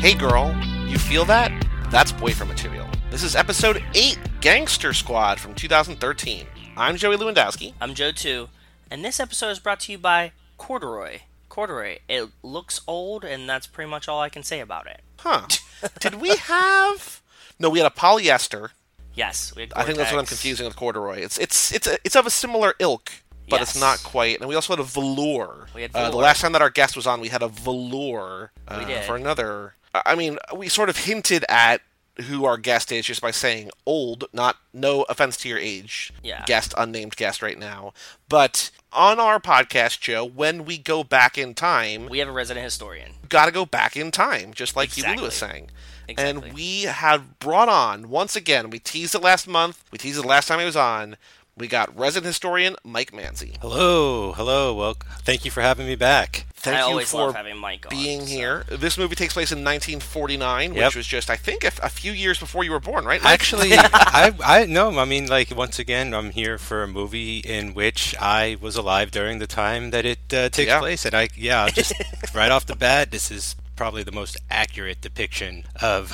Hey girl, you feel that? That's boyfriend material. This is episode 8 Gangster Squad from 2013. I'm Joey Lewandowski. I'm Joe Two, and this episode is brought to you by Corduroy. Corduroy. It looks old, and that's pretty much all I can say about it. Huh. Did we have No, we had a polyester. Yes, we had I think that's what I'm Gore-Tex. confusing with corduroy. It's it's it's a, it's of a similar ilk, but it's Yes. not quite. And we also had a velour. We had Uh, the velour. last time that our guest was on, we had a velour uh, did. for another. I I mean, we sort of hinted at who our guest is just by saying old. Not no offense to your age, Yeah. guest, unnamed guest right now. But on our podcast, Joe, when we go back in time, We have a resident historian. got to go back in time, just like Huey Exactly. Lewis sang. Exactly. And we have brought on, once again, we teased it last month, we teased it last time he was on, we got resident historian Mike Manzi. Hello, hello. Well, thank you for having me back. Thank I you always for love having Mike on. being so- here. This movie takes place in 1949, Yep. which was just, I think, a, a few years before you were born, right? Mike? Actually, I I no, I mean like once again, I'm here for a movie in which I was alive during the time that it uh, takes Yeah. place, and I yeah, just right off the bat, this is probably the most accurate depiction of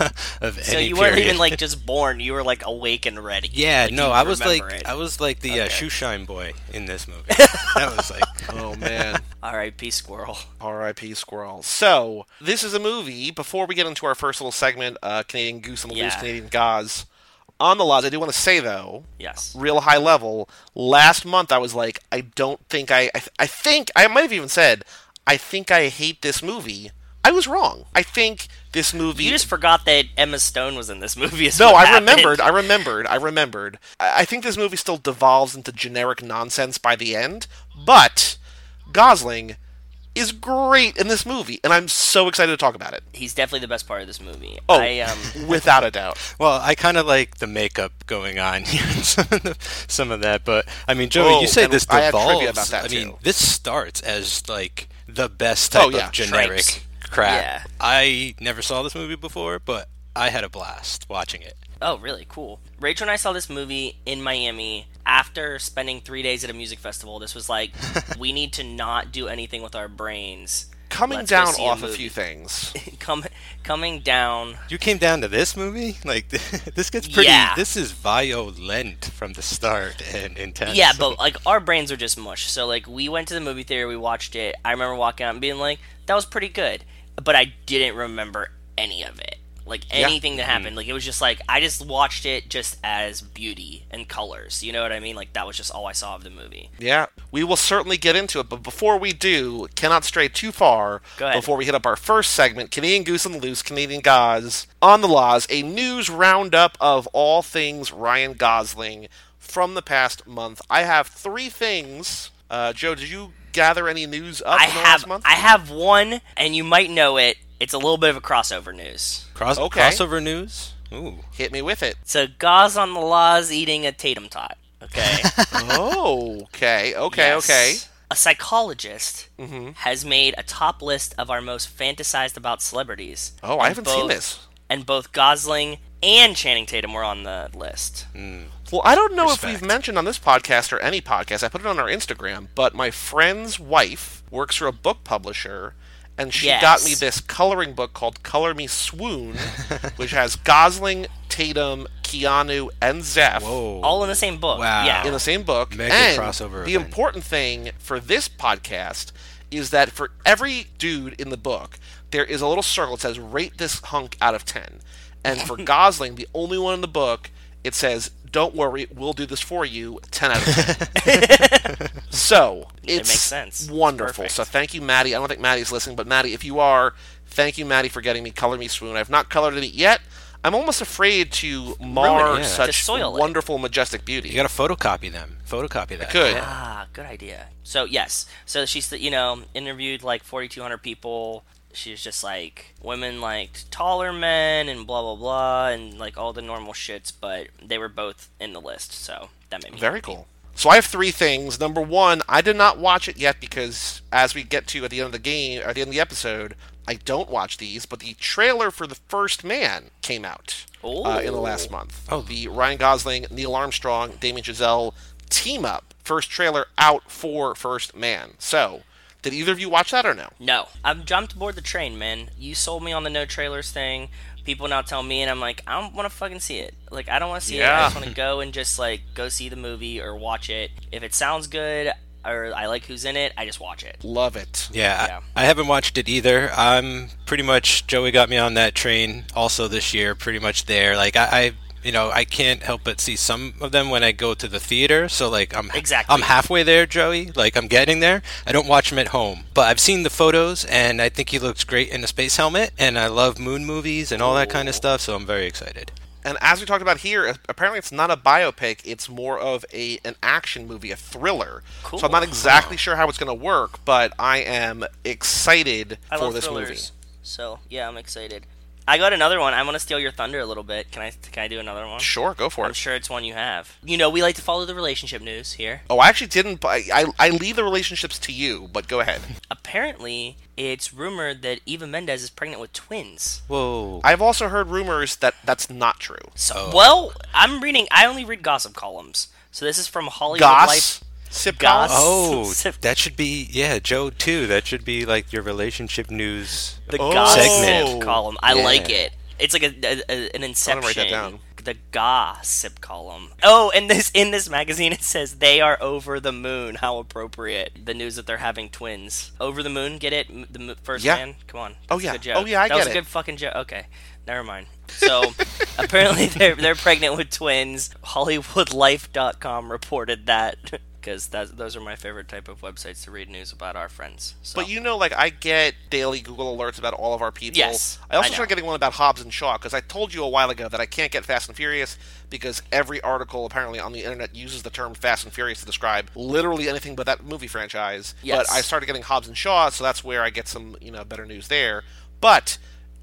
of So any you weren't period. even like just born; you were like awake and ready. yeah, Like, no, you I was like remember it. I was like the uh, Okay. shoeshine boy in this movie. that was like oh, man. R.I.P. Squirrel. R.I.P. Squirrel. So, this is a movie. Before we get into our first little segment, uh, Canadian Goose and the Loose Yeah. Canadian Gauze, on the laws, I do want to say, though, Yes. real high level. Last month, I was like, I don't think I, I, I think I might have even said, I think I hate this movie. I was wrong. I think this movie. You just forgot that Emma Stone was in this movie. Is no, what I happened. remembered. I remembered. I remembered. I, I think this movie still devolves into generic nonsense by the end, but Gosling is great in this movie, and I'm so excited to talk about it. He's definitely the best part of this movie. Oh, I, um, without a doubt. Well, I kind of like the makeup going on here, and some of, the, some of that. But I mean, Joey, Oh, you say and this I have devolves. trivia I, about that, too. mean, this starts as like the best Oh, type yeah, of generic tropes. crap. Yeah. I never saw this movie before, but I had a blast watching it. Oh, really? Cool. Rachel and I saw this movie in Miami after spending three days at a music festival. This was like, we need to not do anything with our brains. Coming Let's go down see a off a movie. few things. Come, coming down. You came down to this movie, like this gets pretty. Yeah. This is violent from the start and intense. Yeah, but like our brains are just mush. So like we went to the movie theater, we watched it. I remember walking out and being like, "That was pretty good," but I didn't remember any of it. Like anything Mm-hmm. that happened, like it was just like I just watched it just as beauty and colors. You know what I mean? Like that was just all I saw of the movie. Yeah, we will certainly get into it, but before we do, cannot stray too far Go ahead. before we hit up our first segment Canadian Goose and the Loose, Canadian Gauze on the Laws, a news roundup of all things Ryan Gosling from the past month. I have three things. Uh, Joe, did you gather any news up I in the have last month? I have one, and you might know it. It's a little bit of a crossover news. Cross- Okay. crossover news. Ooh, Hit me with it. So Gauze on the laws eating a Tatum tot. Okay. oh, okay, okay, Yes. okay. Mm-hmm. A psychologist has made a top list of our most fantasized about celebrities. Oh, I And haven't seen both- this. And both Gosling and Channing Tatum were on the list. Mm. Well, I don't know if we've Respect. mentioned on this podcast or any podcast. I put it on our Instagram, but my friend's wife works for a book publisher, and she got Yes. me this coloring book called Color Me Swoon, which has Gosling, Tatum, Keanu, and Zeph whoa. All in the same book. Wow. Yeah. in the same book. Mega and crossover the event. important thing for this podcast is that for every dude in the book, there is a little circle that says rate this hunk out of 10. And for Gosling, the only one in the book, it says don't worry, we'll do this for you 10 out of 10. so, it's makes sense. It's wonderful. perfect. so thank you Maddie. I don't think Maddie's listening, but Maddie, if you are, thank you Maddie for getting me color me swoon. I've not colored it yet. I'm almost afraid to mar yeah. such To soil it. wonderful majestic beauty. you gotta photocopy them. Photocopy that. Good. Ah, good idea. So yes, so she's you know interviewed like 4,200 people. She was just like women liked taller men and blah blah blah and like all the normal shits, but they were both in the list, so that made me Very cool. So I have three things. Number one, I did not watch it yet because as we get to at the end of the game or at the end of the episode, I don't watch these. But the trailer for the First Man came out uh, in the last month. Oh. the Ryan Gosling, Neil Armstrong, Damien Chazelle team up. First trailer out for First Man. So Did either of you watch that or no? No, I've jumped aboard the train, man. You sold me on the no trailers thing. People now tell me, and I'm like, I don't want to fucking see it. Like, I don't want to see it. I Yeah. just want to go and just like go see the movie or watch it. If it sounds good or I like who's in it, I just watch it. Love it. Yeah, Yeah. I, I haven't watched it either. I'm pretty much Joey got me on that train also this year. Pretty much there. Like I, I you know, I can't help but see some of them when I go to the theater. So like I'm Exactly. I'm halfway there, Joey. Like I'm getting there. I don't watch him at home, but I've seen the photos and I think he looks great in a space helmet. And I love moon movies and all that kind of stuff. So I'm very excited. And as we talked about here, apparently it's not a biopic; it's more of a an action movie, a thriller. Cool. So I'm not exactly sure how it's going to work, but I am excited I for love this thrillers, movie. so yeah, I'm excited. I got another one. I want to steal your thunder a little bit. Can I? Can I do another one? Sure, go for I'm it. sure it's one you have. You know, we like to follow the relationship news here. Oh, I actually didn't. I, I I leave the relationships to you, but go ahead. Apparently, it's rumored that Eva Mendes is pregnant with twins. Whoa. I've also heard rumors that that's not true. So, Oh. well, I'm reading. I only read gossip columns, so this is from Hollywood Life. Goss, sip Goss. Goss. Oh, Sip- that should be yeah, Joe too. That should be like your relationship news. The Oh. gossip Segment. column. I Yeah. like it. It's like a, a- a- an I'm inception. gonna write that down. The gossip column. Oh, and this in this magazine it says they are over the moon. How appropriate! The news that they're having twins. Over the moon. Get it? M- The mo- first Yeah. man. Come on. Oh, That's a yeah. Good joke. Oh, yeah, I that was get a it. good fucking joke. Okay, never mind. So apparently they're they're pregnant with twins. HollywoodLife.com reported that because those are my favorite type of websites to read news about our friends. So. But you know, like I get daily Google alerts about all of our people. Yes, I also I know. started getting one about Hobbs and Shaw because I told you a while ago that I can't get Fast and Furious because every article apparently on the internet uses the term Fast and Furious to describe literally anything but that movie franchise. Yes. But I started getting Hobbs and Shaw, so that's where I get some you know better news there. But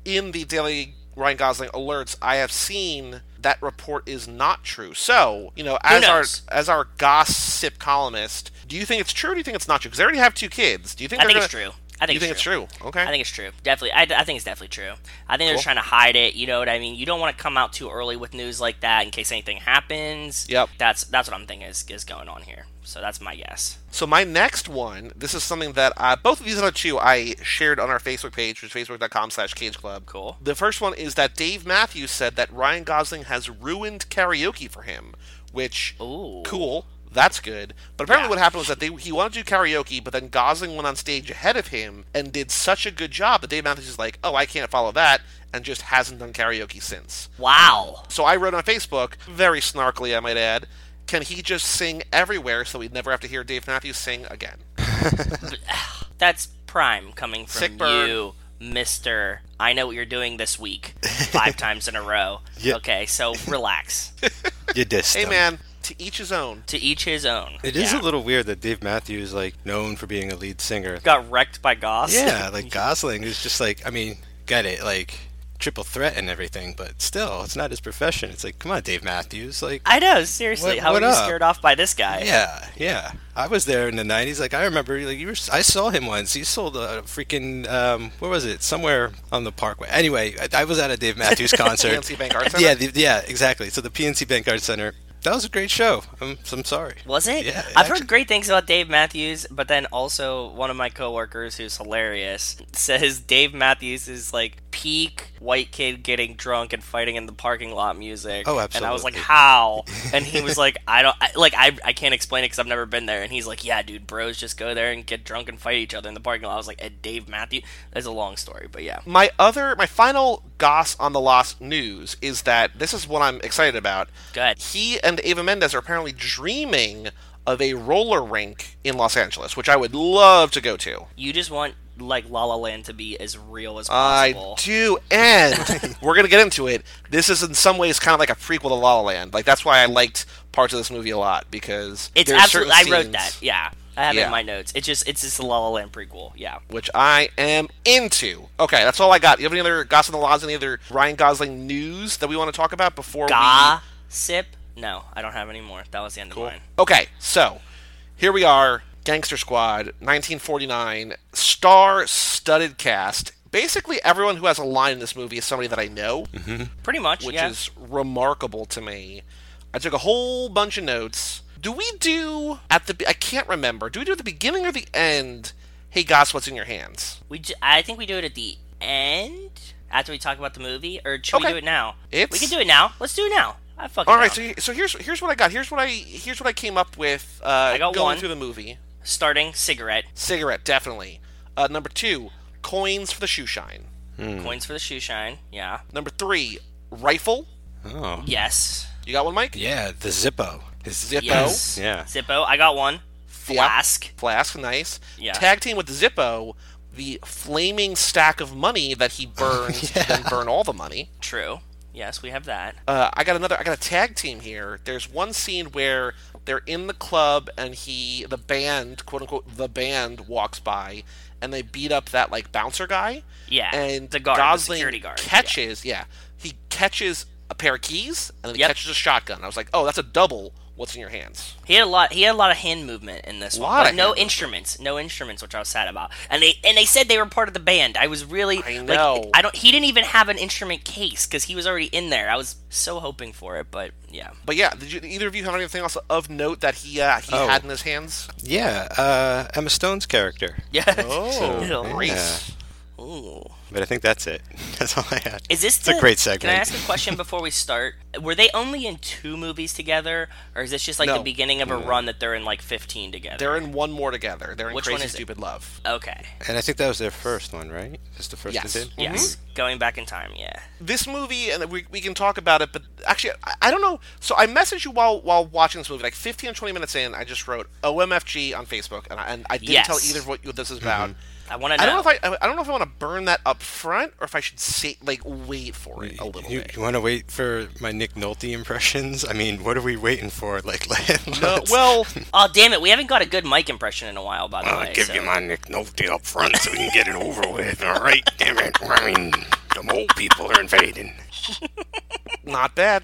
in the daily Ryan Gosling alerts, I have seen that report is not true. So you know, as our knows? as our gossip columnist. Do you think it's true? or Do you think it's not true? Because they already have two kids. Do you think I they're think it's gonna- true. I think you think it's it's true. Okay. I think it's true. Definitely, I, I think it's definitely true. I think they're just trying to hide it. You know what I mean? You don't want to come out too early with news like that in case anything happens. Yep. That's that's what I'm thinking is, is going on here. So that's my guess. so my next one, this is something that uh, both of these other two I shared on our Facebook page, which is facebook.com slash cage club. Cool. The first one is that Dave Matthews said that Ryan Gosling has ruined karaoke for him, which Ooh. cool. That's good. But apparently Yeah. what happened was that they, he wanted to do karaoke, but then Gosling went on stage ahead of him and did such a good job that Dave Matthews is like, oh, I can't follow that, and just hasn't done karaoke since. Wow. So I wrote on Facebook, very snarkily, I might add, can he just sing everywhere so we'd never have to hear Dave Matthews sing again? That's prime coming from Sick burn. you, Mister. I know what you're doing this week, five times in a row. Yeah. Okay, so relax. You dissed Hey, him. man, to each his own. to each his own. It is Yeah. a little weird that Dave Matthews like known for being a lead singer. got wrecked by Goss. Yeah, like Gosling is just like I mean, get it, like triple threat and everything, but still, it's not his profession. It's like, come on, Dave Matthews, like I know. Seriously, What- how what were you up? scared off by this guy? yeah, yeah. I was there in the '90s. Like I remember, like you were. I saw him once. He sold a freaking um, where was it? Somewhere on the Parkway. Anyway, I, I was at a Dave Matthews concert. PNC Bank Arts Center? Yeah, the, yeah, exactly. So the PNC Bank Arts Center. That was a great show. I'm, I'm sorry. Was it? Yeah, I've actually- heard great things about Dave Matthews, but then also one of my coworkers who's hilarious says Dave Matthews is like peak white kid getting drunk and fighting in the parking lot music. Oh, And I was like, absolutely. how? And he was like, I don't I, like I I can't explain it because I've never been there. And he's like, yeah, dude, bros just go there and get drunk and fight each other in the parking lot. I was like, and Dave Matthews. That's a long story, but yeah. My other, my final goss on the lost news is that this is what I'm excited about. Go ahead. He and Ava Mendez are apparently dreaming of a roller rink in Los Angeles, which I would love to go to. You just want like La La Land to be as real as I possible. do, and we're gonna get into it. This is in some ways kind of like a prequel to La La Land. Like that's why I liked parts of this movie a lot because It's there's absolutely. I certain wrote scenes that. Yeah, I have it in Yeah. my notes. It's just it's just a La La Land prequel. Yeah. which I am into. Okay, that's all I got. You have any other Gosling and Laws, any other Ryan Gosling news that we want to talk about before we? Gossip. No, I don't have any more. That was the end of mine. Okay, so here we are, Gangster Squad, 1949, star-studded cast. Basically, everyone who has a line in this movie is somebody that I know. Pretty much. which yeah. is remarkable to me. I took a whole bunch of notes. Do we do at the? be- I can't remember. Do we do at the beginning or the end? "Hey, Goss, what's in your hands?" We ju- I think we do it at the end after we talk about the movie, or should Okay. we do it now? It's- We can do it now. Let's do it now. I fucking All right, know. so so here's here's what I got. Here's what I here's what I came up with. Uh, I got going one. through the movie. starting cigarette Cigarette, definitely. Uh, number two, coins for the shoe shine. Hmm. coins for the shoe shine. Yeah. Number three, rifle. Oh. Yes. You got one, Mike? Yeah, the Zippo. His Zippo. Yes. Yeah. Zippo. I got one. Yeah. Flask. Flask, nice. Yeah. Tag team with Zippo, the flaming stack of money that he burns and burn all the money. True. Yes, we have that. Uh, I got another. I got a tag team here. There's one scene where they're in the club and he, the band, quote unquote, the band walks by and they beat up that like bouncer guy. Yeah, And the guard, the Gosling security guard, catches. Yeah. He catches a pair of keys and then he Yep. catches a shotgun. I was like, oh, that's a double. What's in your hands? He had a lot. He had a lot of hand movement in this Lot one, of but no hand instruments, no instruments, which I was sad about. And they and they said they were part of the band. I was really I know. like, I don't. He didn't even have an instrument case because he was already in there. I was so hoping for it, but yeah. But yeah, did you, either of you have anything else of note that he uh, he Oh. had in his hands? Yeah, uh, Emma Stone's character. Yeah. Oh, Ew. Reese. Ooh. But I think that's it. That's all I had. Is this a the- great Can I segment. ask a question before we start? Were they only in two movies together, or is this just like No. the beginning of a run that they're in like fifteen together? They're in one more together. They're in Which one Crazy is it? Stupid Love. Okay. And I think that was their first one, right? That's the first Yes. they did. Mm-hmm. Yes. Going back in time. Yeah. This movie, and we, we can talk about it, but actually, I, I don't know. So I messaged you while while watching this movie, like 15 or 20 minutes in. I just wrote OMFG on Facebook, and I, and I didn't Yes. tell either of what you- this is about. I want to know. I don't know if I I don't know if I want to burn that up front or if I should say like wait for it a little You, bit. you want to wait for my Nick Nolte impressions? I mean, what are we waiting for? Like, let, No, let's- Uh, well, Oh damn it! We haven't got a good mic impression in a while, by the Oh, I'll way. give so- you my Nick Nolte up front so we can get it over with. All right, damn it. I mean, the mole people are invading. not bad,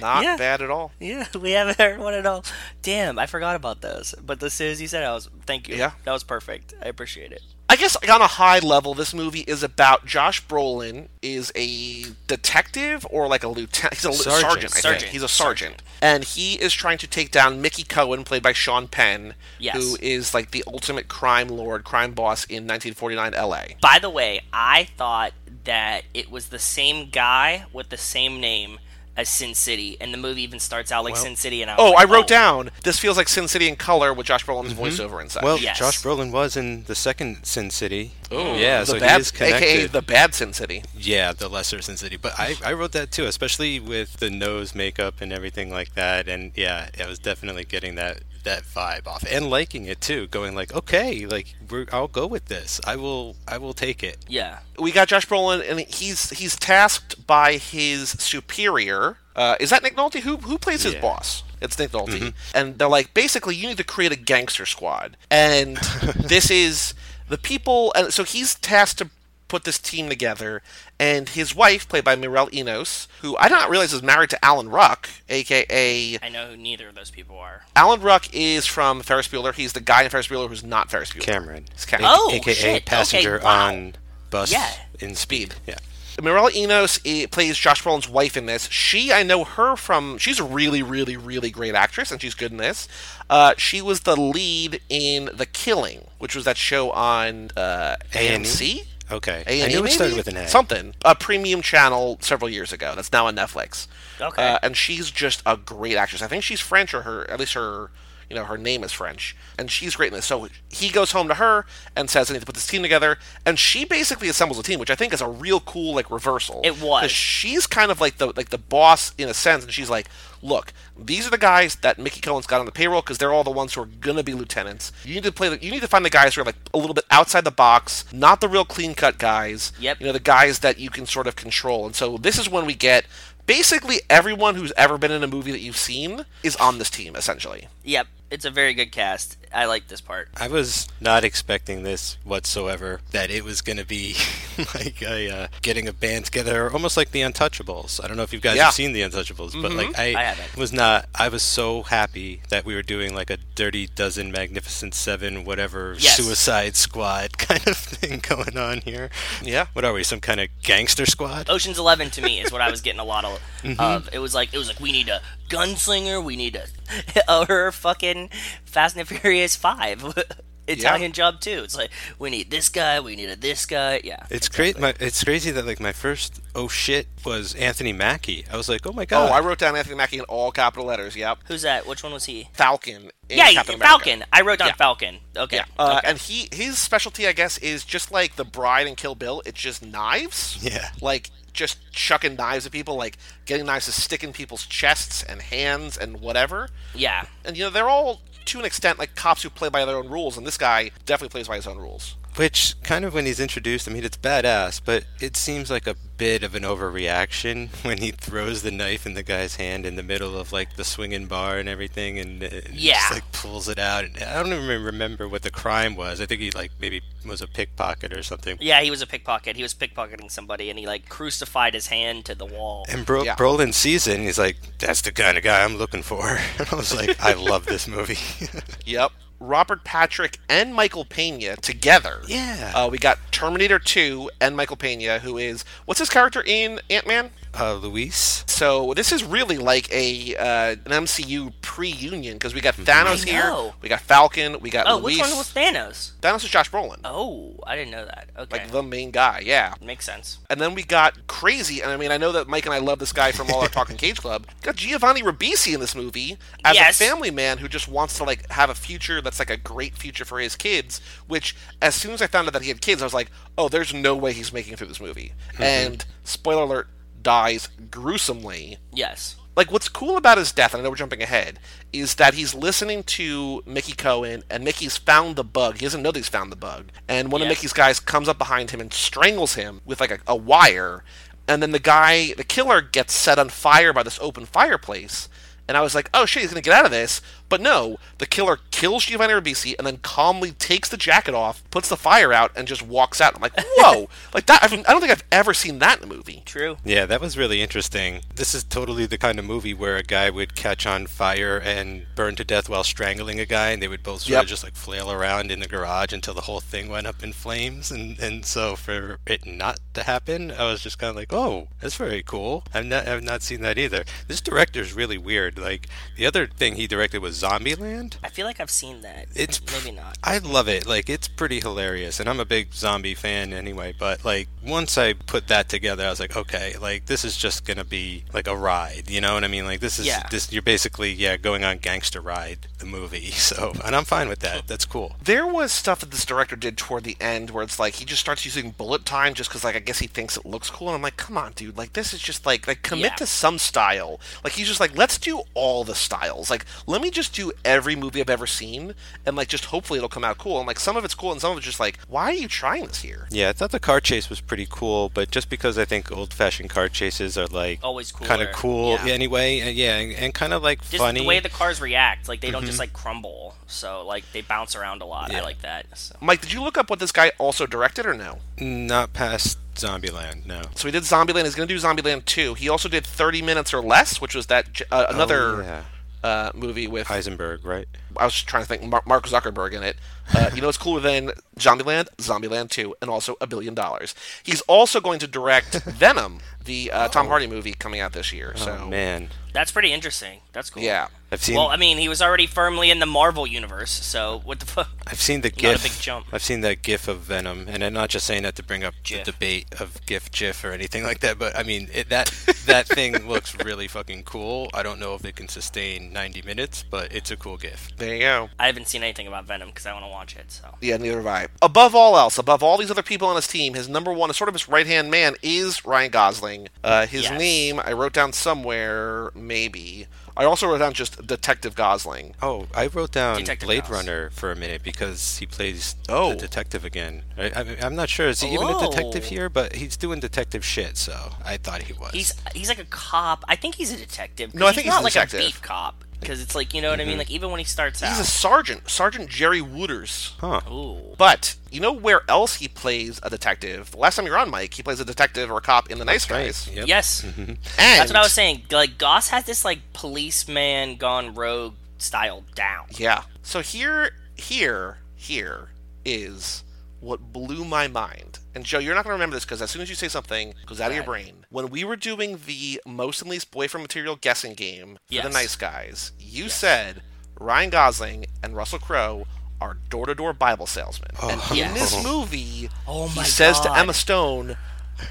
not Yeah. bad at all. Yeah, we haven't heard one at all. Damn, I forgot about those. But as soon as you said, it, I was thank you. Yeah. that was perfect. I appreciate it. I guess like, on a high level, this movie is about Josh Brolin is a detective or like a lieutenant. He's a sergeant. Sergeant. sergeant I Sergeant. think. He's a sergeant, and he is trying to take down Mickey Cohen, played by Sean Penn, Yes. who is like the ultimate crime lord, crime boss in 1949 L.A. By the way, I thought that it was the same guy with the same name as Sin City, and the movie even starts out like Sin City. And I was Oh, I like, wrote down this feels like Sin City in color with Josh Brolin's voiceover inside. Well, Yes. Josh Brolin was in the second Sin City. Ooh, yeah, the so bad, he is connected. aka the bad Sin City. Yeah, the lesser Sin City. But I, I wrote that too, especially with the nose makeup and everything like that. And yeah, I was definitely getting that that vibe off and liking it too. Going like, okay, like we're, I'll go with this. I will, I will take it. Yeah, we got Josh Brolin, and he's he's tasked by his superior. Uh, is that Nick Nolte? Who who plays his Yeah. Mm-hmm. boss? It's Nick Nolte, and they're like, basically, you need to create a gangster squad, and this is the people. And so he's tasked to put this team together, and his wife, played by Mirelle Enos, who I did not realize is married to Alan Ruck, aka I know who neither of those people are. Alan Ruck is from Ferris Bueller. He's the guy in Ferris Bueller who's not Ferris Bueller. Cameron, It's Cameron. Oh, aka shit, okay, passenger wow. on bus Yeah. in speed. Yeah. Mirella Enos eh, plays Josh Brolin's wife in this. She, I know her from. She's a really, really, really great actress, and she's good in this. Uh, she was the lead in The Killing, which was that show on uh, A&E? AMC. E? Okay. A&E, I knew E, maybe? it started with an A. Something. A premium channel several years ago. That's now on Netflix. Okay. Uh, and she's just a great actress. I think she's French, or her at least her, you know, her name is French, and she's great in this. So he goes home to her and says, "I need to put this team together," and she basically assembles a team, which I think is a real cool like reversal. It was. 'Cause she's kind of like the like the boss in a sense, and she's like, "Look, these are the guys that Mickey Cohen's got on the payroll because they're all the ones who are gonna be lieutenants. You need to play. The, you need to find the guys who are like a little bit outside the box, not the real clean cut guys. Yep. You know, the guys that you can sort of control. And so this is when we get basically everyone who's ever been in a movie that you've seen is on this team essentially. Yep, it's a very good cast. I like this part. I was not expecting this whatsoever. That it was going to be like a, uh, getting a band together, almost like The Untouchables. I don't know if you guys Yeah. have seen The Untouchables, but like I, I haven't. was not. I was so happy that we were doing like a Dirty Dozen, Magnificent Seven, whatever Yes. Suicide Squad kind of thing going on here. Yeah. What are we? Some kind of gangster squad? Ocean's Eleven to me is what I was getting a lot of. Mm-hmm. of. It was like it was like we need a gunslinger, we need a or fucking Fast and the Furious Five. Italian job too. It's like we need this guy, we need a this guy. Yeah, It's crazy. My, it's crazy that like my first oh shit was Anthony Mackie. I was like, oh my Oh, god. I wrote down Anthony Mackie in all capital letters. Yep. who's that? Which one was he? Falcon. In yeah, Captain America. Falcon. I wrote down Yeah. Falcon. Okay. Yeah. Uh, okay. And he his specialty, I guess, is just like the Bride and Kill Bill. It's just knives. Yeah. Like just chucking knives at people, like getting knives to stick in people's chests and hands and whatever. yeah. And you know they're all to an extent like cops who play by their own rules, and this guy definitely plays by his own rules. Which kind of when he's introduced, I mean, it's badass, but it seems like a bit of an overreaction when he throws the knife in the guy's hand in the middle of like the swinging bar and everything, and, uh, and Yeah. just like pulls it out. And I don't even remember what the crime was. I think he like maybe was a pickpocket or something. Yeah, he was a pickpocket. He was pickpocketing somebody, and he like crucified his hand to the wall. And Bro- Yeah. Brolin sees it, and he's like, "That's the kind of guy I'm looking for." And I was like, "I love this movie." Yep. Robert Patrick and Michael Pena together. Yeah. Uh, we got Terminator 2 and Michael Pena, who is what's his character in Ant Man? uh, Luis. So this is really like a uh, an MCU pre-union because we got Thanos I here, know. we got Falcon, we got Oh, Luis. which one was Thanos? Thanos is Josh Brolin, Oh, I didn't know that. Okay, like the main guy, yeah. makes sense. And then we got crazy, and I mean I know that Mike and I love this guy from all our Talking Cage Club. We got Giovanni Ribisi in this movie as Yes. a family man who just wants to like have a future that's like a great future for his kids. Which as soon as I found out that he had kids, I was like, oh, there's no way he's making it through this movie. And spoiler alert, dies gruesomely. Yes. like what's cool about his death, and I know we're jumping ahead, is that he's listening to Mickey Cohen, and Mickey's found the bug. He doesn't know that he's found the bug, and one of Yeah. Mickey's guys comes up behind him and strangles him with like a, a wire, and then the guy, the killer, gets set on fire by this open fireplace. And I was like, oh shit, he's gonna get out of this. But no, the killer kills Giovanni Ribisi and then calmly takes the jacket off, puts the fire out, and just walks out. I'm like, whoa, like that. I've, I don't think I've ever seen that in a movie. True. Yeah, that was really interesting. This is totally the kind of movie where a guy would catch on fire and burn to death while strangling a guy, and they would both sort Yep. of just like flail around in the garage until the whole thing went up in flames. And, and so for it not to happen, I was just kind of like, oh, that's very cool. I've not I've not seen that either. This director's really weird. Like the other thing he directed was Zombieland. I feel like I've seen that. It's maybe not. I love it. Like it's pretty hilarious, and I'm a big zombie fan anyway. But like once I put that together, I was like, okay, like this is just gonna be like a ride. You know what I mean? Like this is Yeah. this. You're basically yeah going on Gangster Ride the movie. So and I'm fine with that. That's cool. there was stuff that this director did toward the end where it's like he just starts using bullet time just because like i guess he thinks it looks cool and i'm like come on dude like this is just like like commit Yeah. to some style like he's just like let's do all the styles like let me just do every movie i've ever seen and like just hopefully it'll come out cool and like some of it's cool and some of it's just like why are you trying this here Yeah, I thought the car chase was pretty cool, but just because I think old-fashioned car chases are like Always kind cooler. of cool Yeah. anyway. and- Yeah, and, and kind of like Just funny. the way the cars react, like they don't Mm-hmm. just like crumble. So like they bounce around a lot. I Yeah. like that. So. mike did you look up what this guy also directed or no Not past Zombieland. No. so he did zombieland he's going to do zombieland 2 he also did 30 minutes or less which was that j- uh, another yeah. uh, movie with Heisenberg, right? I was just trying to think Mar- Mark Zuckerberg in it. Uh, you know what's cooler than Zombieland? Zombieland 2, and also a billion dollars. He's also going to direct Venom, the uh, Tom Hardy movie coming out this year. So Oh man. That's pretty interesting. That's cool. yeah, I've seen Well, I mean, he was already firmly in the Marvel universe, so what the fuck? I've seen the a gif. big jump. I've seen that gif of Venom, and I'm not just saying that to bring up Gif. the debate of gif, gif, or anything like that. But I mean it, that that thing looks really fucking cool. I don't know if it can sustain 90 minutes, but it's a cool gif. there you go. I haven't seen anything about Venom because I want to watch it. So Yeah, neither have I. Above all else, above all these other people on his team, his number one, sort of his right hand man, is Ryan Gosling. Uh, his Yes. name I wrote down somewhere, maybe. I also wrote down just Detective Gosling. Oh, I wrote down Detective Blade Mouse. Runner for a minute because he plays Oh. the detective again. I, I, I'm not sure is he even a detective Oh. here, but he's doing detective shit. So I thought he was. he's he's like a cop. I think he's a detective. 'cause No, I he's think he's not a like detective. Mm-hmm. a beef cop because it's like you know what I mean. Like even when he starts He's out, a sergeant, Sergeant Jerry Wooders. huh. ooh, But you know where else he plays a detective? Last time you were on, Mike, he plays a detective or a cop in The Nice Guys. Yep. yes, And that's what I was saying. Like Goss has this like policeman gone rogue style down. Yeah. So here, here, here is what blew my mind. And Joe, you're not going to remember this because as soon as you say something, it goes out of your brain. When we were doing the most and least boyfriend material guessing game for Yes. The Nice Guys, you said Ryan Gosling and Russell Crowe our door to door Bible salesman. and in Yes. this movie, Oh he my says to God. Emma Stone,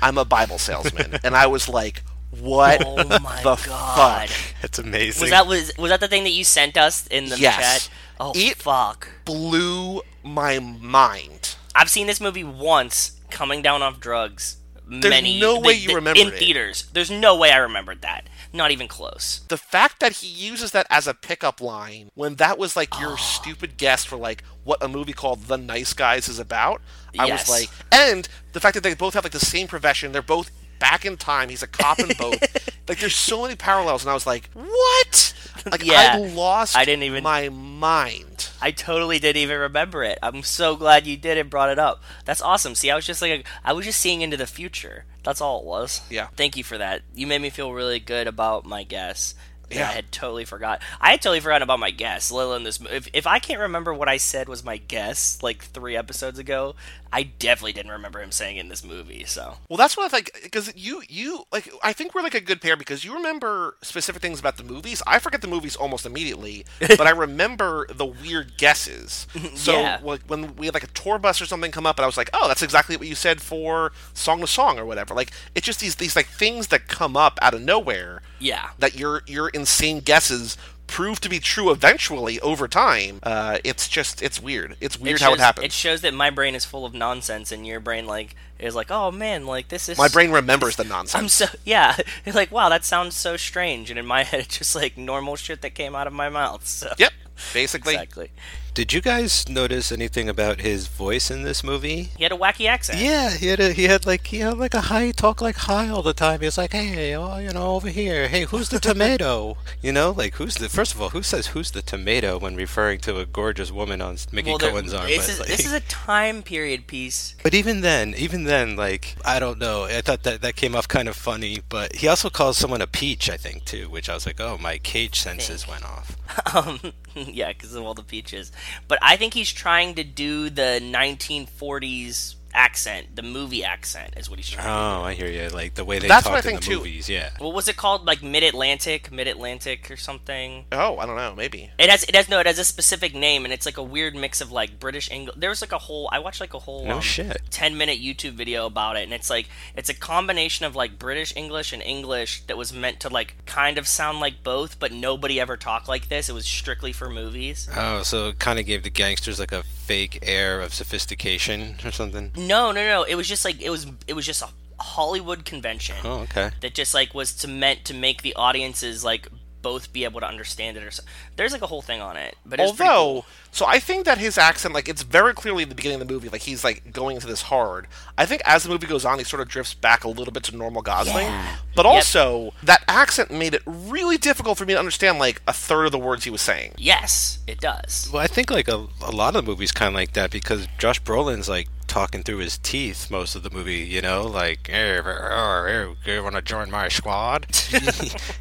I'm a Bible salesman. and I was like, what Oh my the God. fuck? That's amazing. Was that was was that the thing that you sent us in the Yes. chat? Oh Eat- fuck! Blew my mind. I've seen this movie once, coming down off drugs. There's many, no the- way you the- remembered in it. theaters. There's no way I remembered that. Not even close. The fact that he uses that as a pickup line when that was like Ah. your stupid guess for like what a movie called The Nice Guys is about, I Yes. was like, and the fact that they both have like the same profession, they're both back in time. He's a cop in both. Like there's so many parallels, and I was like, what? Like Yeah. I lost. I didn't even- my mind. I totally didn't even remember it. I'm so glad you did and brought it up. That's awesome. See, I was just like, I was just seeing into the future. That's all it was. Yeah. Thank you for that. You made me feel really good about my guess. that Yeah. I had totally forgot. I had totally forgotten about my guess. Let alone this. If, if I can't remember what I said was my guess like three episodes ago, I definitely didn't remember him saying it in this movie. So Well, that's what I think because you you like I think we're like a good pair because you remember specific things about the movies. I forget the movies almost immediately, but I remember the weird guesses. So Yeah. like when we had like a tour bus or something come up, and I was like, oh, that's exactly what you said for song to song or whatever. Like it's just these these like things that come up out of nowhere yeah. that your your insane guesses prove to be true eventually over time. Uh, it's just it's weird. It's weird how shows, it happens. It shows that my brain is full of nonsense, and your brain like is like, oh man, like this is My brain remembers the nonsense. I'm so yeah. You're like, wow, that sounds so strange, and in my head, it's just like normal shit that came out of my mouth. So. Yep, basically. exactly. Did you guys notice anything about his voice in this movie? He had a wacky accent. Yeah, he had a, he had like he had like a high talk like high all the time. He was like, hey, oh, you know, over here, hey, who's the tomato? you know, like who's the first of all, who says who's the tomato when referring to a gorgeous woman on s- Mickey Well, there- Cohen's arm? this but, is like- this is a time period piece. but even then, even then, like I don't know, I thought that that came off kind of funny. But he also calls someone a peach, I think, too, which I was like, oh, my cage senses went off. Um, yeah, because of all the peaches. But I think he's trying to do the 1940s accent, the movie accent, is what he's trying. Oh, I hear you. Like the way they That's talk what I in think, the too. movies, yeah. What was it called? Like Mid Atlantic, Mid Atlantic, or something. Oh, I don't know. Maybe. It has it has no, it has a specific name, and it's like a weird mix of like British English. There was like a whole I watched like a whole No um, shit. 10 minute YouTube video about it and it's like it's a combination of like British English and English that was meant to like kind of sound like both but nobody ever talked like this it was strictly for movies Oh, so it kind of gave the gangsters like a fake air of sophistication or something. no no no it was just like it was it was just a Hollywood convention Oh, okay. that just like was to meant to make the audiences like both be able to understand it or so there's like a whole thing on it but it was pretty Although, so I think that his accent, like, it's very clearly at the beginning of the movie, like, he's, like, going into this hard. I think as the movie goes on, he sort of drifts back a little bit to normal Gosling. But also, that accent made it really difficult for me to understand, like, a third of the words he was saying. cool. yes it does Well, I think like a, a lot of the movies kind of like that because Josh Brolin's like talking through his teeth most of the movie, you know, like, "Eh, eh, eh, eh, you want to join my squad?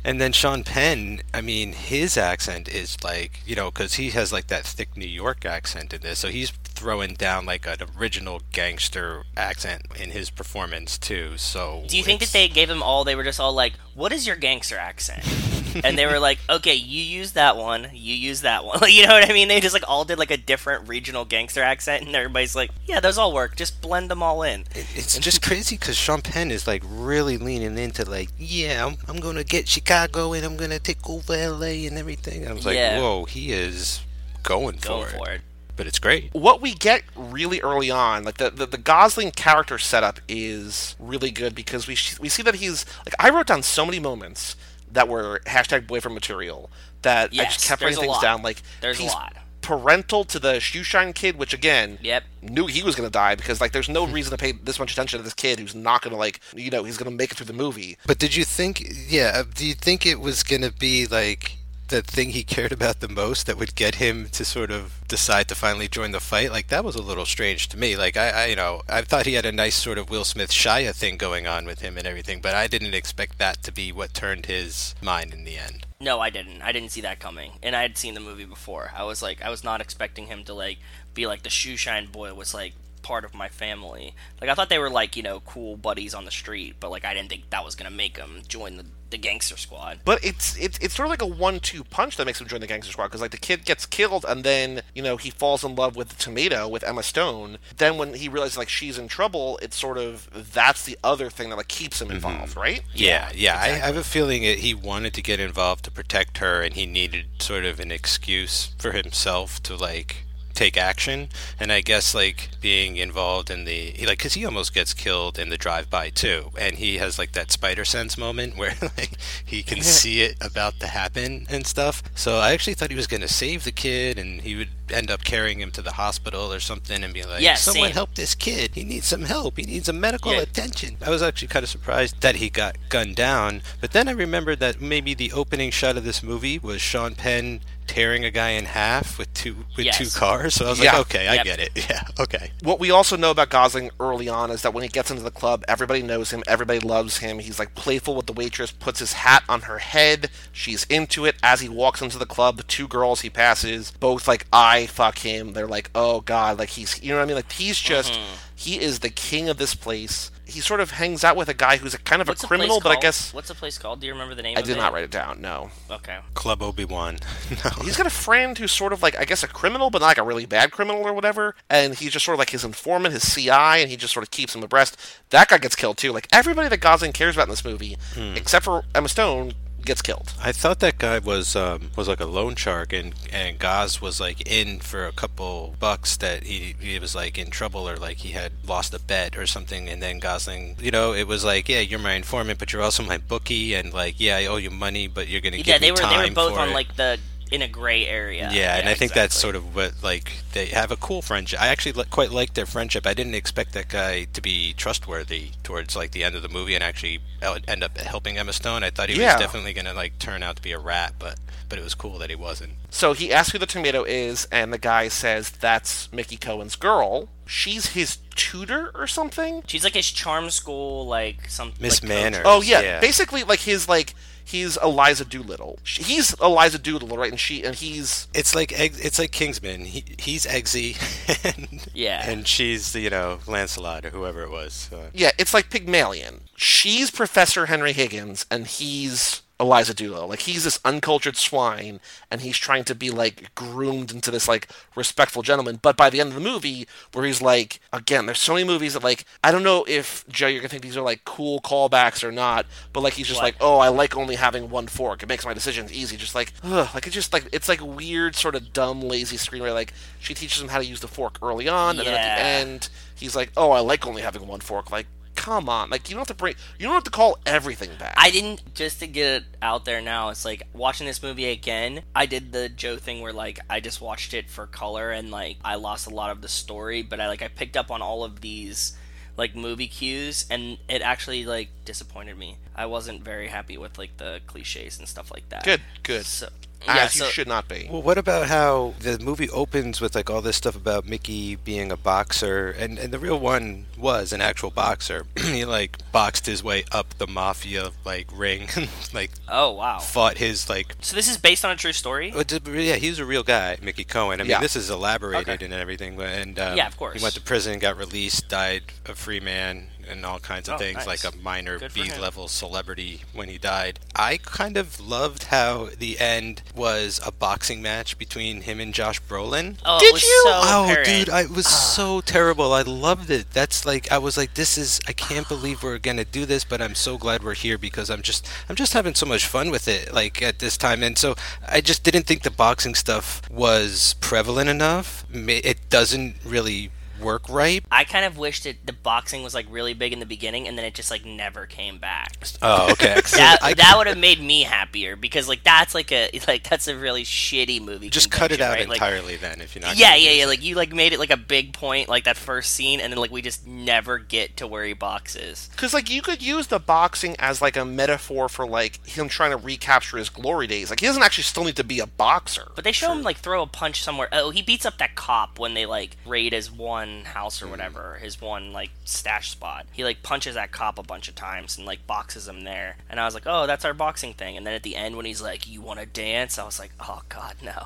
and then Sean Penn, I mean, his accent is like, you know, because he has like that thick New York accent in this. So he's throwing down like an original gangster accent in his performance too. So Do you think that it's- they gave them all? They were just all like, "What is your gangster accent?" and they were like, "Okay, you use that one. You use that one." Like, you know what I mean? They just like all did like a different regional gangster accent, and everybody's like, "Yeah, those all work. Just blend them all in." It's just crazy because Sean Penn is like really leaning into like, yeah, I'm, I'm gonna get Chicago and I'm gonna take over LA and everything. I was like, Yeah. whoa, he is going for, Go it. for it. But it's great. What we get really early on, like, the, the, the Gosling character setup is really good because we, sh- we see that he's, like, I wrote down so many moments that were hashtag boyfriend material that I Yes, just kept writing there's a things lot. down. Like, There's a he's lot. parental to the shoeshine kid, which again, Yep. knew he was going to die because like there's no reason to pay this much attention to this kid who's not going to like you know he's going to make it through the movie. But did you think, yeah, uh, do you think it was gonna be like the thing he cared about the most that would get him to sort of decide to finally join the fight? Like that was a little strange to me. Like I, I you know, I thought he had a nice sort of Will Smith Shia thing going on with him and everything, but I didn't expect that to be what turned his mind in the end. No, I didn't. I didn't see that coming, and I had seen the movie before. I was like, I was not expecting him to like be like the shoeshine boy was like part of my family. Like I thought they were like you know cool buddies on the street, but like I didn't think that was gonna make them join the, the gangster squad. But it's it's it's sort of like a one-two punch that makes him join the gangster squad because like the kid gets killed and then you know he falls in love with the tomato with Emma Stone. Then when he realizes like she's in trouble, it's sort of that's the other thing that like keeps him involved, right? Yeah, yeah. I, I have a feeling it, he wanted to get involved to protect her, and he needed sort of an excuse for himself to like take action. And I guess like being involved in the he, like because he almost gets killed in the drive-by too, and he has like that spider sense moment where like he can see it about to happen and stuff. So I actually thought he was going to save the kid, and he would end up carrying him to the hospital or something, and be like, Yeah, someone same. help." help this kid. He needs some help. He needs some medical Yeah. attention. I was actually kind of surprised that he got gunned down, but then I remembered that maybe the opening shot of this movie was Sean Penn tearing a guy in half with two with Yes. two cars. So I was Yeah. like, okay, I Yep. get it. Yeah, okay. What we also know about Gosling early on is that when he gets into the club, everybody knows him, everybody loves him. He's like playful with the waitress, puts his hat on her head. She's into it. As he walks into the club, the two girls he passes, both like, I fuck him. They're like, oh God, like he's, you know what I mean? Like he's just, Mm-hmm. he is the king of this place. He sort of hangs out with a guy who's a kind of What's a the place criminal, but I called? guess what's the place called? Do you remember the name? I of did it? not write it down. No. Okay. Club Obi Wan. no. He's got a friend who's sort of like, I guess, a criminal, but not like a really bad criminal or whatever. And he's just sort of like his informant, his CI, and he just sort of keeps him abreast. That guy gets killed too. Like everybody that Gosling cares about in this movie, except for Emma Stone, gets killed. I thought that guy was um, was like a loan shark, and and Gaz was like in for a couple bucks that he he was like in trouble or like he had lost a bet or something, and then Gosling, you know, it was like, yeah, you're my informant, but you're also my bookie, and like, yeah, I owe you money, but you're gonna Yeah, give me they were time they were both for on it. like the in a gray area. Yeah, and I think that's exactly. sort of what like they have a cool friendship. I actually li- quite like their friendship. I didn't expect that guy to be trustworthy towards like the end of the movie and actually el- end up helping Emma Stone. I thought he Yeah. was definitely going to like turn out to be a rat, but but it was cool that he wasn't. So he asks who the tomato is, and the guy says, That's Mickey Cohen's girl. She's his tutor or something. She's like his charm school, like some Miss like, Manor. coach. Oh, yeah. Yeah. Basically, Basically, like his, like, he's Eliza Doolittle. Sh- He's Eliza Doolittle, right? And she, and he's. It's like Egg- it's like Kingsman. He, he's Eggsy, and, Yeah. and she's you know Lancelot or whoever it was. Uh, Yeah, it's like Pygmalion. She's Professor Henry Higgins, and he's Eliza Doolittle. Like he's this uncultured swine, and he's trying to be like groomed into this like respectful gentleman. But by the end of the movie, where he's like, again, there's so many movies that like I don't know if Joe, you're gonna think these are like cool callbacks or not, but like he's just like, oh, I like only having one fork. It makes my decisions easy. Just like, ugh, like it's just like it's like weird, sort of dumb, lazy screenwriting. Like she teaches him how to use the fork early on, and then at the Yeah. end and he's like, "Oh, I like only having one fork." Like, come on, like you don't have to bring, you don't have to call everything back. I didn't just to get it out there now. It's like watching this movie again. I did the Joe thing where like I just watched it for color and like I lost a lot of the story, but I like I picked up on all of these like movie cues and it actually like disappointed me. I wasn't very happy with like the cliches and stuff like that. good, good. So As uh, yeah, you so, should not be. Well, what about how the movie opens with like all this stuff about Mickey being a boxer, and, and the real one was an actual boxer. he like boxed his way up the mafia like ring, like oh wow. fought his like. So this is based on a true story. oh, d- Yeah, he was a real guy, Mickey Cohen. I mean, Yeah. this is elaborated Okay. and everything. but- And um, Yeah, of course. He went to prison, got released, died a free man, and all kinds of Oh, nice. things, like a minor Good for him. B level celebrity when he died. I kind of loved how the end was a boxing match between him and Josh Brolin. Oh, Did it was you? So Oh, apparent. Ah. dude, I it was so terrible. I loved it. That's like I was like, this is I can't believe we're gonna do this, but I'm so glad we're here because I'm just I'm just having so much fun with it. Like at this time, and so I just didn't think the boxing stuff was prevalent enough. Ma- It doesn't really work right. I kind of wished that the boxing was like really big in the beginning, and then it just like never came back. Oh, okay. That, I that would have made me happier because like that's like a like that's a really shitty movie. just cut it convention, out right? Like, entirely then if you're not. yeah, gonna yeah, use yeah. it. Like you like made it like a big point, like that first scene, and then like we just never get to where he boxes. Because like you could use the boxing as like a metaphor for like him trying to recapture his glory days. Like he doesn't actually still need to be a boxer. But they show him like throw a punch somewhere. Oh, he beats up that cop when they like raid his one house or whatever, his one like stash spot. He like punches that cop a bunch of times and like boxes him there. And I was like, oh, that's our boxing thing. And then at the end when he's like, you want to dance? I was like, oh god, no.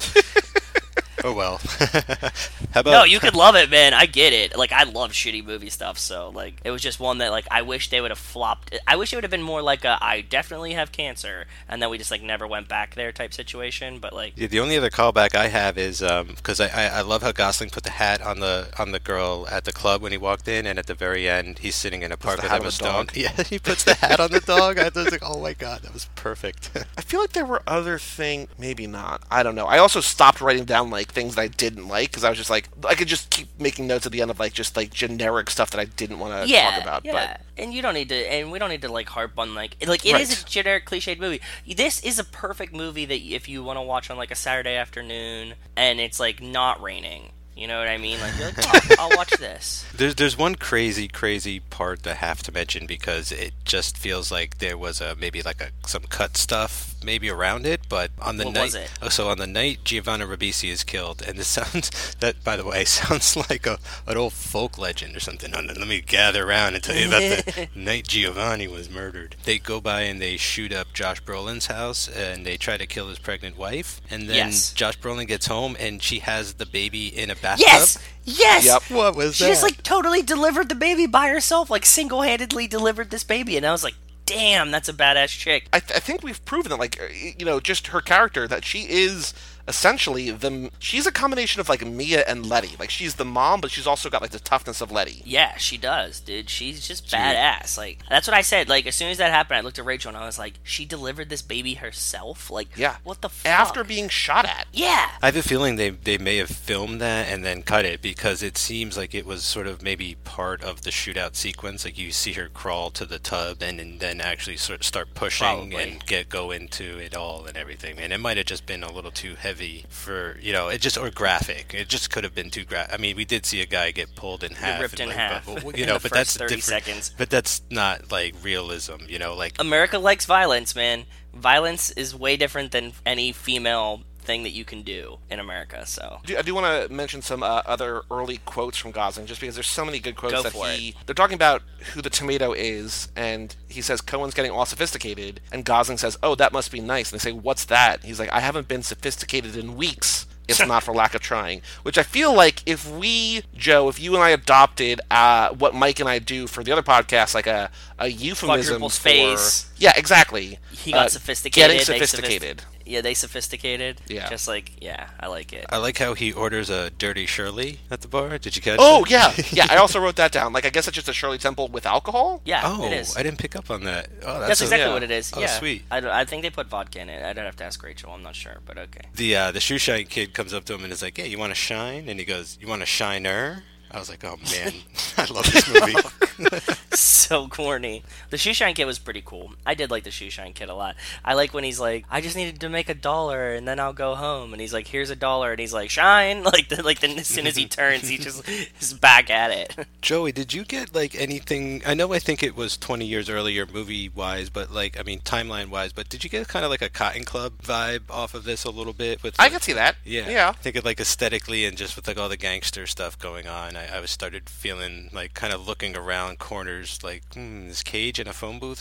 oh well. How about No, you could love it, man. I get it. Like I love shitty movie stuff, so like it was just one that like I wish they would have flopped. I wish it would have been more like a I definitely have cancer, and then we just like never went back there type situation. But like Yeah, the only other callback I have is because I, I, I love how Gosling put the hat on the on the girl at the club when he walked in, and at the very end he's sitting in a park the with hat him on a the stone. dog. Yeah, he puts the hat on the dog. I was like, oh my god, that was perfect. I feel like there were other thing, maybe not. I don't know. I also stopped writing down like things that I didn't like because I was just like I could just keep making notes at the end of like just like generic stuff that I didn't want to yeah, talk about. yeah. And you don't need to, and we don't need to like harp on like like it is Right. a generic cliched movie. This is a perfect movie that if you want to watch on like a Saturday afternoon and it's like not raining. You know what I mean? Like you're like, oh, I'll watch this. There's there's one crazy crazy part that I have to mention because it just feels like there was a maybe like a some cut stuff maybe around it, but on the What night was it? oh, so on the night Giovanna Ribisi is killed, and this sounds that by the way sounds like a an old folk legend or something. Oh, no, Let me gather around and tell you about the night Giovanni was murdered. They go by and they shoot up Josh Brolin's house and they try to kill his pregnant wife, and then Yes. Josh Brolin gets home and she has the baby in a bathtub. Yes, yes. Yep. What was She that? just like totally delivered the baby by herself, like single handedly delivered this baby, and I was like, damn, that's a badass chick. I, th- I think we've proven that, like, uh, you know, just her character that she is essentially the she's a combination of like Mia and Letty. Like, she's the mom, but she's also got like the toughness of Letty. Yeah, she does, dude. She's just badass. Like that's what I said. Like as soon as that happened, I looked at Rachel and I was like, she delivered this baby herself. Like, Yeah. what the fuck? After being shot at, yeah, I have a feeling they they may have filmed that and then cut it because it seems like it was sort of maybe part of the shootout sequence. Like you see her crawl to the tub and, and then actually sort of start pushing Probably. and get go into it all and everything. And it might have just been a little too heavy for you know it just or graphic. It just could have been too graphic. I mean, we did see a guy get pulled in half, ripped and, in like, half but- but, in you know, the but first that's 30 different. seconds. But that's not like realism. You know, like America likes violence, man. Violence is way different than any female thing that you can do in America. So do, I do want to mention some uh, other early quotes from Gosling, just because there's so many good quotes Go that for he. They're talking about who the tomato is, and he says Cohen's getting all sophisticated, and Gosling says, "Oh, that must be nice." And they say, "What's that?" He's like, "I haven't been sophisticated in weeks." It's not for lack of trying, which I feel like if we, Joe, if you and I adopted uh, what Mike and I do for the other podcast, like a, a euphemism Quadruple for space. yeah, exactly. he got Uh, sophisticated. Getting they sophist- sophisticated. yeah, they sophisticated. Yeah. Uh, just like yeah, I like it. I like how he orders a dirty Shirley at the bar. Did you catch? Oh that? yeah, yeah. I also wrote that down. Like I guess it's just a Shirley Temple with alcohol. Yeah, Oh, it is. I didn't pick up on that. Oh, that's, That's a- exactly yeah. what it is. Oh, yeah, sweet. I, don't- I think they put vodka in it. I'd have to ask Rachel. I'm not sure, but okay. The uh, the shoe shine kid comes up to him and is like, "Hey, you want to shine?" And he goes, "You want a shiner?" I was like, "Oh man, I love this movie." so corny. The shoe shine kid was pretty cool. I did like the shoe shine kid a lot. I like when he's like, "I just needed to make a dollar, and then I'll go home." And he's like, "Here's a dollar," and he's like, "Shine!" Like, the, like then as soon as he turns, he just is back at it. Joey, did you get like anything? I know I think it was 20 years earlier, movie wise, but like I mean timeline wise. But did you get kind of like a Cotton Club vibe off of this a little bit? With I like- can see that. Yeah, yeah. I think it like aesthetically and just with like all the gangster stuff going on, I, I was started feeling like kind of looking around corners, like hmm, this cage in a phone booth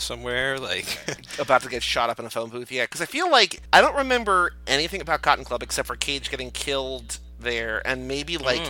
somewhere, like. about to get shot up in a phone booth. Yeah, because I feel like I don't remember anything about Cotton Club except for Cage getting killed there, and maybe like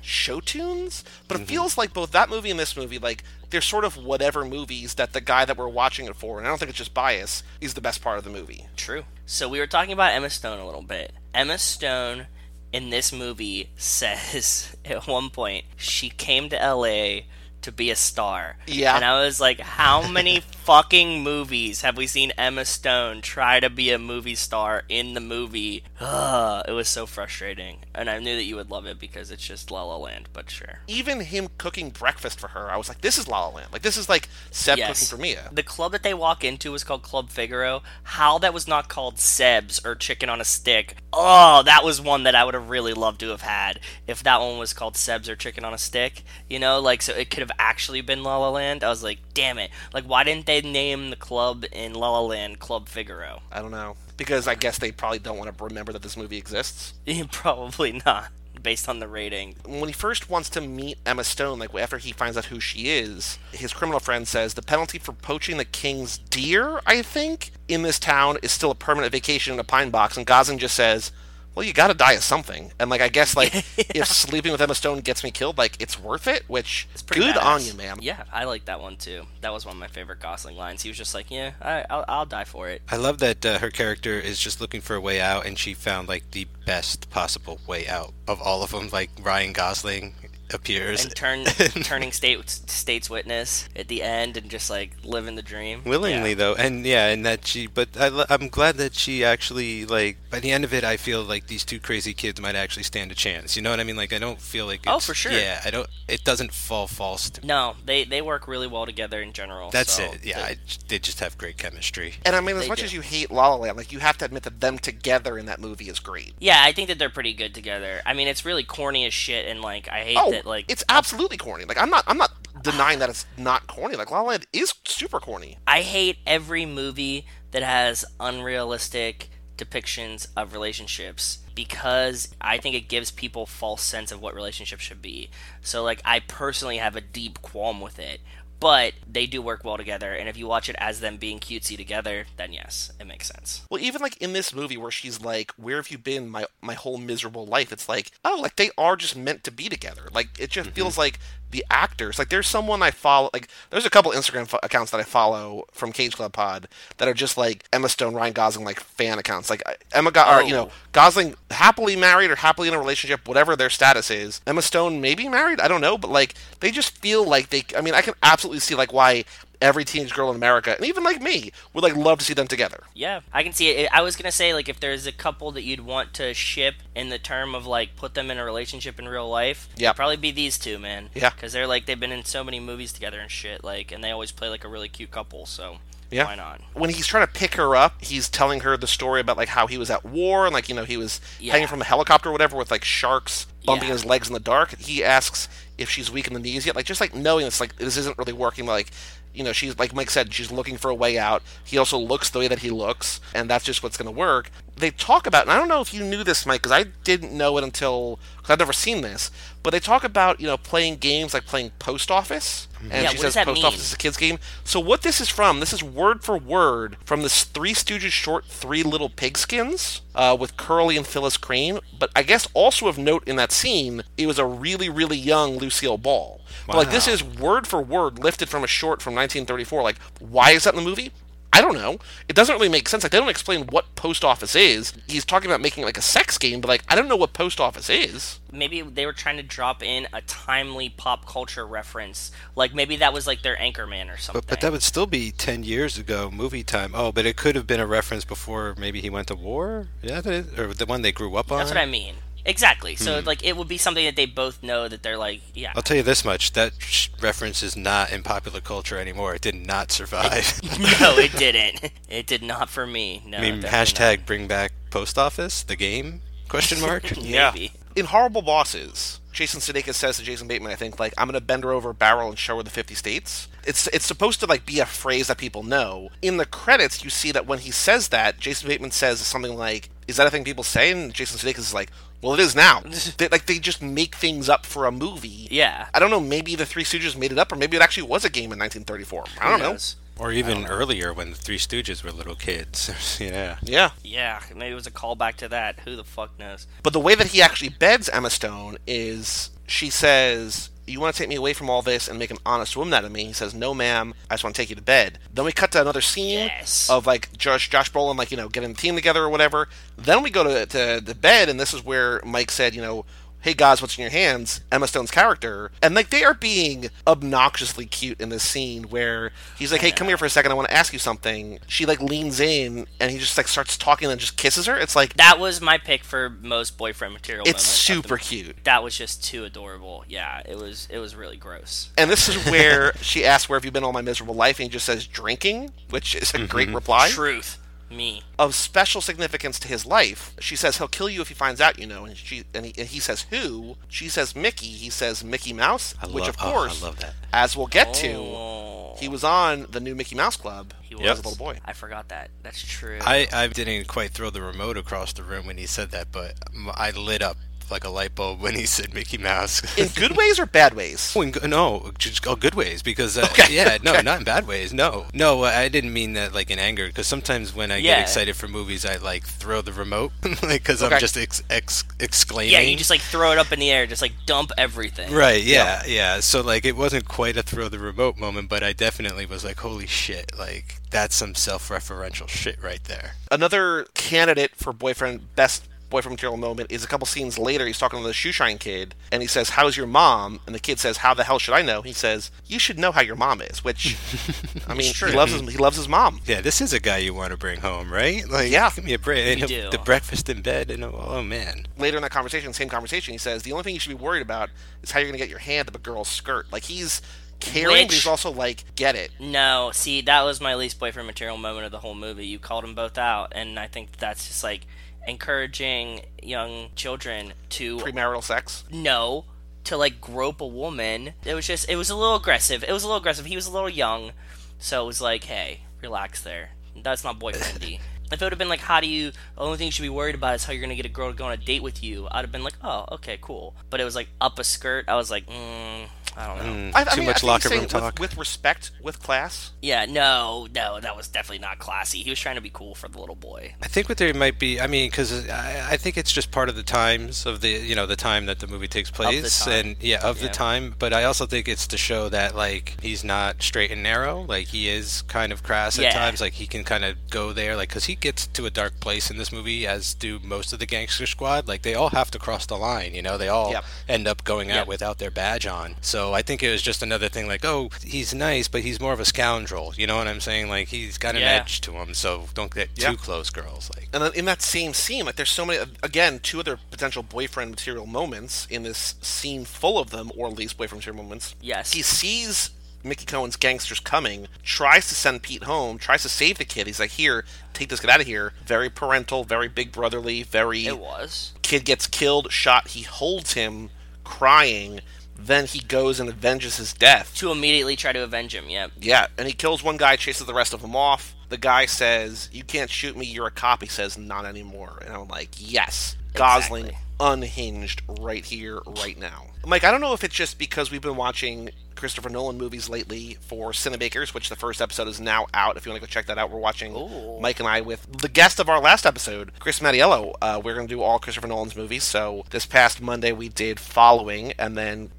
show tunes. But it feels like both that movie and this movie, like they're sort of whatever movies that the guy that we're watching it for, and I don't think it's just bias, is the best part of the movie. True. So we were talking about Emma Stone a little bit. Emma Stone in this movie says at one point she came to LA to be a star. Yeah. And I was like, how many fucking movies have we seen Emma Stone try to be a movie star in the movie? Ugh, it was so frustrating. And I knew that you would love it because it's just La La Land, but sure. Even him cooking breakfast for her, I was like, this is La La Land. Like this is like Seb Yes. cooking for Mia. The club that they walk into was called Club Figaro. How that was not called Seb's or Chicken on a Stick. Oh, that was one that I would have really loved to have had if that one was called Seb's or Chicken on a Stick. You know, like so it could have actually been La La Land. I was like, damn it! Like why didn't they name the club in La La Land Club Figaro? I don't know because I guess they probably don't want to remember that this movie exists. Probably not, based on the rating. when he first wants to meet Emma Stone, like after he finds out who she is, his criminal friend says the penalty for poaching the king's deer, I think, in this town is still a permanent vacation in a pine box. And Gosling just says, well, you got to die of something. And like, I guess like if sleeping with Emma Stone gets me killed, like it's worth it. Which It's pretty good on badass. you, man. Yeah, I like that one too. That was one of my favorite Gosling lines. He was just like, "Yeah, I, I'll, I'll die for it." I love that uh, her character is just looking for a way out, and she found like the best possible way out of all of them. Like Ryan Gosling appears And turn turning state state's witness at the end, and just like living the dream willingly, Yeah. though, and yeah, and that she. But I, lo- I'm glad that she actually like. By the end of it, I feel like these two crazy kids might actually stand a chance. You know what I mean? Like I don't feel like. Oh, it's- for sure. Yeah, I don't. It doesn't fall false. to No, they they work really well together in general. That's so it. Yeah, the- I, they just have great chemistry. And I mean, as They much do. as you hate La La Land, like you have to admit that them together in that movie is great. yeah, I think that they're pretty good together. I mean, it's really corny as shit, and like I hate Oh, that like it's absolutely corny. Like I'm not, I'm not denying that it's not corny. Like La La Land is super corny. I hate every movie that has unrealistic depictions of relationships because I think it gives people false sense of what relationships should be. So like I personally have a deep qualm with it. But they do work well together, and if you watch it as them being cutesy together, then yes, it makes sense. Well, even like in this movie where she's like, "Where have you been my my whole miserable life?" It's like, oh, like they are just meant to be together. Like it just feels like the actors. Like there's someone I follow. Like there's a couple Instagram fo- accounts that I follow from Cage Club Pod that are just like Emma Stone, Ryan Gosling, like fan accounts. Like I- Emma, Go- or, you know, Oh. Gosling happily married or happily in a relationship, whatever their status is. Emma Stone maybe married, I don't know, but like they just feel like they. I mean, I can absolutely see like why every teenage girl in America and even like me would like love to see them together. Yeah, I can see it. I was gonna say like if there's a couple that you'd want to ship in the term of like put them in a relationship in real life, Yeah. it'd probably be these two man. Yeah. because they're like they've been in so many movies together and shit. Like, and they always play like a really cute couple. So Yeah. why not? when he's trying to pick her up, he's telling her the story about like how he was at war and like you know he was Yeah. hanging from a helicopter or whatever with like sharks bumping Yeah. his legs in the dark. He asks if she's weak in the knees yet, like just like knowing this like this isn't really working. Like you know she's like Mike said, she's looking for a way out. He also looks the way that he looks, and that's just what's going to work. They talk about, and I don't know if you knew this, Mike, because I didn't know it until because I've never seen this. But they talk about you know playing games like playing post office, and Yeah, she what does says that post mean? office is a kids game. So what this is from, this is word for word from this Three Stooges short, Three Little Pigskins, uh, with Curly and Phyllis Crane. But I guess also of note in that scene, it was a really, really young Lucille Ball. But like this Wow. is word for word lifted from a short from 1934. Like why is that in the movie? I don't know. It doesn't really make sense. Like they don't explain what post office is. He's talking about making like a sex game, but like I don't know what post office is. Maybe they were trying to drop in a timely pop culture reference. Like maybe that was like their Anchorman or something. But, but that would still be 10 years ago, movie time. Oh, but it could have been a reference before maybe he went to war? Yeah, that is, or the one they grew up on? That's what I mean. Exactly. So Hmm. like it would be something that they both know that they're like, yeah. will tell you this much that sh- reference is not in popular culture anymore. It did not survive. no, it didn't. It did not for me. No. I mean, definitely hashtag bring back post office, the game? Question mark? not. Yeah. Maybe. In Horrible Bosses, Jason Sudeikis says to Jason Bateman, I think, like, I'm going to bend her over a barrel and show her the 50 states. It's it's supposed to, like, be a phrase that people know. In the credits, you see that when he says that, Jason Bateman says something like, is that a thing people say? And Jason Sudeikis is like, well, it is now. they, like, they just make things up for a movie. Yeah. I don't know, maybe the Three Stooges made it up, or maybe it actually was a game in 1934. I don't know. knows? or even earlier when the Three Stooges were little kids. yeah. Yeah. Yeah, maybe it was a callback to that. Who the fuck knows? But the way that he actually beds Emma Stone is she says, You want to take me away from all this and make an honest woman out of me? He says, No, ma'am. I just want to take you to bed. Then we cut to another scene Yes. of like Josh, Josh Brolin, like, you know, getting the team together or whatever. Then we go to, to, to bed, and this is where Mike said, You know, Hey guys, what's in your hands? Emma Stone's character, and like they are being obnoxiously cute in this scene where he's like, "Hey, come here for a second. I want to ask you something." She like leans in, and he just like starts talking and just kisses her. It's like That was my pick for most boyfriend material. moment it's of the- super cute. that was just too adorable. Yeah, it was. It was really gross. And this is where she asks, "Where have you been all my miserable life?" And he just says, "Drinking," which is a great Mm-hmm. reply. Truth, me. Of special significance to his life, she says, "He'll kill you if he finds out." You know, and she and he, and he says, "Who?" She says, "Mickey." He says, "Mickey Mouse," I which love- of oh, I course, love that. as we'll get Oh. to, he was on the new Mickey Mouse Club He as a little boy. I forgot that. That's true. I, I didn't quite throw the remote across the room when he said that, but m- I lit up like a light bulb when he said Mickey Mouse. in good ways or bad ways? Oh, in go- no, just all good ways because uh, Okay, yeah, no, okay. not in bad ways. No, no, uh, I didn't mean that like in anger because sometimes when I Yeah. get excited for movies, I like throw the remote because Okay. I'm just ex- ex- exclaiming. Yeah, you just like throw it up in the air, just like dump everything. Right, yeah, yeah. So like it wasn't quite a throw the remote moment, but I definitely was like, Holy shit, like that's some self referential shit right there. Another candidate for boyfriend best boyfriend material moment is a couple scenes later. He's talking to the shoeshine kid, and he says, "How's your mom?" And the kid says, "How the hell should I know?" He says, "You should know how your mom is," which I mean, he loves his, he loves his mom. Yeah, this is a guy you want to bring home, right? Like Yeah. give me a break. You And do. the breakfast in bed and oh man. later in that conversation, same conversation, he says the only thing you should be worried about is how you're going to get your hand up a girl's skirt. Like he's caring, but Which- he's also like, get it. No, see, that was my least boyfriend material moment of the whole movie. You called them both out, and I think that's just like encouraging young children to Premarital sex. no to like grope a woman. It was just it was a little aggressive. It was a little aggressive. He was a little young, so it was like, hey, relax there. That's not boyfriendy. if it would have been like, how do you? The only thing you should be worried about is how you're gonna get a girl to go on a date with you. I'd have been like, oh, okay, cool. But it was like up a skirt. I was like, mm, I don't know. I, I Too mean, I much think he's locker saying room talk. With, with respect, with class. Yeah, no, no, that was definitely not classy. He was trying to be cool for the little boy. I think what there might be, I mean, because I, I think it's just part of the times of the, you know, the time that the movie takes place, time. and yeah, of Yeah. the time. But I also think it's to show that like he's not straight and narrow. Like he is kind of crass Yeah. at times. Like he can kind of go there, like because he gets to a dark place in this movie, as do most of the gangster squad. Like they all have to cross the line. You know, they all Yep. end up going out Yep. without their badge on. So I think it was just another thing. Like, oh, he's nice, but he's more of a scoundrel. You know what I'm saying? Like he's got an Yeah. edge to him. So don't get Yeah. too close, girls. Like. And then in that same scene, like there's so many again, two other potential boyfriend material moments in this scene full of them, or least boyfriend material moments. Yes. He sees Mickey Cohen's gangsters coming, tries to send Pete home, tries to save the kid. He's like, Here, take this kid out of here. Very parental, very big brotherly, very It was. kid gets killed, shot. He holds him, crying. Then he goes and avenges his death. To immediately try to avenge him, yep. Yeah, and he kills one guy, chases the rest of them off. The guy says, "You can't shoot me. You're a cop." He says, "Not anymore." And I'm like, "Yes, Gosling." Exactly. Unhinged right here, right now. Mike, I don't know if it's just because we've been watching Christopher Nolan movies lately for Cinemakers, which the first episode is now out. If you want to go check that out, we're watching Ooh. Mike and I with the guest of our last episode, Chris Mattiello. Uh, we're going to do all Christopher Nolan's movies. So this past Monday we did Following, and then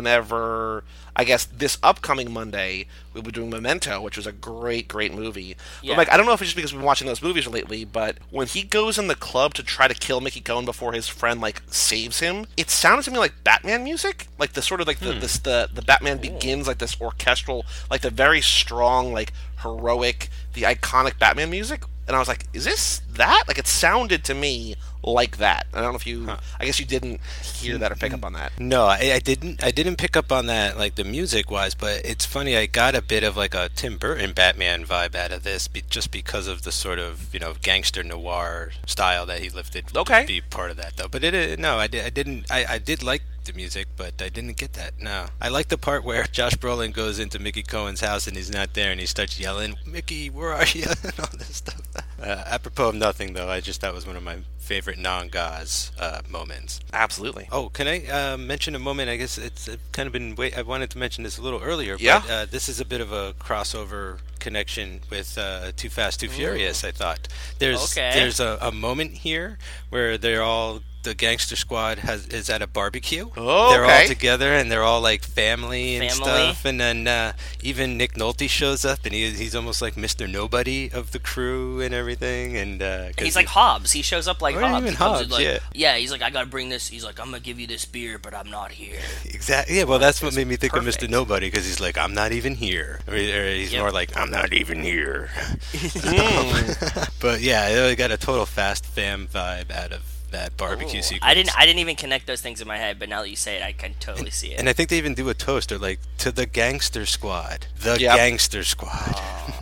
whenever I guess this upcoming Monday we'll be doing Memento, which was a great, great movie. Yeah. But Mike, I don't know if it's just because we've been watching those movies lately, but when he goes in the club to try to kill Mickey Cohen before his friend like saves him, it sounded to me like Batman music, like the sort of like the this the the Batman begins like this orchestral, like the very strong like heroic, the iconic Batman music. And I was like, "Is this that?" Like it sounded to me like that. I don't know if you, I guess you didn't hear that or pick up on that. No, I, I didn't. I didn't pick up on that, like the music wise. But it's funny. I got a bit of like a Tim Burton Batman vibe out of this, be, just because of the sort of you know gangster noir style that he lifted. to Okay. be part of that though. But it, it no, I, di- I didn't. I, I did like the music, but I didn't get that. No, I like the part where Josh Brolin goes into Mickey Cohen's house and he's not there, and he starts yelling, "Mickey, where are you?" and all this stuff. Uh, apropos of nothing, though, I just that was one of my favorite non-gauze uh, moments. Absolutely. Oh, can I uh, mention a moment? I guess it's uh, kind of been. Wait, I wanted to mention this a little earlier. Yeah. But, uh, this is a bit of a crossover connection with uh, Too Fast, Too Furious. I thought there's Okay. there's a, a moment here where they're all the gangster squad has is at a barbecue. Oh, they're okay. all together and they're all like family and Family. stuff. And then uh, even Nick Nolte shows up and he, he's almost like Mr. Nobody of the crew and everything. And uh, 'cause He's he- like Hobbs. He shows up like Or Hobbs. even He comes in Hobbs, like, yeah. he's like, I gotta bring this. He's like, I'm gonna give you this beer, but I'm not here. Exactly. Yeah. Well, that's what made me think of perfect. Mr. Nobody because he's like, I'm not even here, or, or he's Yep. more like, I'm not even here. Hmm. but yeah, I got a total Fast Fam vibe out of that barbecue Ooh, I sequence. I didn't. I didn't even connect those things in my head, but now that you say it, I can totally see it. and I think they even do a toast. They're like, to the gangster squad, the Yep. gangster squad.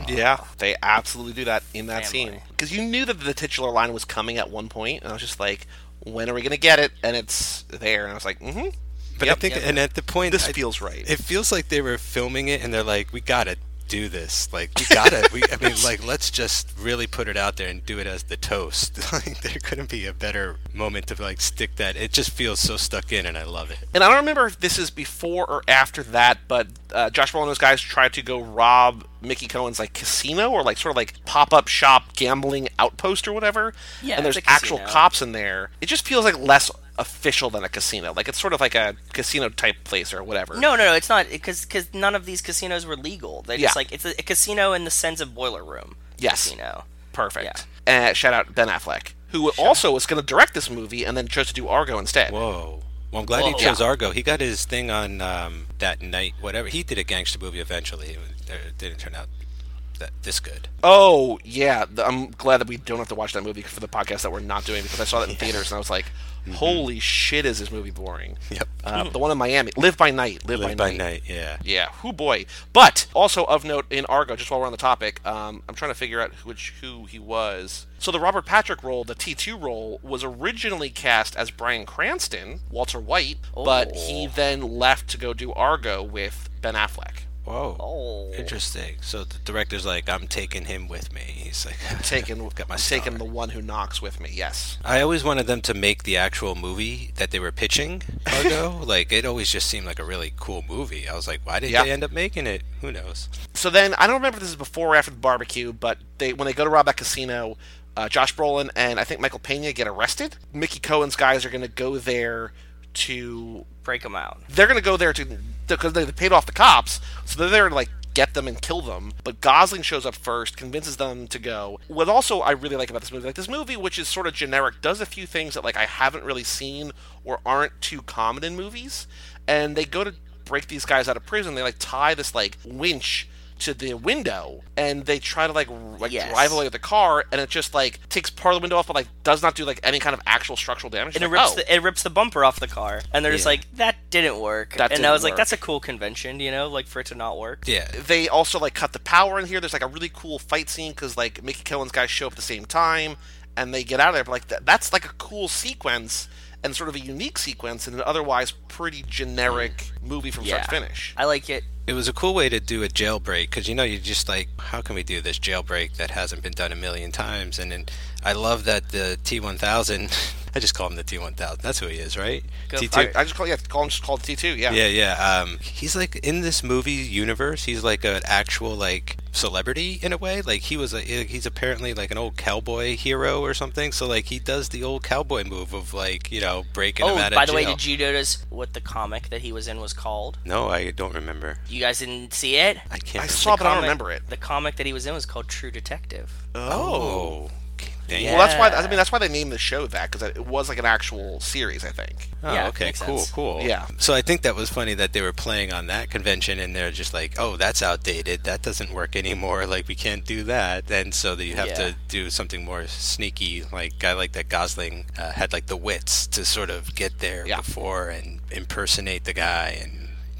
Yeah, they absolutely do that in that Family. scene. Because you knew that the titular line was coming at one point, and I was just like, when are we going to get it? And it's there, and I was like, mm hmm. But I Yep. think, Yep. and at the point, This I- feels right. It feels like they were filming it, and they're like, we gotta do this. Like we gotta. we, I mean, like let's just really put it out there and do it as the toast. like there couldn't be a better moment to like stick that. It just feels so stuck in, and I love it. And I don't remember if this is before or after that, but uh, Josh Brolin and those guys tried to go rob Mickey Cohen's like casino or like sort of like pop up shop gambling outpost or whatever. Yeah, and it's there's a actual casino. cops in there. It just feels like less official than a casino. Like it's sort of like a casino type place or whatever. No, no, no, it's not because because none of these casinos were legal. They just Yeah. like it's a, a casino in the sense of boiler room. Yes. casino. Perfect. Uh, shout out Ben Affleck, who also was going to direct this movie and then chose to do Argo instead. Whoa. Well, I'm glad he Whoa. chose Argo. He got his thing on um, that night, whatever. He did a gangster movie eventually. It, was, it didn't turn out that this good. Oh yeah, th- I'm glad that we don't have to watch that movie for the podcast that we're not doing because I saw that in theaters and I was like, "Holy shit, is this movie boring?" Mm-hmm. Yep. Uh, the one in Miami, Live by Night, Live, Live by night, yeah. Yeah, who boy. But also of note in Argo, just while we're on the topic, um, I'm trying to figure out which who he was. So the Robert Patrick role, the T2 role, was originally cast as Brian Cranston, Walter White, but he then left to go do Argo with Ben Affleck. Whoa. Oh. Interesting. So the director's like, I'm taking him with me. He's like, Taken, Got my taken star. the one who knocks with me. Yes. I always wanted them to make the actual movie that they were pitching Argo. like it always just seemed like a really cool movie. I was like, why did Yeah. they end up making it? Who knows? So then I don't remember if this is before or after the barbecue, but they when they go to rob that casino, uh, Josh Brolin and I think Michael Pena get arrested. Mickey Cohen's guys are going to go there to Break them out. they're going to go there to because they paid off the cops, so they're there to like get them and kill them. But Gosling shows up first, convinces them to go. What also I really like about this movie, like this movie, which is sort of generic, does a few things that like I haven't really seen or aren't too common in movies. And they go to break these guys out of prison. They like tie this like winch to the window and they try to like r- like Yes. drive away with the car and it just like takes part of the window off but like does not do like any kind of actual structural damage And it Like, rips oh. the it rips the bumper off the car, and they're just Yeah. like, "That didn't work." That and I didn't was work. like, "That's a cool convention, you know, like for it to not work." Yeah. they also like cut the power in here. There's like a really cool fight scene because like Mickey Cohen's guys show up at the same time and they get out of there. But like th- that's like a cool sequence and sort of a unique sequence in an otherwise pretty generic movie from start to Yeah. finish. I like it. It was a cool way to do a jailbreak because you know you just like how can we do this jailbreak that hasn't been done a million times and then I love that the T1000 I just call him the T1000 that's who he is right Go T2 for I, I just call yeah, call him just called T two. Yeah. yeah yeah um he's like in this movie universe he's like an actual like celebrity in a way like he was a he's apparently like an old cowboy hero or something so like he does the old cowboy move of like you know breaking Oh, him out by of the jail way, did you notice what the comic that he was in was called? no I don't remember You guys didn't see it? I can't I remember. saw, but I don't Comic- remember it. The comic that he was in was called True Detective. oh dang. Well, that's why. Yeah. I mean, that's why they named the show that because it was like an actual series, I think. Oh, Yeah, okay, makes cool, sense. cool. Yeah. So I think that was funny that they were playing on that convention and they're just like, oh, that's outdated. That doesn't work anymore. Like, we can't do that. And so that you have Yeah. to do something more sneaky. Like, I like that Gosling uh, had, like, the wits to sort of get there Yeah. before and impersonate the guy and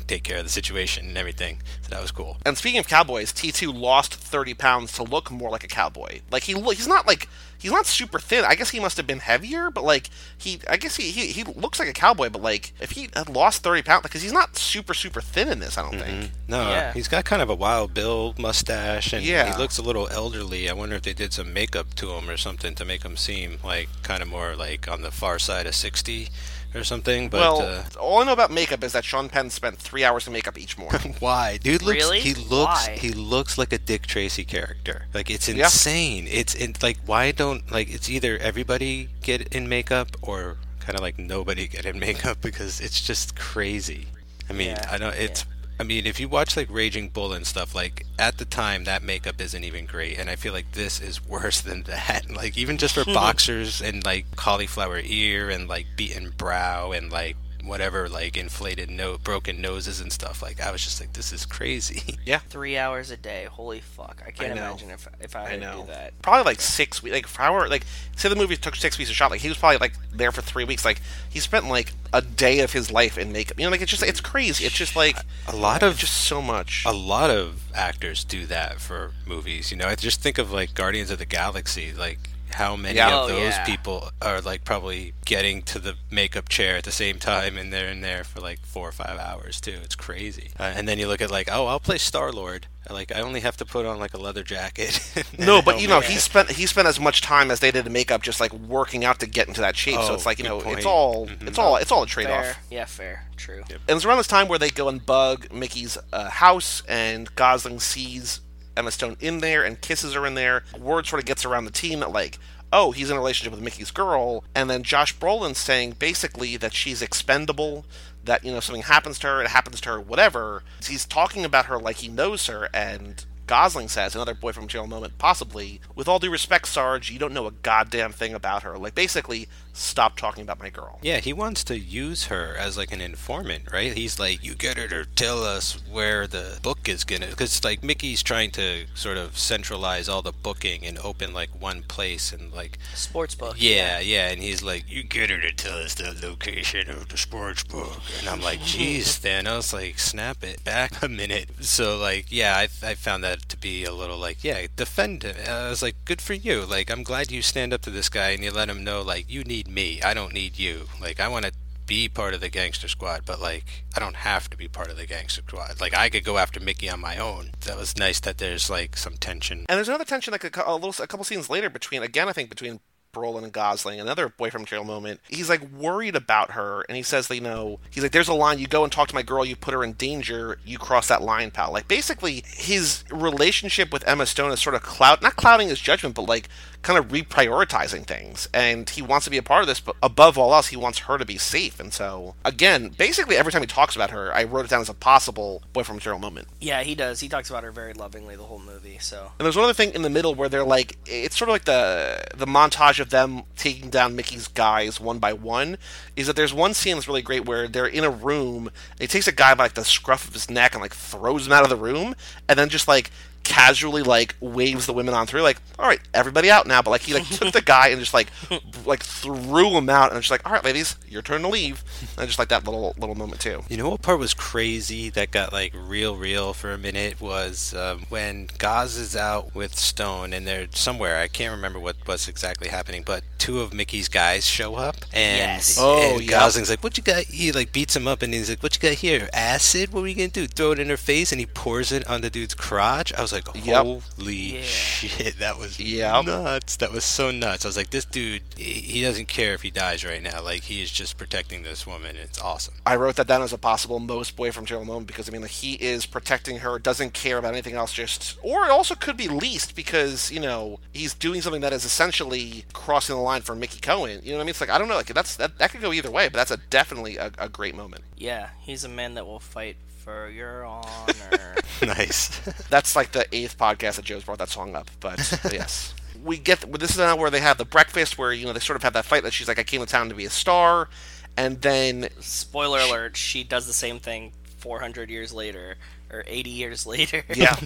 take care of the situation and everything. So that was cool. And speaking of cowboys, T two lost thirty pounds to look more like a cowboy. Like he lo- he's not like he's not super thin. I guess he must have been heavier, but like he I guess he he, he looks like a cowboy. But like if he had lost thirty pounds, because he's not super super thin in this, I don't Mm-hmm, think. No, uh, Yeah. he's got kind of a wild Bill mustache and Yeah. he looks a little elderly. I wonder if they did some makeup to him or something to make him seem like kind of more like on the far side of 60 or something. But well, uh, all I know about makeup is that Sean Penn spent three hours in makeup each morning. why? Dude looks Really? he looks Why? he looks like a Dick Tracy character. Like it's Yeah. insane. It's in, like why don't like it's either everybody get in makeup or kind of like nobody get in makeup because it's just crazy. I mean, Yeah, I know it's I mean, if you watch like Raging Bull and stuff, like at the time that makeup isn't even great, and I feel like this is worse than that. Like even just for boxers and like cauliflower ear and like beaten brow and like whatever like inflated no broken noses and stuff. Like I was just like, this is crazy. yeah. Three hours a day. Holy fuck! I can't know. imagine if if I, had to do that. Probably like six weeks. Like for hour. Like say the movie took six weeks to shot. Like he was probably like there for three weeks. Like he spent like a day of his life in makeup. You know, like it's just it's crazy. It's just like A lot of just so much. a lot of actors do that for movies. You know, I just think of like Guardians of the Galaxy. Like how many Yeah. of Oh, those yeah. people are like probably getting to the makeup chair at the same time and they're in there for like four or five hours too. It's crazy. Uh, and then you look at like, oh, I'll play Star Lord. Like I only have to put on like a leather jacket. and No, a but you know, helmet. he spent he spent as much time as they did in makeup, just like working out to get into that shape. so Oh, it's like you good know, point. Mm-hmm. it's all it's all it's all a trade Fair. off. Yeah, fair. True. And it's around this time where they go and bug Mickey's uh, house, and Gosling sees Emma Stone in there and kisses her in there. Word sort of gets around the team that like, oh, he's in a relationship with Mickey's girl, and then Josh Brolin saying basically that she's expendable. That you know, if something happens to her, it happens to her, whatever. He's talking about her like he knows her, and Gosling says, another boy from jail moment, possibly, with all due respect, Sarge, you don't know a goddamn thing about her. Like, basically, stop talking about my girl. Yeah, he wants to use her as like an informant, right? He's like, you get her to tell us where the book is gonna, because like Mickey's trying to sort of centralize all the booking and open like one place and like, Sports book. yeah, yeah, and he's like, you get her to tell us the location of the sports book, and I'm like, jeez, Thanos, like, snap it back a minute. So like, yeah, I, I found that to be a little like, yeah, defend him. And I was like, good for you. Like, I'm glad you stand up to this guy and you let him know like, you need me, I don't need you. Like, I want to be part of the gangster squad, but like I don't have to be part of the gangster squad. Like I could go after Mickey on my own. That was nice that there's like some tension. And there's another tension, like a, cou- a little, a couple scenes later, between again, I think between Brolin and Gosling, another boy from jail moment. He's like worried about her, and he says, you know, he's like, "There's a line. You go and talk to my girl. You put her in danger. You cross that line, pal." Like basically, his relationship with Emma Stone is sort of cloud, not clouding his judgment, but like kind of reprioritizing things. And he wants to be a part of this, but above all else, he wants her to be safe. And so, again, basically, every time he talks about her, I wrote it down as a possible boy from jail moment. Yeah, he does. He talks about her very lovingly the whole movie. So And there's one other thing in the middle where they're like, it's sort of like the the montage of them taking down Mickey's guys one by one. Is that there's one scene that's really great where they're in a room, and he takes a guy by like the scruff of his neck and like throws him out of the room, and then just like casually like waves the women on through, like, all right, everybody out now. But like he like took the guy and just like b- like threw him out, and I'm just like, all right, ladies, your turn to leave. And I just like that little little moment too. You know what part was crazy that got like real, real for a minute was um, when Gaz is out with Stone and they're somewhere. I can't remember what was exactly happening, but two of Mickey's guys show up and, Yes. Oh, and yeah. Gosling's like, "What you got?" He like beats him up and he's like, "What you got here? Acid? What are we gonna do? Throw it in her face?" And he pours it on the dude's crotch. I was like, Yep. "Holy Yeah. shit, that was Yep. nuts! That was so nuts!" I was like, "This dude, he- he doesn't care if he dies right now. Like he is just protecting this woman. It's awesome." I wrote that down as a possible most boy from jail moment because I mean like, he is protecting her, doesn't care about anything else, just or it also could be least because you know he's doing something that is essentially crossing the line for Mickey Cohen. You know what I mean? It's like I don't know, like that's that, that could go either way, but that's a definitely a, a great moment. yeah, he's a man that will fight for your honor. nice. That's like the eighth podcast that Joe's brought that song up, but yes. We get well, this is now where they have the breakfast where you know they sort of have that fight that she's like I came to town to be a star, and then Spoiler alert: she does the same thing 400 years later or 80 years later. yeah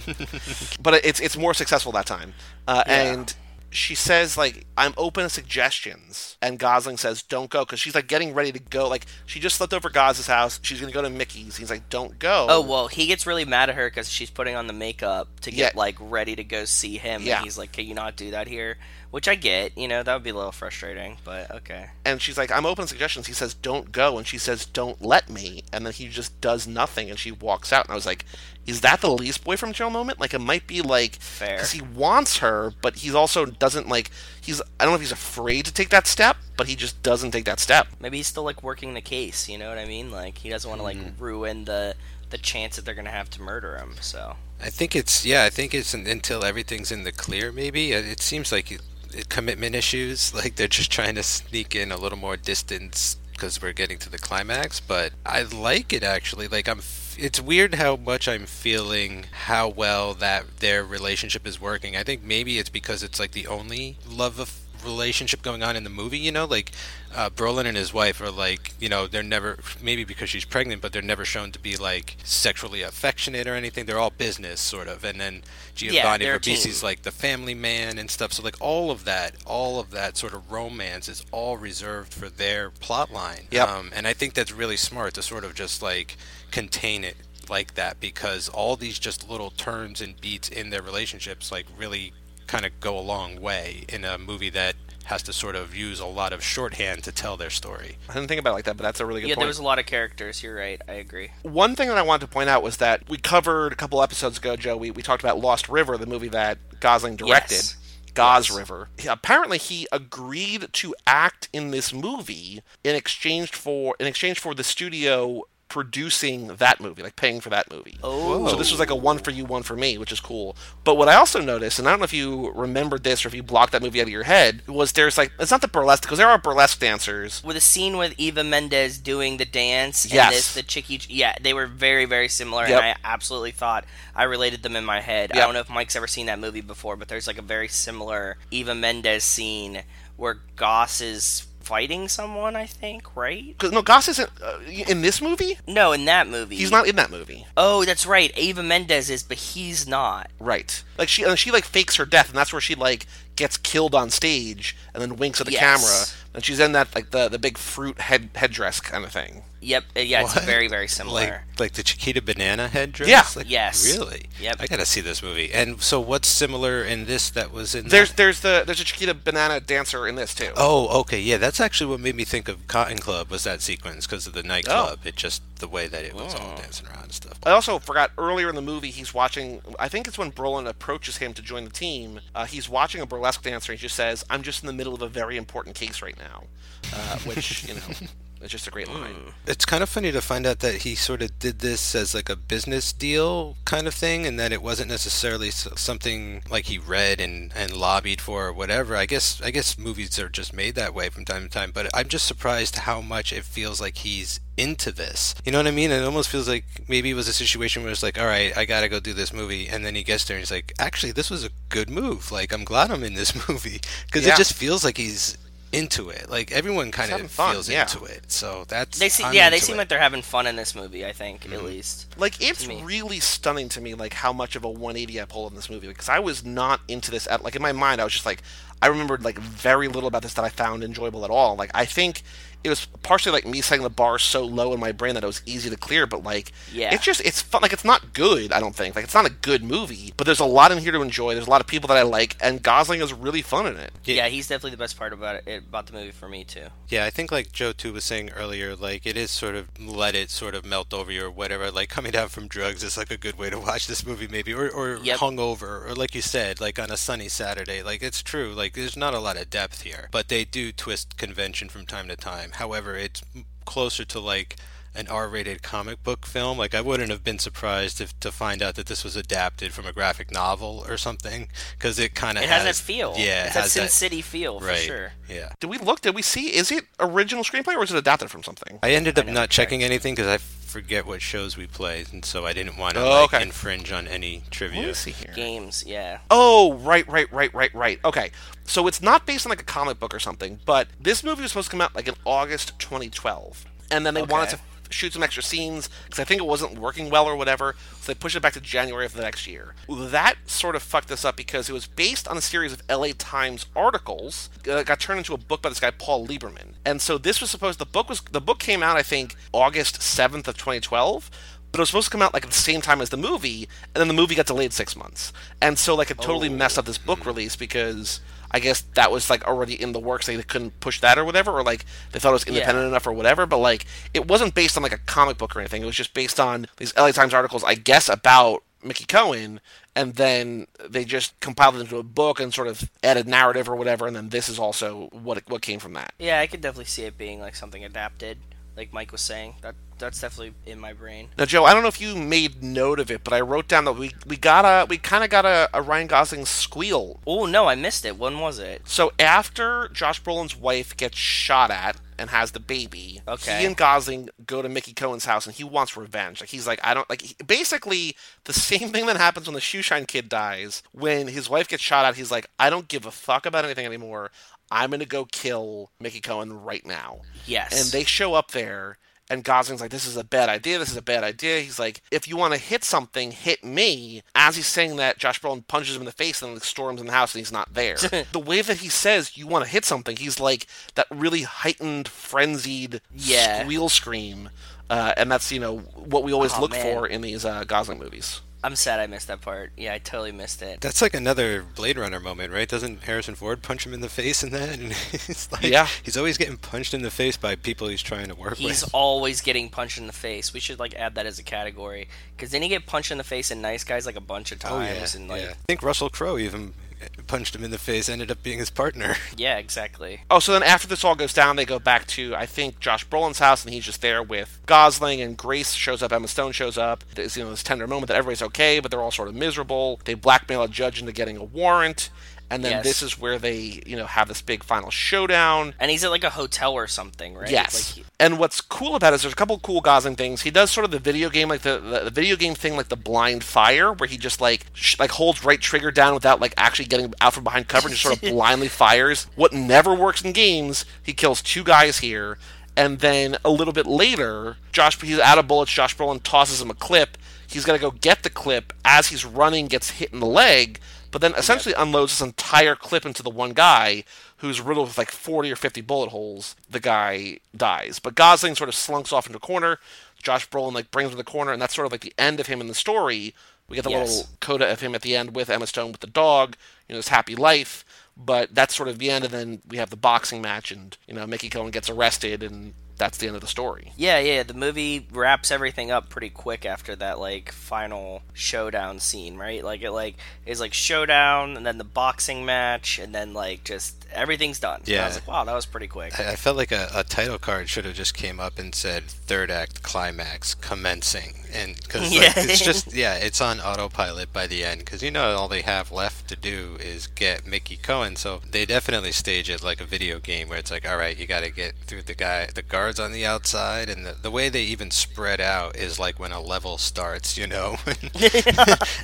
but it's it's more successful that time uh, and she says like i'm open to suggestions and gosling says don't go because she's like getting ready to go like she just slept over gaz's house she's gonna go to mickey's he's like don't go Oh well, he gets really mad at her because she's putting on the makeup to get Yeah. like ready to go see him, Yeah. and he's like, "Can you not do that here?" Which I get, you know, that would be a little frustrating, but okay. and she's like i'm open to suggestions he says don't go and she says don't let me and then he just does nothing and she walks out and i was like is that the least boy from jail moment like it might be like Fair. because he wants her but he's also doesn't like he's i don't know if he's afraid to take that step but he just doesn't take that step Maybe he's still like working the case. You know what I mean? Like he doesn't want to like Mm-hmm. ruin the the chance that they're gonna have to murder him. So I think it's yeah. I think it's un until everything's in the clear. Maybe it it seems like it, it, commitment issues. Like they're just trying to sneak in a little more distance because we're getting to the climax. But I like it actually. Like I'm. f- It's weird how much I'm feeling how well that their relationship is working. I think maybe it's because it's like the only love of relationship going on in the movie you know like uh, brolin and his wife are like you know they're never maybe because she's pregnant but they're never shown to be like sexually affectionate or anything they're all business sort of and then giovanni they're a team. Ribisi's like the family man and stuff so like all of that all of that sort of romance is all reserved for their plot line Yep. um, and i think that's really smart to sort of just like contain it like that because all these just little turns and beats in their relationships like really kind of go a long way in a movie that has to sort of use a lot of shorthand to tell their story. I didn't think about it like that, but that's a really good yeah, point. there was a lot of characters. You're right. I agree. One thing that I wanted to point out was that we covered a couple episodes ago, Joe. We, we talked about Lost River, the movie that Gosling directed. Yes. Gos Yes. River. He- Apparently, he agreed to act in this movie in exchange for in exchange for the studio producing that movie, like paying for that movie. Oh. So this was like a one for you, one for me, which is cool. But what I also noticed, and I don't know if you remembered this or if you blocked that movie out of your head, was there's like it's not the burlesque because there are burlesque dancers. With the scene with Eva Mendes doing the dance Yes. and this the chicky yeah, they were very, very similar Yep. and I absolutely thought I related them in my head. I Yep. don't know if Mike's ever seen that movie before, but there's like a very similar Eva Mendes scene where Goss is fighting someone, I think, right? 'Cause- No, Goss isn't uh, in this movie. No, in that movie. He's not in that movie. Oh, that's right. Eva Mendes is, but he's not. Right. Like she and she like fakes her death and that's where she like gets killed on stage and then winks at the Yes. camera. And she's in that like the, the big fruit head headdress kind of thing. Yep. uh, Yeah, What? it's very, very similar. Like, like the Chiquita Banana head dress? Yeah. Like, Yes. Really? Yep. I gotta see this movie. And so, what's similar in this that was in There's that? there's the there's a Chiquita banana dancer in this too. Oh, okay, yeah. That's actually what made me think of Cotton Club was that sequence because of the nightclub. It just the way that it was all dancing around and stuff. I also forgot earlier in the movie he's watching. I think it's when Brolin approaches him to join the team. Uh, he's watching a burlesque dancer and he just says, "I'm just in the middle of a very important case right now," uh, which you know, it's just a great line. It's kind of funny to find out that he sort of did this as like a business deal kind of thing, and that it wasn't necessarily s- something like he read and, and lobbied for or whatever. I guess I guess movies are just made that way from time to time, but I'm just surprised how much it feels like he's into this. You know what I mean? It almost feels like maybe it was a situation where it's like, all right, I gotta go do this movie, and then he gets there and he's like, actually, this was a good move. Like I'm glad I'm in this movie because Yeah. it just feels like he's into it. Like everyone kind having of fun, feels yeah. into it. So that's they see, I'm yeah, they into seem it. Mm-hmm. like they're having fun in this movie. I think, at least. Like it's me. really stunning to me, like how much of a 180 I pulled in this movie because I was not into this at like in my mind I was just like I remembered like very little about this that I found enjoyable at all. Like I think it was partially like me setting the bar so low in my brain that it was easy to clear, but like Yeah. it's just it's fun. Like it's not good. I don't think like it's not a good movie, but there's a lot in here to enjoy. There's a lot of people that I like, and Gosling is really fun in it. Yeah. Yeah, he's definitely the best part about it about the movie for me too. Yeah, I think like Joe too was saying earlier, like it is sort of let it sort of melt over you or whatever. Like coming down from drugs is like a good way to watch this movie maybe, or or Yep. hungover, or like you said, like on a sunny Saturday. Like it's true. Like there's not a lot of depth here, but they do twist convention from time to time. However, it's m- closer to like an R-rated comic book film. Like I wouldn't have been surprised if to find out that this was adapted from a graphic novel or something, because it kind of It has that feel. Yeah, it it's that has Sin that- City feel for right. sure. Yeah. Did we look? Did we see? Is it original screenplay or is it adapted from something? I ended up never not checked. checking anything because I forget what shows we played, and so I didn't want to Oh, like, okay. infringe on any Let trivia. me see here. Games, yeah. Oh, right, right, right, right, right. Okay. So it's not based on like a comic book or something, but this movie was supposed to come out like in August 2012. And then they wanted to Okay. shoot some extra scenes because I think it wasn't working well or whatever. So they pushed it back to January of the next year. That sort of fucked us up because it was based on a series of LA Times articles uh, that got turned into a book by this guy Paul Lieberman. And so this was supposed the book was the book came out I think August 7th of 2012. But it was supposed to come out like at the same time as the movie, and then the movie got delayed six months. And so like it totally messed up this book release because I guess that was like already in the works. They couldn't push that or whatever, or like they thought it was independent enough or whatever. But like it wasn't based on like a comic book or anything. It was just based on these LA Times articles, I guess, about Mickey Cohen, and then they just compiled it into a book and sort of added narrative or whatever. And then this is also what what came from that. Yeah, I could definitely see it being like something adapted, like Mike was saying. That that's definitely in my brain. Now, Joe, I don't know if you made note of it, but I wrote down that we we got a we kind of got a, a Ryan Gosling squeal Oh no, I missed it. When was it? So after Josh Brolin's wife gets shot at and has the baby, Okay. he and Gosling go to Mickey Cohen's house and he wants revenge. Like he's like, I don't like. He, basically, the same thing that happens when the shoeshine kid dies. When his wife gets shot at, he's like, I don't give a fuck about anything anymore. I'm gonna go kill Mickey Cohen right now. Yes. And they show up there, and Gosling's like, "This is a bad idea. This is a bad idea." He's like, "If you want to hit something, hit me." As he's saying that, Josh Brolin punches him in the face and like, storms in the house, and he's not there. the way that he says, "You want to hit something," he's like that really heightened, frenzied Yeah. squeal scream, uh, and that's you know what we always Aw, look man. for in these uh, Gosling movies. I'm sad I missed that part. Yeah, I totally missed it. That's like another Blade Runner moment, right? Doesn't Harrison Ford punch him in the face in that? And it's like, Yeah. he's always getting punched in the face by people he's trying to work He's with. always getting punched in the face. We should like add that as a category because then he get punched in the face in Nice Guys like a bunch of Oh, times yeah, and like yeah. yeah. I think Russell Crowe even eh, punched him in the face, ended up being his partner. exactly. Oh, so then after this all goes down, they go back to I think Josh Brolin's house, and he's just there with Gosling and Grace shows up. Emma Stone shows up. There's you know this tender moment that everybody's okay, but they're all sort of miserable. They blackmail a judge into getting a warrant, and then Yes. this is where they you know have this big final showdown. And he's at like a hotel or something, right? Yes. Like, and what's cool about it is there's a couple cool Gosling things. He does sort of the video game, like the, the, the video game thing, like the blind fire, where he just like sh- like holds right trigger down without like actually getting out from behind cover and just sort of blindly fires. What never works in games, he kills two guys here, and then a little bit later, Josh he's out of bullets. Josh Brolin tosses him a clip. He's gonna go get the clip as he's running, gets hit in the leg. But then essentially unloads this entire clip into the one guy who's riddled with like 40 or 50 bullet holes. The guy dies. But Gosling sort of slunks off into a corner. Josh Brolin like brings him to the corner, and that's sort of like the end of him in the story. We get the Yes. little coda of him at the end with Emma Stone with the dog, you know, his happy life. But that's sort of the end, and then we have the boxing match, and you know, Mickey Cohen gets arrested, and that's the end of the story. yeah, yeah. The movie wraps everything up pretty quick after that like final showdown scene, right? Like it like is like showdown and then the boxing match and then like just everything's done. And I Yeah. was like, wow, that was pretty quick. I I felt like a, a title card should have just came up and said third act climax commencing, and because Yeah. it's just yeah, it's on autopilot by the end because you know all they have left to do is get Mickey Cohen, so they definitely stage it like a video game where it's like all right, you got to get through the guy, the guards on the outside, and the, the way they even spread out is like when a level starts, you know,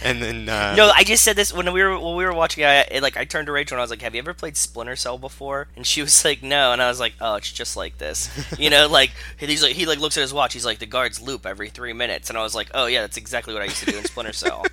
and then uh, No, I just said this when we were when we were watching. I it, like I turned to Rachel and I was like, "Have you ever played Splinter Cell before?" And she was like, "No," and I was like, "Oh, it's just like this." You know, like he's like he like looks at his watch. He's like, "The guards loop every three minutes," and I was like, "Oh yeah, that's exactly what I used to do in Splinter Cell."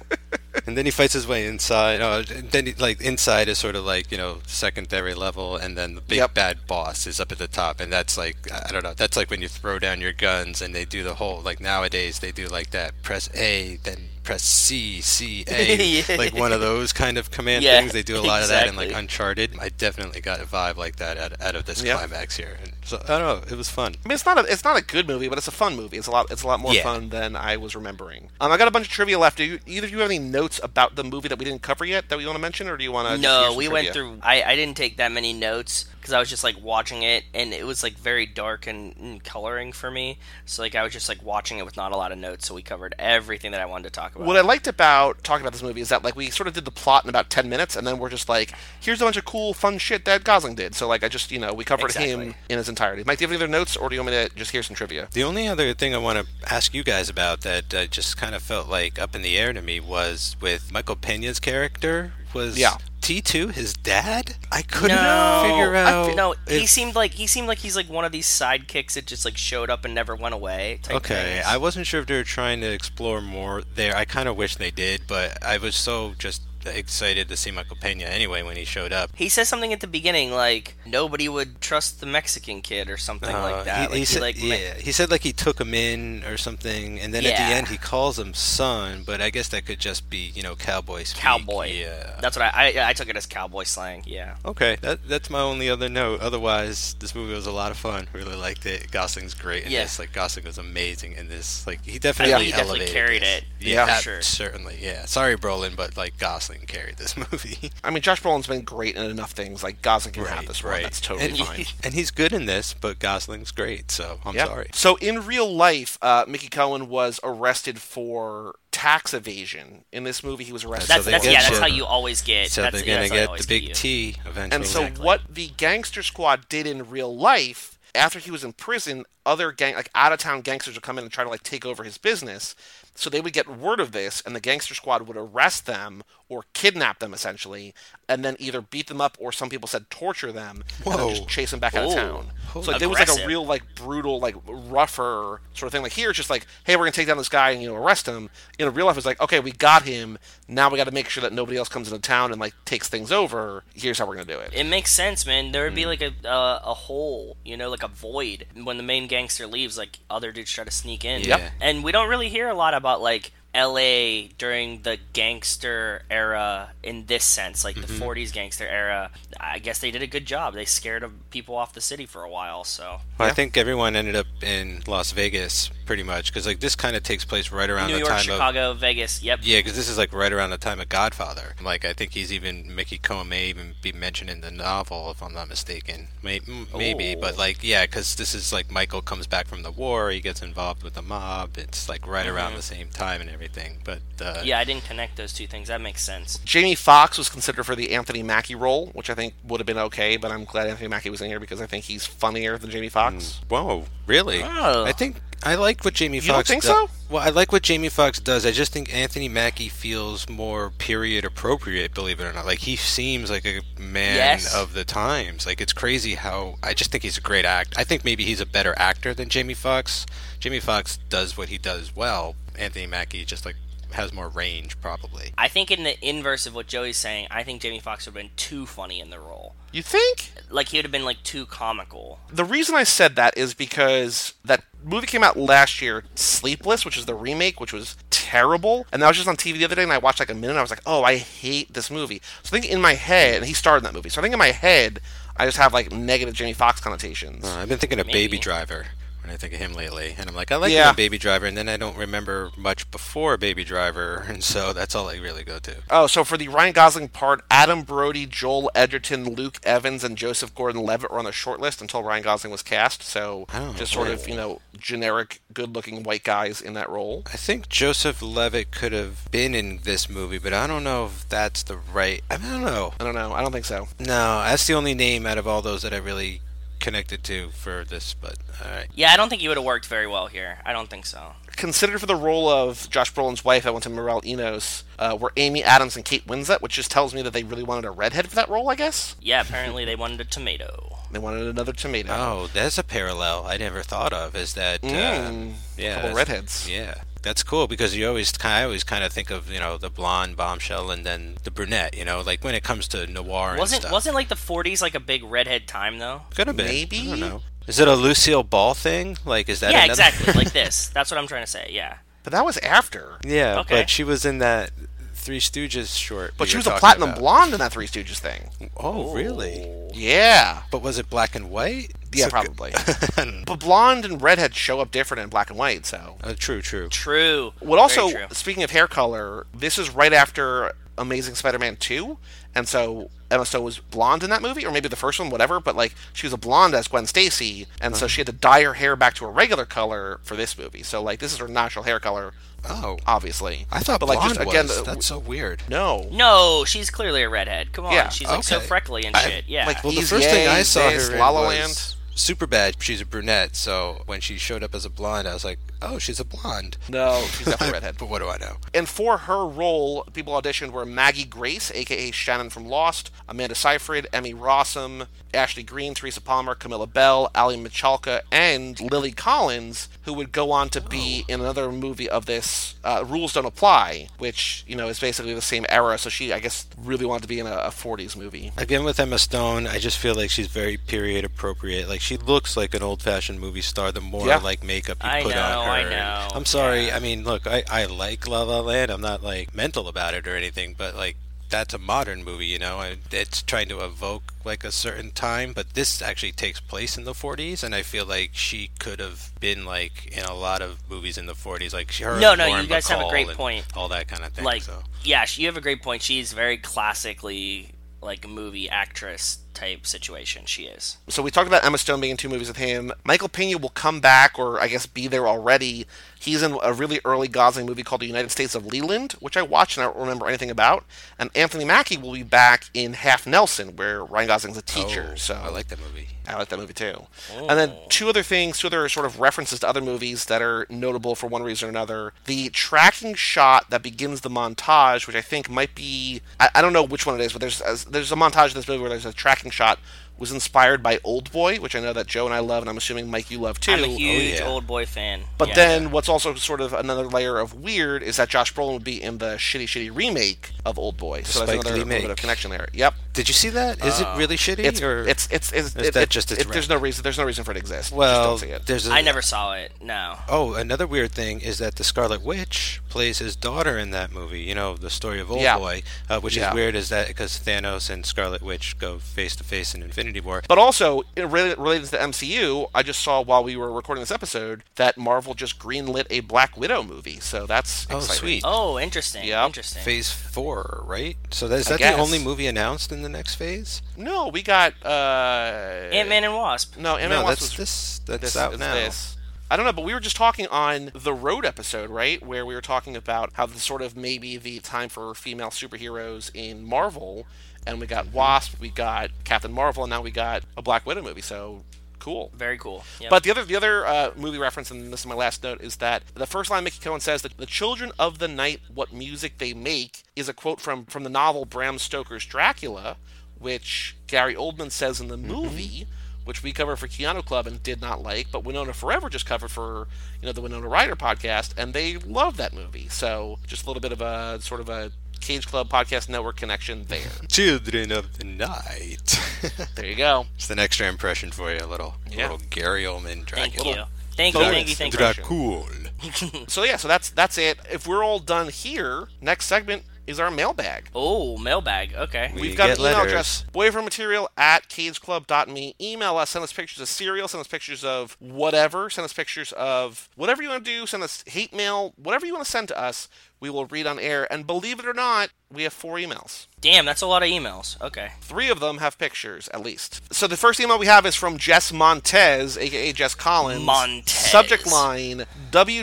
And then he fights his way inside. Uh, then, he, like inside is sort of like you know secondary level, and then the big Yep. bad boss is up at the top, and that's like I I don't know. That's like when you throw down your guns, and they do the whole like nowadays they do like that. Press A, then press C, C A, Yeah. like one of those kind of command Yeah, things. They do a lot of that in exactly. like Uncharted. I definitely got a vibe like that out, out of this Yeah. climax here. And so I don't know. It was fun. I mean, it's not a it's not a good movie, but it's a fun movie. It's a lot it's a lot more Yeah. fun than I was remembering. Um, I got a bunch of trivia left. Do you, either of you have any notes about the movie that we didn't cover yet that we want to mention, or do you want to? no, we went through. I I didn't take that many notes because I was just like watching it, and it was like very dark and, and coloring for me. So like I was just like watching it with not a lot of notes. So we covered everything that I wanted to talk about. What I liked about talking about this movie is that like we sort of did the plot in about ten minutes, and then we're just like, here's a bunch of cool, fun shit that Gosling did. So like, I just you know we covered him Exactly. in his entirety. Mike, do you have any other notes, or do you want me to just hear some trivia? The only other thing I want to ask you guys about that uh, just kind of felt like up in the air to me was with Michael Pena's character was Yeah. T2 his dad. I couldn't No, figure I- out. no, he if- seemed like he seemed like he's like one of these sidekicks that just like showed up and never went away. type Okay, things. I wasn't sure if they were trying to explore more there. I kind of wish they did, but I was so just excited to see Michael Pena anyway when he showed up. he says something at the beginning like nobody would trust the Mexican kid or something Uh, like that. He, he like, said, like ma- yeah, he said like he took him in or something, and then at Yeah. the end he calls him son, but I guess that could just be you know cowboy speak. cowboy. Yeah. That's what I, I I took it as cowboy slang. Yeah. Okay, that, that's my only other note. Otherwise, this movie was a lot of fun. Really liked it. Gosling's great in Yeah. this. Like Gosling was amazing in this. Like he definitely he definitely elevated carried this. it, Yeah. for sure. certainly. Yeah. Sorry, Brolin, but like Gosling carried this movie. I mean, Josh Brolin's been great in enough things. Like Gosling can have this one. That's totally and, fine. And he's good in this, but Gosling's great. So I'm Yeah. sorry. So in real life, uh, Mickey Cohen was arrested for tax evasion. In this movie, he was arrested. That's, for- they that's get yeah. That's you. how you always get. So that's, they're gonna that's how they get always the big you. T eventually. And so, Exactly. what the Gangster Squad did in real life, after he was in prison, other gang, like out of town gangsters, would come in and try to like take over his business. So they would get word of this, and the Gangster Squad would arrest them or kidnap them essentially, and then either beat them up or some people said torture them and then Whoa. just chase them back out of Ooh. town. So like, there was like a Oh. Aggressive. real like brutal like rougher sort of thing. Like here, it's just like, hey, we're gonna take down this guy and you know arrest him. You know, real life is like, okay, we got him. Now we got to make sure that nobody else comes into town and like takes things over. Here's how we're gonna do it. It makes sense, man. There would Mm. be like a uh, a hole, you know, like a void when the main gangster leaves. Like other dudes try to sneak in. Yep. And we don't really hear a lot about like LA during the gangster era in this sense, like Mm-hmm. the 40s gangster era, I guess they did a good job. They scared of people off the city for a while, so Well, I think everyone ended up in Las Vegas pretty much because like this kind of takes place right around New the York, time of Chicago, Vegas. Yep. Yeah, because this is like right around the time of Godfather. Like I think he's even Mickey Cohen may even be mentioned in the novel, if I'm not mistaken. May, m- maybe, Oh. but like yeah, because this is like Michael comes back from the war, he gets involved with the mob. It's like right around the same time and everything. But uh, Mm-hmm. Yeah, I didn't connect those two things. That makes sense. Jamie Foxx was considered for the Anthony Mackie role, which I think would have been okay, but I'm glad Anthony Mackie was in here because I think he's funnier than Jamie Hmm. Foxx. Whoa, really? Oh. I think I like what Jamie don't Foxx think do- so? Well, I like what Jamie Foxx does. I just think Anthony Mackie feels more period appropriate, believe it or not. Like he seems like a man Yes. of the times. Like it's crazy how I just think he's a great act. I think maybe he's a better actor than Jamie Foxx. Jamie Foxx does what he does well. Anthony Mackie just like has more range probably. I think in the inverse of what Joey's saying, I think Jamie Foxx would have been too funny in the role. You think? Like he would have been like too comical. The reason I said that is because that movie came out last year, Sleepless, which is the remake, which was terrible. And I was just on TV the other day and I watched like a minute and I was like, oh, I hate this movie. So I think in my head, and he starred in that movie, so I think in my head, I just have like negative Jamie Foxx connotations. Uh, I've been thinking of Maybe. Baby Driver when I think of him lately, and I'm like, I like Yeah. him in Baby Driver, and then I don't remember much before Baby Driver, and so that's all I really go to. Oh, so for the Ryan Gosling part, Adam Brody, Joel Edgerton, Luke Evans, and Joseph Gordon-Levitt were on the short list until Ryan Gosling was cast. So Oh, just sort of cool. you know generic, good-looking white guys in that role. I think Joseph Levitt could have been in this movie, but I don't know if that's the right. I don't know. I don't know. I don't think so. No, that's the only name out of all those that I really connected to for this. But all right, Yeah, I don't think he would have worked very well here. I don't think so. Considered for the role of Josh Brolin's wife, I went to Morel Enos, uh, were Amy Adams and Kate Winslet, which just tells me that they really wanted a redhead for that role. I guess Yeah, apparently they wanted a tomato. they wanted another tomato. oh, there's a parallel I never thought of. Is that uh, Mm, yeah, couple that's- redheads. Yeah, that's cool because you always kind. I always kind of think of you know the blonde bombshell and then the brunette. You know, like when it comes to noir and Wasn't stuff. wasn't like the 40s like a big redhead time though? could have been Maybe? I don't know. Is it a Lucille Ball thing? Like, is that yeah, another- exactly. like this. That's what I'm trying to say. Yeah. But that was after. Yeah, Okay. but she was in that Three Stooges short. But we she were was a talking platinum about. blonde in that Three Stooges thing. Oh, really? Yeah. But was it black and white? Yeah, So- probably. I don't know. But blonde and redhead show up different in black and white, so. Uh, true, true. True. What also, Very true. speaking of hair color, this is right after Amazing Spider Man 2, and so Emma Stone was blonde in that movie, or maybe the first one, whatever, but like she was a blonde as Gwen Stacy, and Uh-huh. so she had to dye her hair back to a regular color for this movie. So, like, this is her natural hair color, Oh, obviously. I thought but, like, blonde just again, was. the- That's so weird. no. No, she's clearly a redhead. Come on. Yeah, she's like so okay. freckly and I- shit. yeah. like, Well, the He's first thing I Yang, saw this, her in La La was Superbad. She's a brunette, so when she showed up as a blonde, I was like, oh, she's a blonde. No, she's definitely redhead. But what do I know? And for her role, people auditioned were Maggie Grace, aka Shannon from Lost, Amanda Seyfried, Emmy Rossum, Ashley Greene, Teresa Palmer, Camilla Bell, Ali Michalka, and Lily Collins, who would go on to be in another movie of this, uh, Rules Don't Apply, which, you know, is basically the same era. So she, I guess, really wanted to be in a, a 40s movie. Again, with Emma Stone, I just feel like she's very period appropriate. Like she looks like an old-fashioned movie star. The more Yeah. like makeup you I put know, on her, I and- know, I'm sorry. I mean, look, I, I like La La Land. I'm not like mental about it or anything, but like that's a modern movie, you know. and It's trying to evoke like a certain time, but this actually takes place in the 40s, and I feel like she could have been like in a lot of movies in the 40s, like she- her. No, and no, Lauren you guys have a Bacall great and point. All that kind of thing. like so. yeah she, you have a great point she's very classically like movie actress type situation she is So we talked about Emma Stone being in two movies with him. Michael Pena will come back, or I guess be there already. He's in a really early Gosling movie called The United States of Leland, which I watched and I don't remember anything about. And Anthony Mackie will be back in Half Nelson, where Ryan Gosling's a teacher. Oh, so I like that movie. I like that movie too. And then Oh. two other things, two other sort of references to other movies that are notable for one reason or another. The tracking shot that begins the montage, which I think might be I, I don't know which one it is, but there's there's a montage in this movie where there's a tracking shot was inspired by Old Boy, which I know that Joe and I love, and I'm assuming Mike you love too. I'm a huge Oh, yeah. old boy fan. oh, But Yeah. then what's also sort of another layer of weird is that Josh Brolin would be in the shitty, shitty remake of Old Boy. So that's Spike Lee another little bit of make. connection there. Yep. Did you see that? Is it really shitty? It's or it's it's, it's is it, that it- just a it- there's no reason there's no reason for it to exist. Just well, don't see it. there's a, I never saw it. No. Oh, another weird thing is that the Scarlet Witch plays his daughter in that movie. You know, the story of Old Yeah. Boy, uh, which Yeah. is weird, is that because Thanos and Scarlet Witch go face to face in Infinity War. But also, in rela- related to the MCU, I just saw while we were recording this episode that Marvel just greenlit a Black Widow movie. So that's Oh, exciting. sweet. Oh, interesting. Yep. Interesting. Phase four, right? So that, is that guess. the only movie announced in the next phase? No, we got uh, Ant Man and Wasp. No, Ant Man no, Wasp that's was this. That's this out is now. this. I don't know, but we were just talking on the road episode, right? Where we were talking about how the sort of maybe the time for female superheroes in Marvel, and we Mm-hmm. got Wasp, we got Captain Marvel, and now we got a Black Widow movie. So cool. Very cool. Yep. But the other the other uh, movie reference, and this is my last note, is that the first line Mickey Cohen says that the children of the night, what music they make, is a quote from from the novel Bram Stoker's Dracula, which Gary Oldman says in the movie. Which we covered for Keanu Club and did not like, but Winona Forever just covered for you know the Winona Ryder podcast, and they loved that movie. So just a little bit of a sort of a Cage Club podcast network connection there. Children of the Night. There you go. it's an extra impression for you, a little, a Yeah. little Gary Oldman thank Dracula. you. Thank you. Thank you. Thank you. Dracul. So yeah, so that's that's it. If we're all done here, next segment is our mailbag. Oh, mailbag. Okay. We- We've got get an email letters. address, boyfriendmaterial at cageclub.me. Email us, send us pictures of cereal, send us pictures of whatever, send us pictures of whatever you want to do, send us hate mail, whatever you want to send to us, we will read on air. And believe it or not, we have four emails. Damn, that's a lot of emails. Okay. Three of them have pictures, at least. So the first email we have is from Jess Montez, aka Jess Collins. Montez. Subject line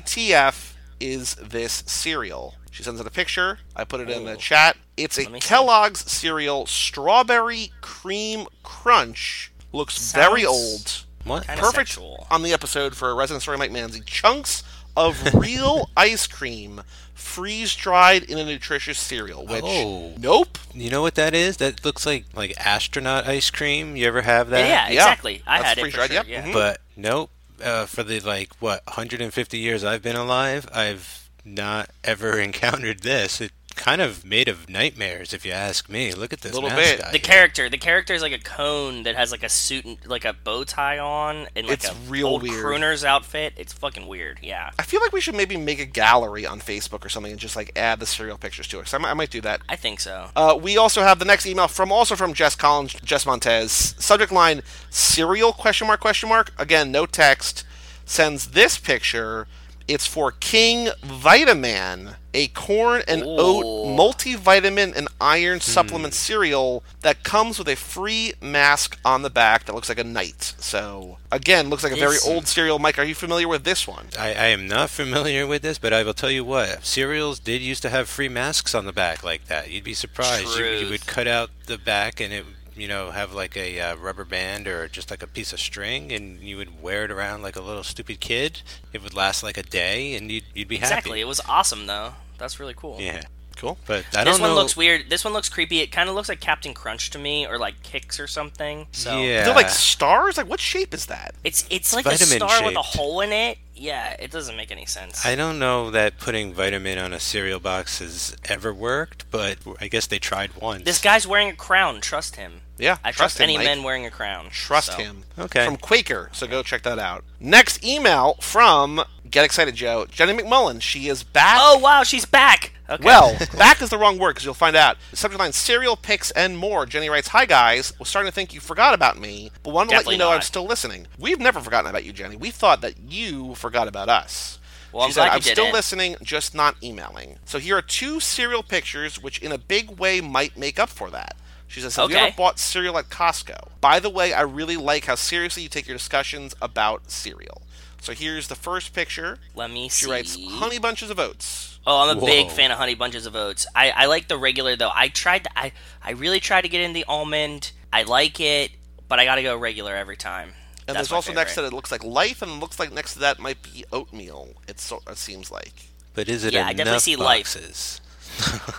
WTF is this cereal? She sends in a picture. I put it in the chat. It's a Oh. Let me see. Kellogg's cereal strawberry cream crunch. Looks very old. Sounds What? Kinda Perfect sexual. on the episode for resident story Mike Manzi. Chunks of real ice cream freeze dried in a nutritious cereal, which Oh. nope. You know what that is? That looks like like astronaut ice cream. You ever have that? yeah, exactly. I That's had it. For freeze-dried, sure. yep, Yeah. mhm. But nope. Uh, for the like what 150 years I've been alive, I've not ever encountered this. It kind of made of nightmares, if you ask me. Look at this Little mascot bit. The here. character, the character is like a cone that has like a suit, and, like a bow tie on, and like It's a real old weird. crooner's outfit. It's fucking weird. Yeah. I feel like we should maybe make a gallery on Facebook or something and just like add the cereal pictures to it. 'cause I might- I might do that. I think so. Uh, we also have the next email from also from Jess Collins, Jess Montez. Subject line: cereal question mark question mark. Again, no text. Sends this picture. It's for King Vitaman, a corn and oat Ooh. Hmm. multivitamin and iron supplement cereal that comes with a free mask on the back that looks like a knight. So again, looks like a very This- old cereal. Mike, are you familiar with this one? I, I am not familiar with this, but I will tell you what cereals did used to have free masks on the back like that. You'd be surprised. You, you Truth. would cut out the back, and it you know have like a uh, rubber band or just like a piece of string, and you would wear it around like a little stupid kid. It would last like a day, and you'd you'd be exactly. It happy. was awesome though. That's really cool. Yeah, Cool. but This I don't one know. looks weird. This one looks creepy. It kind of looks like Captain Crunch to me, or like Kicks or something. So Yeah, They're like stars. Like what shape is that? it's it's like a vitamin star with a shaped. hole in it. Yeah, it doesn't make any sense. I don't know that putting vitamin on a cereal box has ever worked, but I guess they tried once. This guy's wearing a crown. Trust him. Yeah, I trust trust, him, any Mike. men wearing a crown. Trust so. him. Okay. From Quaker, so go check that out. Next email from Get Excited Joe, Jenny McMullen. She is back. Oh wow, she's back. Okay. Well, back is the wrong word because you'll find out. Subject line: cereal picks and more. Jenny writes, "Hi guys, was starting to think you forgot about me, but wanted to let Definitely you know not. I'm still listening. We've never forgotten about you, Jenny. We thought that you forgot about us." Well, she I'm said, glad you "I'm still didn't." listening, just not emailing." So here are two cereal pictures, which in a big way might make up for that. She says, "Have you Okay. ever bought cereal at Costco?" By the way, I really like how seriously you take your discussions about cereal. So here's the first picture. let me see. She writes, "Honey bunches of oats." Oh, I'm a big Whoa. fan of Honey Bunches of Oats. I, I like the regular though. I tried. To, I I really tried to get in the almond. I like it, but I gotta go regular every time. And That's there's my also next to favorite. that it looks like life, and it looks like next to that might be oatmeal. It, so, it seems like. but is it Yeah, I enough definitely see life. boxes?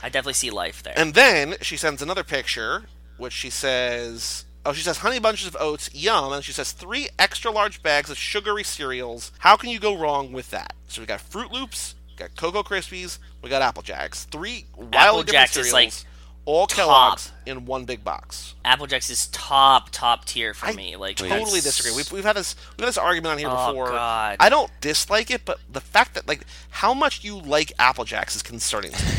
I definitely see life there. And then she sends another picture, which she says Oh, she says honey bunches of oats, yum, and she says three extra large bags of sugary cereals. How can you go wrong with that? So we got Fruit Loops, we got Cocoa Krispies, we got Apple Jacks. Three wildly Apple different Jacks is, cereals, like, all top. Kellogg's in one big box. Apple Jacks is top top tier for I me. Like totally that's- disagree. We've, we've had this we've had this argument on here Oh, before. God. I don't dislike it, but the fact that like how much you like Apple Jacks is concerning. to me.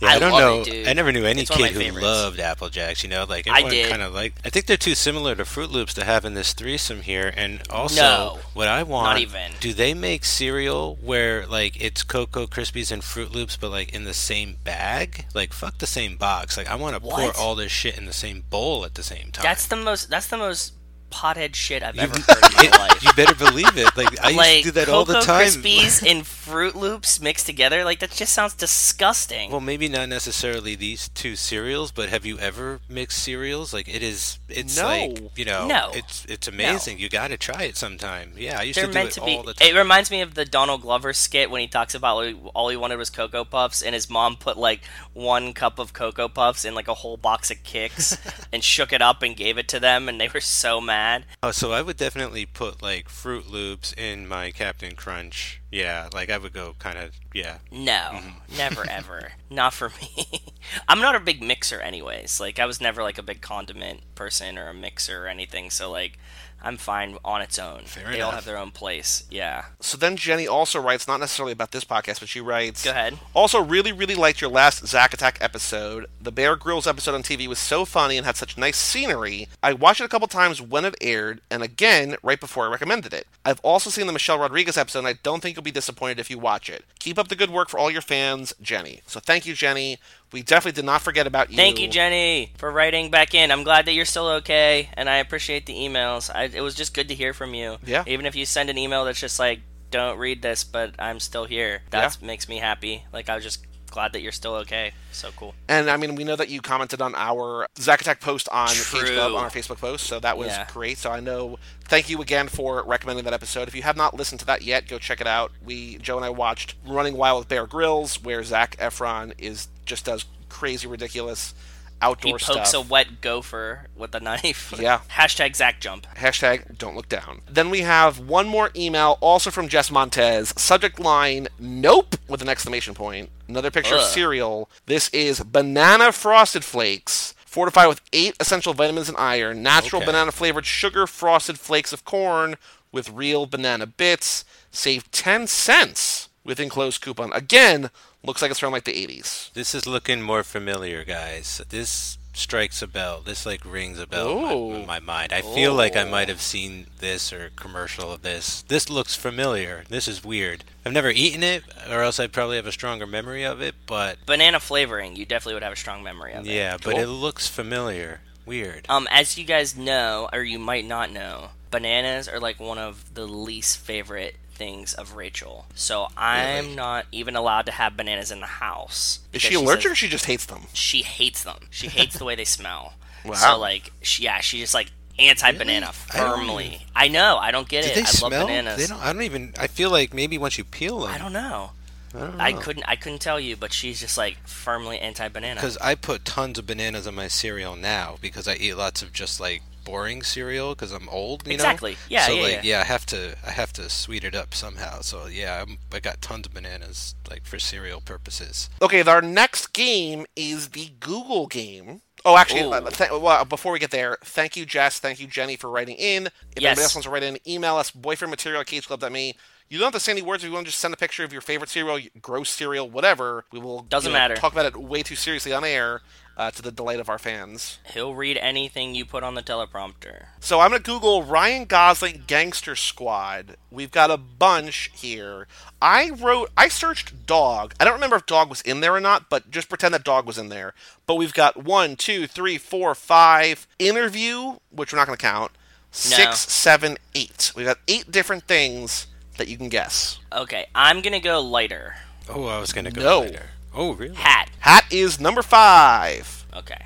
Yeah, I I, don't love know. it, dude. I never knew any It's one of kid my who favorites. loved Apple Jacks. You know, like I everyone did. kind of like. I think they're too similar to Fruit Loops to have in this threesome here. And also, No. what I want, even. do they make cereal where like it's Cocoa Krispies and Fruit Loops, but like in the same bag? Like fuck the same box. Like I want to pour What? all this shit in the same bowl at the same time. That's the most. That's the most pothead shit I've ever heard in my life. you better believe it. Like I used like to do that Cocoa all the time. Krispies and Fruit Loops mixed together. Like that just sounds disgusting. Well, maybe not necessarily these two cereals, but have you ever mixed cereals? Like it is, it's No. like you know, No. it's it's amazing. You got to try it sometime. Yeah, I used They're to do meant it to be. all the time. It reminds me of the Donald Glover skit when he talks about like, all he wanted was Cocoa Puffs, and his mom put like one cup of Cocoa Puffs in like a whole box of Kicks, and shook it up and gave it to them, and they were so mad. oh, so I would definitely put like Fruit Loops in my Captain Crunch. Yeah, like I would go kind of yeah. No, Mm-hmm. never ever. Not for me. I'm not a big mixer, anyways. Like I was never like a big condiment person or a mixer or anything. So like, I'm fine on its own. Fair they all enough. have their own place. Yeah. So then Jenny also writes, not necessarily about this podcast, but she writes. Go ahead. Also, really, really liked your last Zack Attack episode. The Bear Grylls episode on TV was so funny and had such nice scenery. I watched it a couple times when it aired, and again right before I recommended it. I've also seen the Michelle Rodriguez episode, and I don't think you'll be disappointed if you watch it. Keep up the good work for all your fans, Jenny. So thank you, Jenny. We definitely did not forget about you. Thank you, Jenny, for writing back in. I'm glad that you're still okay, and I appreciate the emails. I, it was just good to hear from you. Yeah. Even if you send an email that's just like, "Don't read this," but I'm still here. That makes me happy. Like I was just glad that you're still okay. So cool. And I mean, we know that you commented on our Zack Attack post on True. Facebook, on our Facebook post, so that was Yeah. great. So I know. Thank you again for recommending that episode. If you have not listened to that yet, go check it out. We Joe and I watched Running Wild with Bear Grylls, where Zach Efron is just does crazy, ridiculous He outdoor pokes stuff. a wet gopher with a knife. Yeah. Hashtag Zach jump. Hashtag don't look down. Then we have one more email, also from Jess Montez. Subject line, nope, with an exclamation point. Another picture of Ugh. cereal. This is banana frosted flakes. Fortified with eight essential vitamins and iron, natural Okay. banana flavored sugar frosted flakes of corn with real banana bits. Save 10 cents with enclosed coupon. Again, looks like it's from like the 80s. This is looking more familiar, guys. This strikes a bell. This like rings a bell in Ooh. my, in my mind. I feel like I Oh. might have seen this or a commercial of this. This looks familiar. This is weird. I've never eaten it, or else I'd probably have a stronger memory of it. But Banana flavoring. You definitely would have a strong memory of it. yeah, but Cool. it looks familiar. Weird. Um, as you guys know, or you might not know, bananas are like one of the least favorite things of Rachel. So I'm Really? not even allowed to have bananas in the house. Is because she allergic or says she just hates them? she hates them. She hates the way they smell. Wow. So like, she, yeah, she just like anti-banana I don't firmly. I, know. I don't get Do it. they I smell? love bananas. They don't. I don't even. I feel like maybe once you peel them, I don't know. I don't I couldn't. I couldn't tell you, but she's just like firmly anti-banana. because I put tons of bananas on my cereal now because I eat lots of just like boring cereal because I'm old. You Exactly. Know? Yeah, So yeah, like, yeah. I have to. I have to sweet it up somehow. So yeah, I'm, I got tons of bananas like for cereal purposes. Okay, our next game is the Google game. Oh, actually, Ooh. uh, th- well, before we get there, thank you, Jess. Thank you, Jenny, for writing in. If anybody Yes. else wants to write in, email us boyfriendmaterial at cageclub.me. You don't have to say any words if you want to just send a picture of your favorite cereal, y- gross cereal, whatever. We will Doesn't you know, matter. talk about it way too seriously on air uh, to the delight of our fans. He'll read anything you put on the teleprompter. So I'm going to Google Ryan Gosling Gangster Squad. We've got a bunch here. I wrote, I searched dog. I don't remember if dog was in there or not, but just pretend that dog was in there. But we've got one, two, three, four, five. Interview, which we're not going to count. Six, seven, eight. We've got eight different things that you can guess. Okay, I'm gonna go lighter. Oh, I was gonna go No. later. Oh, really? Hat. Hat is number five. Okay.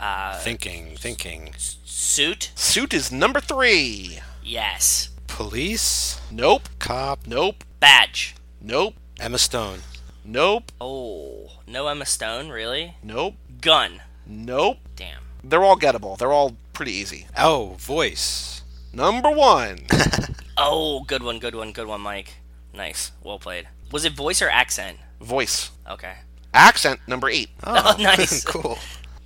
Uh, thinking, thinking. Suit. Suit is number three. Yes. Police, Nope. cop, Nope. Badge. Nope. Emma Stone, Nope. Oh, no Emma Stone, really? Nope. Gun. Nope. Damn. They're all gettable. They're all pretty easy. Oh, voice. Number one. Oh, good one, good one, good one, Mike. Nice, well played. Was it voice or accent? Voice. Okay. Accent number eight. Oh, nice. cool.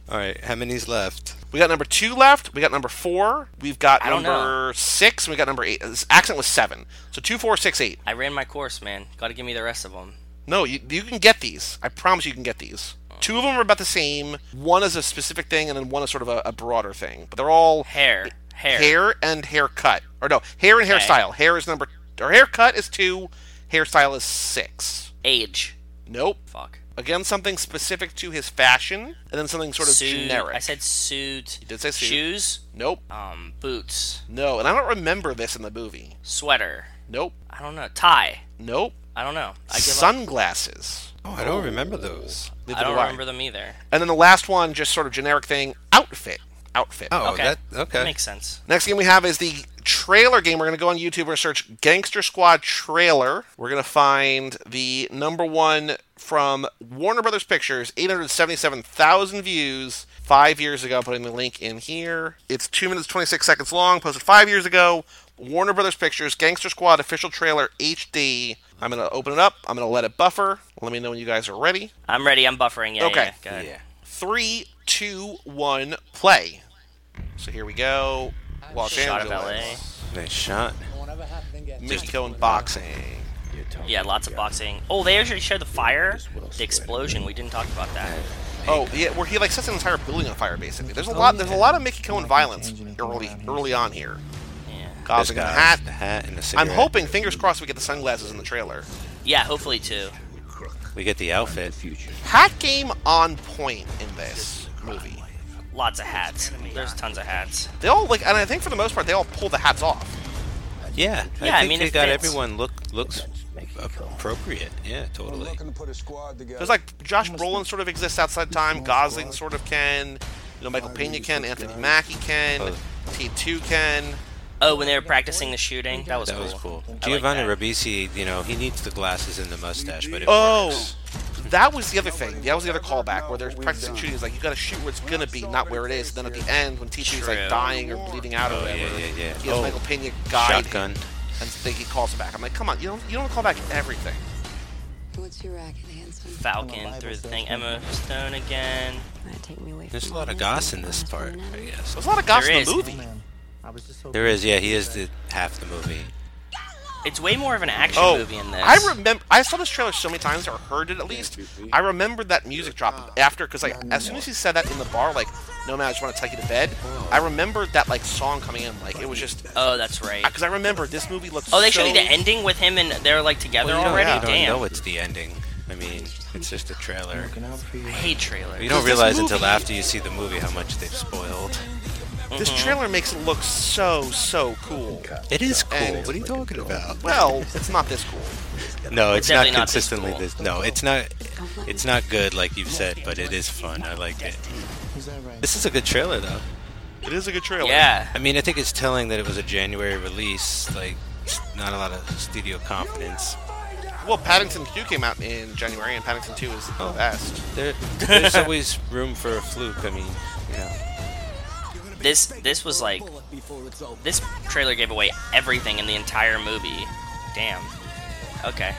All right, how many's left? We got number two left. We got number four. We've got I don't number six. And we got number eight. This accent was seven. So two, four, six, eight. I ran my course, man. Got to give me the rest of them. No, you, you can get these. I promise you can get these. Two of them are about the same. One is a specific thing, and then one is sort of a, a broader thing. But they're all Hair, hair. hair and haircut. Or no, hair and Okay. hairstyle. Hair is number. Or haircut is two. Hairstyle is six. Age. Nope. Fuck. Again, something specific to his fashion, and then something sort of Suit. generic. I said suit. You did say suit. Shoes. nope. Um, boots. No, and I don't remember this in the movie. Sweater. Nope. I don't know. Tie. Nope. I don't know. I give up. Sunglasses. Oh, I don't remember those. Neither I don't do remember them either. And then the last one, just sort of generic thing, outfit. Outfit. Oh, Okay. that okay. Makes sense. Next game we have is the trailer game. We're going to go on YouTube. We're going to search Gangster Squad trailer. We're going to find the number one from Warner Brothers Pictures, 877,000 views five years ago. I'm putting the link in here. It's 2 minutes 26 seconds long, posted five years ago. Warner Brothers Pictures, Gangster Squad official trailer HD. I'm going to open it up. I'm going to let it buffer. Let me know when you guys are ready. I'm ready. I'm buffering. Yeah. Okay. Yeah. Go ahead. yeah. Three, two, one, play. So here we go. Los Shot of Angeles. LA. Nice shot. Whatever happened again. Mystico and boxing. Yeah, lots of boxing. Oh, they actually showed the fire, the explosion. We didn't talk about that. Oh, yeah, where he like sets an entire building on fire basically. There's a lot. Oh, There's a lot of Mickey Cohen violence early, early on here. Yeah. There's Gosling and the guys, hat. The hat and the I'm cigarette. hoping, fingers crossed, we get the sunglasses in the trailer. Yeah, hopefully too. we get the outfit. Hat game on point in this movie. Lots of hats. There's tons of hats. They all like, and I think for the most part, they all pull the hats off. Yeah, I Yeah, think I mean, they it got fits. everyone look looks appropriate. Yeah, totally. to put a squad together. There's like Josh Brolin sort of exists outside time. Gosling sort of can. You know, Michael Pena can. Anthony Mackie can. T2 can. Oh, when they were practicing the shooting, that was That cool. was cool. I like Giovanni that. Ribisi, you know, he needs the glasses and the mustache, but it Oh, works. that was the other thing. That was the other callback where they're practicing shooting. It's like you got to shoot where it's gonna be, not where it is. And then at the end, when TC's True. like dying or bleeding out Oh, or yeah, whatever, yeah, yeah. he has Oh. Michael Pena guide Shotgun. him, and they, he calls him back. I'm like, come on, you don't you don't call back everything. What's your racket, handsome? Falcon through the thing. Emma Stone again. Wanna take me away There's a from lot all of this? goss in this part, I guess. There's a lot of gossip There in the is. movie. There is, yeah, he is the half the movie. It's way more of an action Oh, movie in this. I remember. I saw this trailer so many times, or heard it at least. I remembered that music drop after, because like as soon as he said that in the bar, like, no man, I just want to take you to bed. I remembered that like song coming in, like it was just. Oh, that's right. Because I remember this movie looked. Oh, they so... showed you the ending with him and they're like together you don't, already. you don't Damn. know it's the ending. I mean, it's just a trailer. I hate trailers. You don't this realize until movie- after you see the movie how much they've spoiled. This trailer makes it look so so cool. It is cool. And- what are you talking about? Well, it's not this cool. No, it's not definitely not this consistently cool. this, No, it's not. It's not good, like you've said, but it is fun. I liked it. This is a good trailer, though. It is a good trailer. Yeah. I mean, I think it's telling that it was a January release. Like, s- not a lot of studio confidence. Well, Paddington 2 came out in January, and Paddington 2 is the best. There, there's always room for a fluke. I mean, you know. This this was like this trailer gave away everything in the entire movie. Damn. Okay.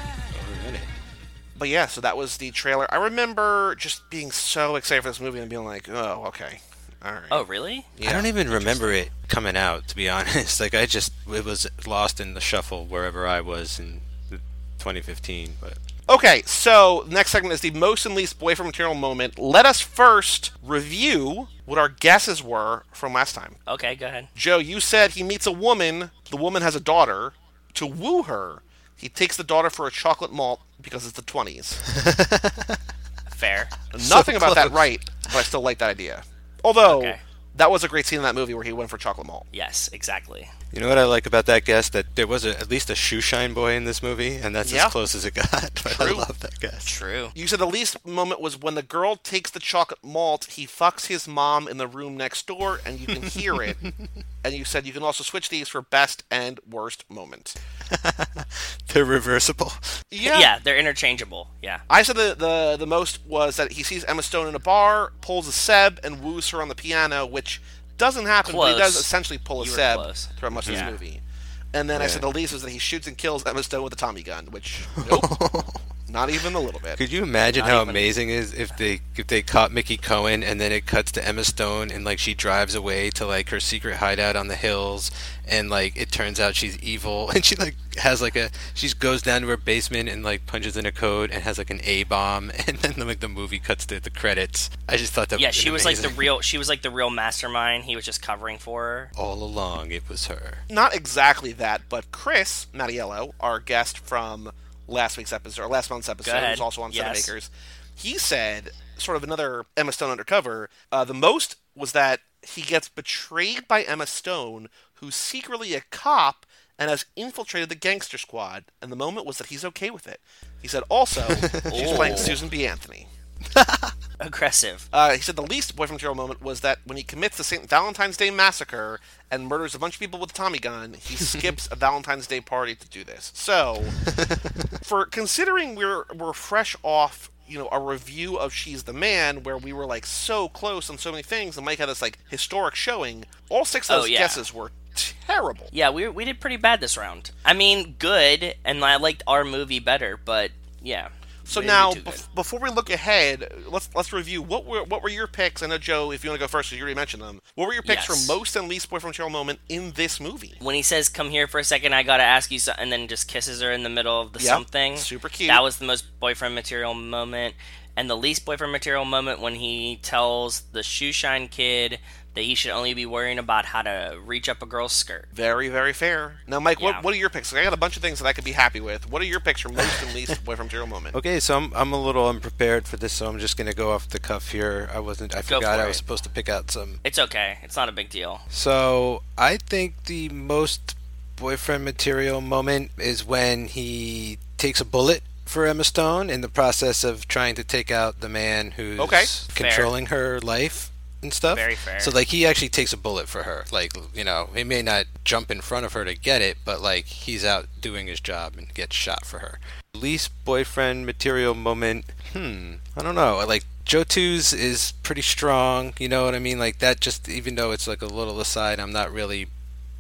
But yeah, so that was the trailer. I remember just being so excited for this movie and being like, oh, okay. All right. Oh, really? Yeah. I don't even remember it coming out, to be honest. Like, I just it was lost in the shuffle wherever I was in 2015. But Okay, so next segment is the most and least boyfriend material moment. Let us first review what our guesses were from last time. Okay, go ahead. Joe, you said he meets a woman, the woman has a daughter. To woo her, he takes the daughter for a chocolate malt because it's the 20s. Fair. Nothing about that close. right, but I still like that idea. Although Okay. that was a great scene in that movie where he went for chocolate malt. Yes, exactly. you know what I like about that guess? That there was a, at least a shoe shine boy in this movie, and that's Yeah. as close as it got. But I love that guess. True. You said the least moment was when the girl takes the chocolate malt, he fucks his mom in the room next door, and you can hear it. and you said you can also switch these for best and worst moment. They're reversible. Yeah. yeah, they're interchangeable. Yeah. I said the, the the most was that he sees Emma Stone in a bar, pulls a Seb, and woos her on the piano, which doesn't happen, but he Close. does essentially pull a You were Seb close. throughout much of Yeah. this movie. And then I said the least was that he shoots and kills Emma Stone with a Tommy gun, which nope, not even a little bit. Could you imagine how amazing it is if they if they caught Mickey Cohen and then it cuts to Emma Stone and like she drives away to like her secret hideout on the hills and like it turns out she's evil and she like has like a she goes down to her basement and like punches in a code and has like an A bomb and then like the movie cuts to the credits. I just thought that Yeah, was she was like the Oh, amazing. real. She was like the real mastermind. He was just covering for her. all along it was her. Not exactly that, but Chris Mattiello, our guest from last week's episode or last month's episode, ahead. who's also on Yes. Cinemakers, he said sort of another Emma Stone undercover. Uh, the most was that he gets betrayed by Emma Stone, who's secretly a cop and has infiltrated the gangster squad. And the moment was that he's okay with it. He said also she's Oh. playing Susan B. Anthony. Aggressive. Uh, he said the least boyfriend material moment was that when he commits the St. Valentine's Day massacre and murders a bunch of people with a Tommy gun, he skips a Valentine's Day party to do this. So, for considering we're we're fresh off, you know, a review of She's the Man, where we were like so close on so many things, and Mike had this like historic showing. All six of Oh, those yeah. guesses were terrible. Yeah, we we did pretty bad this round. I mean, good, and I liked our movie better, but yeah. So we didn't now, do too good. bef- before we look ahead, let's let's review what were what were your picks. I know Joe, if you want to go first, 'cause you already mentioned them. What were your picks Yes. for most and least boyfriend material moment in this movie? when he says "come here for a second, I gotta ask you," so- and then just kisses her in the middle of the Yep, something. super cute. That was the most boyfriend material moment, and the least boyfriend material moment when he tells the shoeshine kid that he should only be worrying about how to reach up a girl's skirt. Very, very fair. Now, Mike, Yeah. what, what are your picks? 'Cause I got a bunch of things that I could be happy with. What are your picks for most and least boyfriend material moment? Okay, so I'm I'm a little unprepared for this, so I'm just gonna go off the cuff here. I wasn't I Go forgot for I was it. supposed to pick out some It's okay. It's not a big deal. So I think the most boyfriend material moment is when he takes a bullet for Emma Stone in the process of trying to take out the man who's Okay. controlling her life and stuff. Very fair. So like he actually takes a bullet for her. Like you know, he may not jump in front of her to get it, but like he's out doing his job and gets shot for her. Least boyfriend material moment. Hmm. I don't know. Like Joe Two's is pretty strong. You know what I mean? Like that. Just even though it's like a little aside, I'm not really.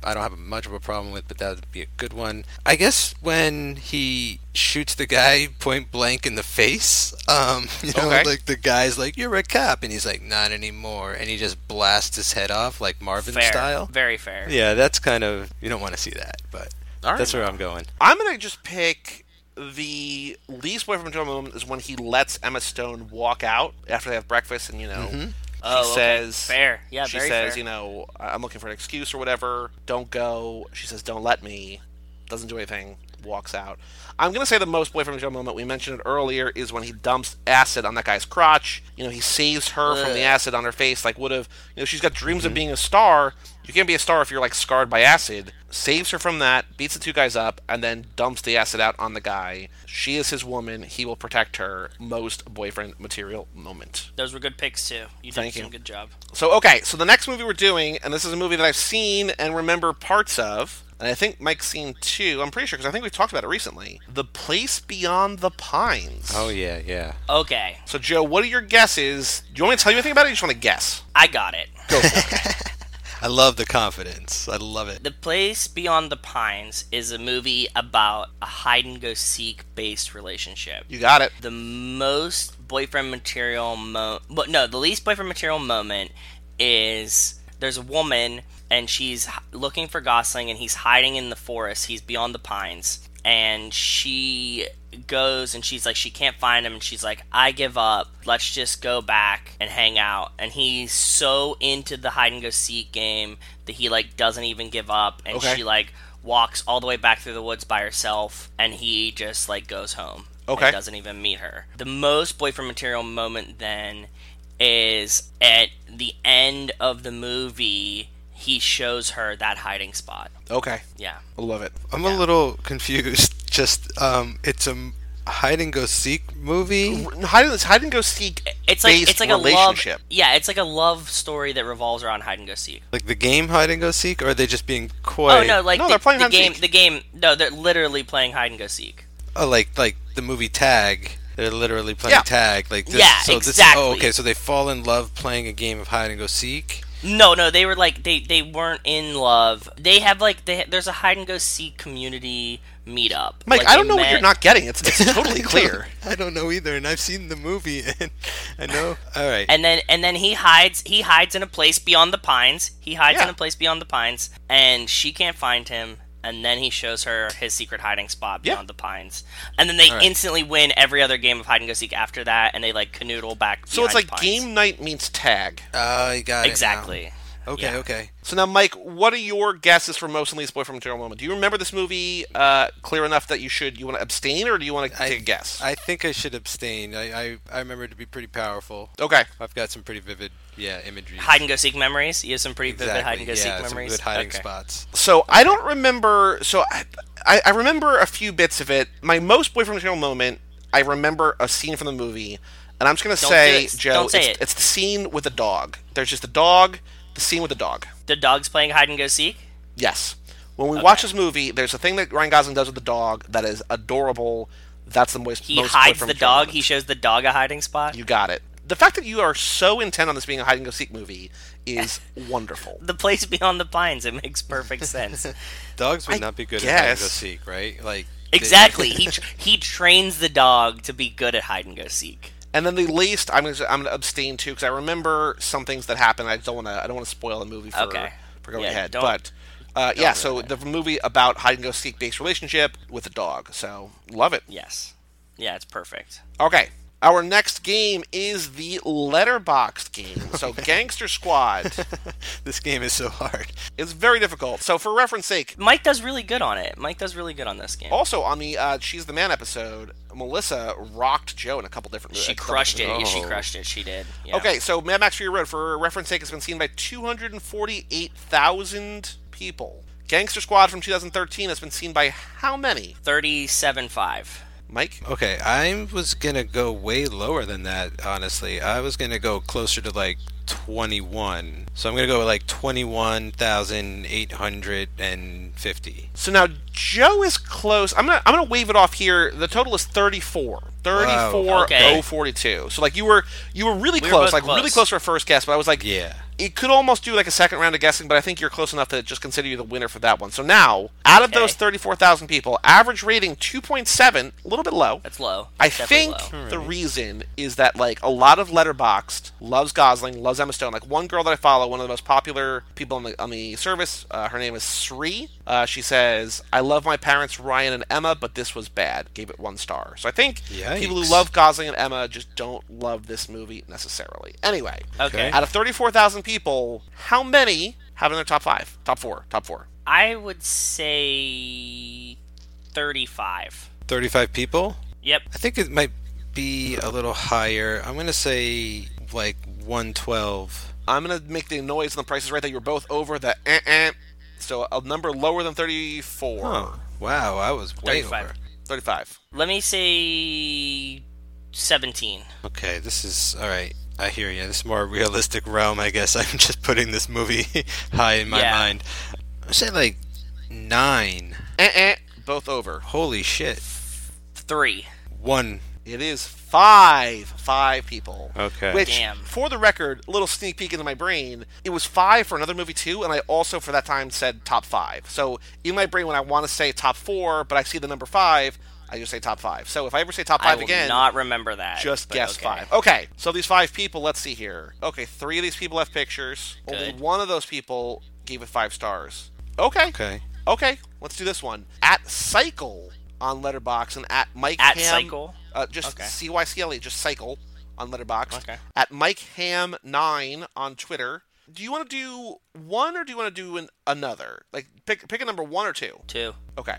I don't have much of a problem with, but that would be a good one. I guess when he shoots the guy point blank in the face, um, you know, Okay. like like the guy's like, "You're a cop," and he's like, "Not anymore," and he just blasts his head off like Marvin Fair. style. Very fair. Yeah, that's kind of you don't want to see that, but All that's right. where I'm going. I'm going to just pick the least boyfriend material moment is when he lets Emma Stone walk out after they have breakfast and, you know, she Oh, okay. says. fair. Yeah, she very says, fair. you know, "I- I'm looking for an excuse or whatever. Don't go. She says, don't let me. Doesn't do anything. Walks out. I'm gonna say the most boyfriend material moment we mentioned it earlier is when he dumps acid on that guy's crotch. You know, he saves her from the acid on her face, like would have. You know, she's got dreams of being a star. You can't be a star if you're like scarred by acid. Saves her from that, beats the two guys up, and then dumps the acid out on the guy. She is his woman. He will protect her. Most boyfriend material moment. Those were good picks too. You did Thank some you. good job. So okay, so the next movie we're doing, and this is a movie that I've seen and remember parts of, and I think Mike's seen too. I'm pretty sure because I think we've talked about it recently. The Place Beyond the Pines. Oh yeah, yeah. Okay, So Joe, what are your guesses? Do you want me to tell you anything about it? Or you just want to guess? I got it. I love the confidence. I love it. The Place Beyond the Pines is a movie about a hide and go seek based relationship. You got it. the most boyfriend material mo but no the least boyfriend material moment is there's a woman and she's h- looking for gosling and he's hiding in the forest he's beyond the pines and she goes and she's like she can't find him and she's like i give up let's just go back and hang out and he's so into the hide and go seek game that he like doesn't even give up and Okay. she like walks all the way back through the woods by herself and he just like goes home and Okay. doesn't even meet her. The most boyfriend material moment then is at the end of the movie. He shows her that hiding spot. Okay, Yeah. I love it. I'm a little confused. Just um, it's a m- hide and go seek movie. Hide and, hide and go seek. It's like based it's like a love. relationship. Yeah, it's like a love story that revolves around hide and go seek. Like the game hide and go seek, or are they just being coy? Oh no, like No, the, they're playing the hide and game. seek. The game. No, they're literally playing hide and go seek. Oh, like like the movie Tag. They're literally playing Yeah. tag. Like this, Yeah, so This, oh, exactly. okay. So they fall in love playing a game of hide and go seek. No, no, they were like they they weren't in love. They have like they there's a hide and go seek community meetup. Mike, Like, I they don't know what met- you're not getting. It's, it's totally clear. I don't know either, and I've seen the movie, and I know. All right. And then and then he hides he hides in a place beyond the pines. He hides in Yeah. a place beyond the pines and she can't find him and then he shows her his secret hiding spot Yeah. beyond the pines. And then they instantly win every other game of hide and go seek after that and they like canoodle back. So it's behind like the pines. game night means tag. Uh, I got it now. Exactly. Okay. Yeah. Okay. So now, Mike, what are your guesses for most and least boy from General Moment? Do you remember this movie uh, clear enough that you should you want to abstain or do you want to I, take a guess? I think I should abstain. I, I, I remember it to be pretty powerful. okay. I've got some pretty vivid, yeah, imagery. Hide and go seek memories. You have some pretty exactly. vivid hide and go yeah, seek some memories. good hiding Okay. spots. So I don't remember. So I, I, I remember a few bits of it. My most boy from General Moment, I remember a scene from the movie, and I'm just gonna Don't do say, it. Joe, Don't say it's, it. it's the scene with the dog. There's just the dog. The scene with the dog. The dogs playing hide and go seek. Yes. When we watch this movie, there's a thing that Ryan Gosling does with the dog that is adorable. That's the most. He most boy hides from the General dog. Moment. He shows the dog a hiding spot. You got it. The fact that you are so intent on this being a hide and go seek movie is wonderful. the place beyond the pines. It makes perfect sense. Dogs would I not be good at hide and go guess. seek, right? Like they- exactly. He tr- he trains the dog to be good at hide and go seek. And then the least, I'm gonna, I'm gonna abstain too because I remember some things that happened. I don't want to I don't want to spoil the movie for Okay. for going Yeah, ahead. don't- But uh, yeah, so the movie about hide and go seek based relationship with a dog. So love it. Yes. Yeah, it's perfect. Okay. Our next game is the letterboxed game. So Gangster Squad. this game is so hard. It's very difficult. So for reference sake, Mike does really good on it. Mike does really good on this game. also on the uh, She's the Man episode, Melissa rocked Joe in a couple different she a couple crushed it. different- Yeah, she crushed it. She did. Yeah. Oh. Okay, so Mad Max Fury Road, for reference sake, has been seen by 248,000 people. Gangster Squad from 2013 has been seen by how many? Thirty-seven five. Mike? Okay, I was gonna go way lower than that. Honestly, I was gonna go closer to like twenty-one. So I'm gonna go with like twenty-one thousand eight hundred and fifty. So now Joe is close. I'm gonna I'm gonna wave it off here. The total is 34. 34 Okay. 042. So like you were you were really We were close, both like really close. close for a first guess, but I was like Yeah. It could almost do like a second round of guessing, but I think you're close enough to just consider you the winner for that one. So now, out of Okay. those 34,000 people, average rating 2.7, a little bit low. That's low. I Definitely think low. the reason is that like a lot of Letterboxd loves Gosling, loves Emma Stone. Like one girl that I follow, one of the most popular people on the on the service, uh, her name is Sri. Uh, she says, "I love my parents Ryan and Emma, but this was bad." Gave it one star. So I think people Yikes. who love Gosling and Emma just don't love this movie necessarily. Anyway, Okay. out of thirty four thousand people, how many have it in their top five, top four, top four? I would say thirty-five. Thirty-five people. Yep. I think it might be a little higher. I'm gonna say like one twelve. I'm gonna make the noise and the prices right that you're both over the eh, eh. so a number lower than 34, Oh, wow! I was way 35. over. 35. Let me say seventeen. Okay, this is all right. I hear you. This is more realistic realm, I guess. I'm just putting this movie high in my Yeah. mind. I say like nine. Eh, eh, both over. Holy shit! Three. One. It is five, five people. Okay. Which, Damn. for the record, little sneak peek into my brain, it was five for another movie too, and I also for that time said top five. So in my brain, when I want to say top four, but I see the number five, I just say top five. So if I ever say top I five will again, not remember that. Just but guess okay. five. Okay, so these five people, let's see here. Okay, three of these people have pictures. Only Good. one of those people gave it five stars. Okay. Okay. Okay, let's do this one. At Cycle on Letterbox and at Mike At Ham. cycle. Uh, just Okay. C Y C L E, just Cycle on Letterbox. Okay. At Mike Ham9 on Twitter. Do you want to do one or do you want to do an, another? Like, pick, pick a number one or two. Two. Okay.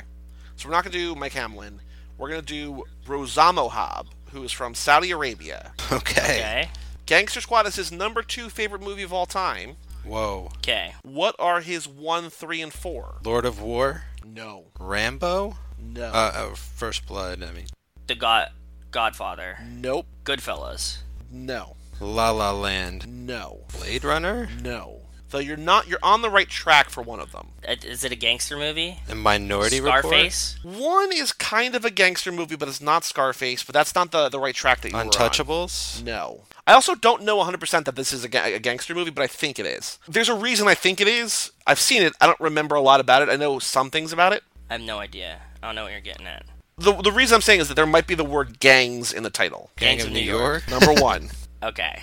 So we're not going to do Mike Hamlin. We're going to do Rosamo Hob, who is from Saudi Arabia. Okay. Okay. Gangster Squad is his number two favorite movie of all time. Whoa. Okay. What are his one, three, and four? Lord of War. No. Rambo. No. Uh, uh First Blood. I mean, The God Godfather. nope. Goodfellas. No. La La Land. No. Blade Runner. No. Though you're not, you're on the right track for one of them. Uh, Is it a gangster movie? And Minority Report. Scarface. One is kind of a gangster movie, but it's not Scarface. But that's not the the right track that you were on. Untouchables. No. I also don't know 100% that this is a, ga- a gangster movie, but I think it is. There's a reason I think it is. I've seen it. I don't remember a lot about it. I know some things about it. I have no idea. I don't know what you're getting at. The, the reason I'm saying is that there might be the word gangs in the title. Gangs of New York. Number one. Okay.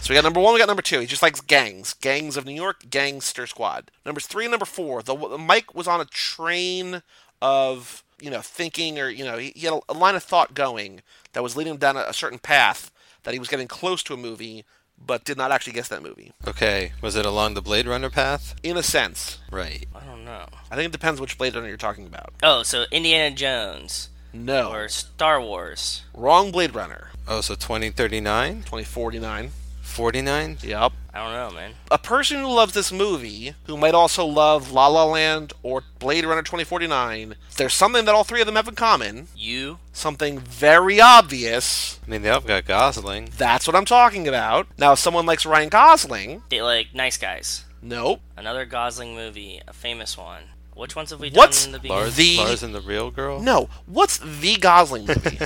So we got number one, we got number two. He just likes gangs. Gangs of New York, Gangster Squad. Numbers three and number four. The Mike was on a train of you know thinking, or you know, he, he had a, a line of thought going that was leading him down a, a certain path that he was getting close to a movie, but did not actually guess that movie. Okay, was it along the Blade Runner path? In a sense, Right. I don't know. I think it depends which Blade Runner you're talking about. Oh, so Indiana Jones No, or Star Wars. wrong Blade Runner. Oh, so 2039? 2049. 49? Yep. I don't know, man. a person who loves this movie, who might also love La La Land or Blade Runner 2049, there's something that all three of them have in common. You Something very obvious. I mean, they all got Gosling. That's what I'm talking about. Now, if someone likes Ryan Gosling, they like nice guys. nope. Another Gosling movie, a famous one. Which ones have we What's done in the beginning? Lars, The- Lars and the Real Girl? No. What's the Gosling movie?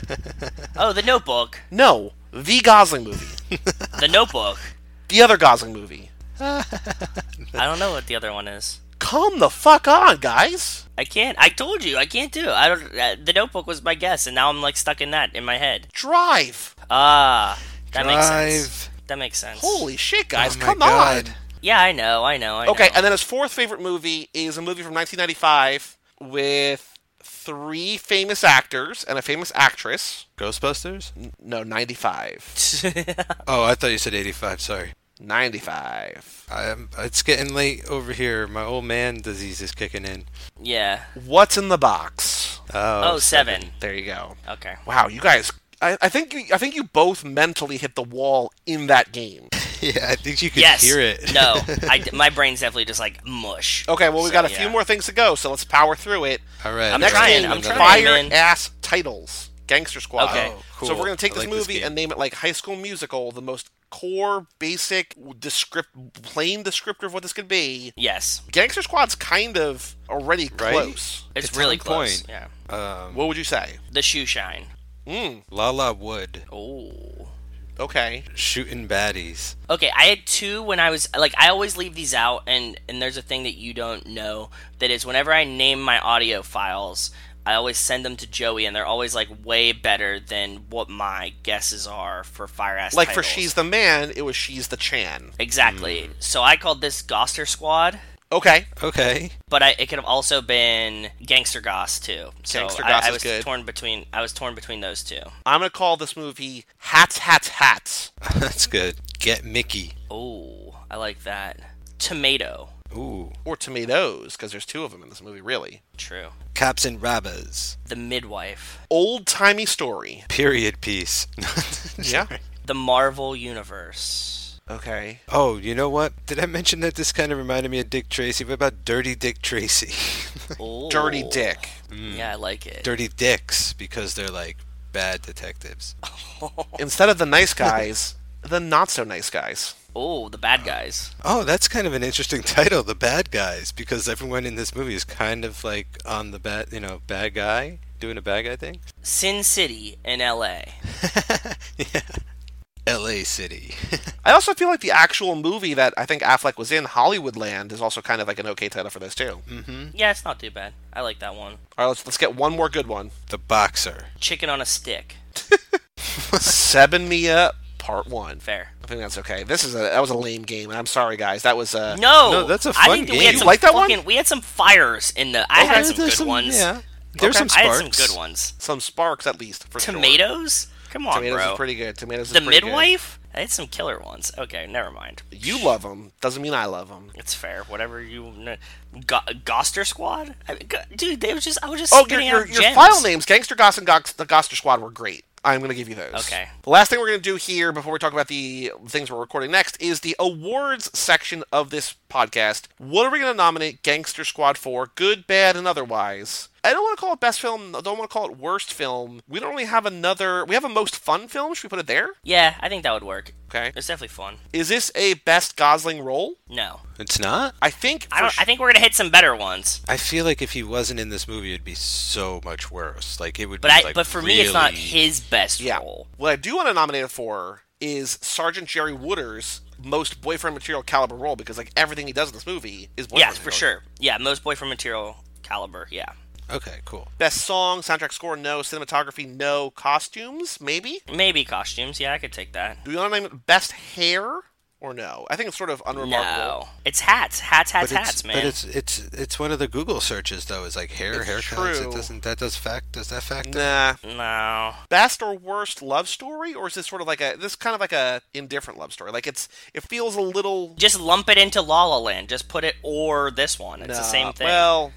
Oh, The Notebook. no. The Gosling movie. The Notebook. The other Gosling movie. I don't know what the other one is. Come the fuck on, guys. I can't. I told you I can't do. it. I don't. Uh, the Notebook was my guess, and now I'm like stuck in that in my head. Drive. Ah, that makes sense. Drive. That makes sense. Holy shit, guys. Oh my Come God. on. Yeah, I know. I know. I Okay, know. and then his fourth favorite movie is a movie from 1995 with three famous actors and a famous actress. Ghostbusters? No, 95. Oh, I thought you said 85. Sorry. 95. I'm, it's getting late over here. My old man disease is kicking in. yeah. What's in the box? Oh, Oh, seven. There you go. Okay. Wow, you guys. I, I think you, I think you both mentally hit the wall in that game. yeah, I think you could Yes. hear it. no. I d my brain's definitely just like mush. Okay, well we So, got a yeah. few more things to go, so let's power through it. All right. I'm Next trying, game, I'm trying, fire man. ass titles, Gangster Squad. Okay. Oh, cool. So we're gonna take I this like this movie game. and name it like High School Musical, the most core, basic, descript, plain descriptor of what this could be. Yes. Gangster Squad's kind of already Right? close. It's, It's really on close. point. Yeah. Um, What would you say? The shoe shine. Lala Wood. Oh. Okay. Shooting baddies. Okay, I had two when I was like I always leave these out and and there's a thing that you don't know that is whenever I name my audio files, I always send them to Joey and they're always like way better than what my guesses are for fire ass Like for titles. She's the Man, it was She's the Chan. Exactly. So I called this Goster Squad, Okay. Okay. but I, it could have also been Gangster Goss too. So Gangster I, Goss I is was good. torn between I was torn between those two. I'm gonna call this movie Hats, Hats, Hats. That's good. Get Mickey. Oh, I like that. Tomato. Ooh. Or tomatoes, because there's two of them in this movie, really. True. Cops and robbers. The midwife. Old timey story. Period piece. Yeah. The Marvel Universe. Okay. Oh, you know what? Did I mention that this kind of reminded me of Dick Tracy? What about Dirty Dick Tracy? Ooh. Dirty Dick. Yeah, I like it. Dirty Dicks because they're like bad detectives. Instead of the nice guys, the not so nice guys. Oh, the bad guys. Oh, that's kind of an interesting title, The Bad Guys, because everyone in this movie is kind of like on the bad, you know, bad guy, doing a bad guy thing. Sin City in L.A. yeah. LA City. I also feel like the actual movie that I think Affleck was in, Hollywoodland, is also kind of like an okay title for this too. Mm. Yeah, it's not too bad. I like that one. All right, let's let's get one more good one. the Boxer. Chicken on a stick. Seven Me Up Part One. Fair. I think that's okay. This is a that was a lame game, and I'm sorry guys. That was uh No, No, that's a I fun think that game. We had You some like that one? fucking, We had some fires in the. I had some there's good ones. Yeah. There's Okay. some I sparks. had some good ones. some sparks at least for sure. Tomatoes? Come on, Tomatoes bro. is pretty good. Tomatoes is the pretty good. midwife? I had some killer ones. Okay, never mind. You love them doesn't mean I love them. It's fair. Whatever you. kn- Go- Goster Squad? I mean, go- dude, they was just. I was just. Oh, your spitting your, out your gems. file names, Gangster Goss and Gox, the Goster Squad, were great. I'm going to give you those. Okay. The last thing we're going to do here before we talk about the things we're recording next is the awards section of this podcast. What are we going to nominate Gangster Squad for? Good, bad, and otherwise. I don't want to call it best film. I don't want to call it worst film. We don't really have another. We have a most fun film. Should we put it there? Yeah, I think that would work. Okay. It's definitely fun. Is this a best Gosling role? No. It's not? I think. I for don't. sh- I think we're gonna hit some better ones. I feel like if he wasn't in this movie, it'd be so much worse. Like it would. But be I. like but for me, it's not really- his best Yeah. role. What I do want to nominate it for is Sergeant Jerry Wooder's most boyfriend material caliber role because like everything he does in this movie is boyfriend yeah, for material. sure. Yeah, most boyfriend material caliber. Yeah, Okay, cool. Best song, soundtrack score, no. Cinematography, no. Costumes, maybe. maybe costumes. Yeah, I could take that. Do we want to name it best hair or no? I think it's sort of unremarkable. No, it's hats, hats, hats, it's, hats, man. but it's it's it's one of the Google searches though. Is like hair, It's haircuts. true. It doesn't that does fact does that factor? Nah. no, Best or worst love story, or is this sort of like a this is kind of like a indifferent love story? Like it's it feels a little. just lump it into La La Land. Just put it or this one. It's the Nah, same thing. Well,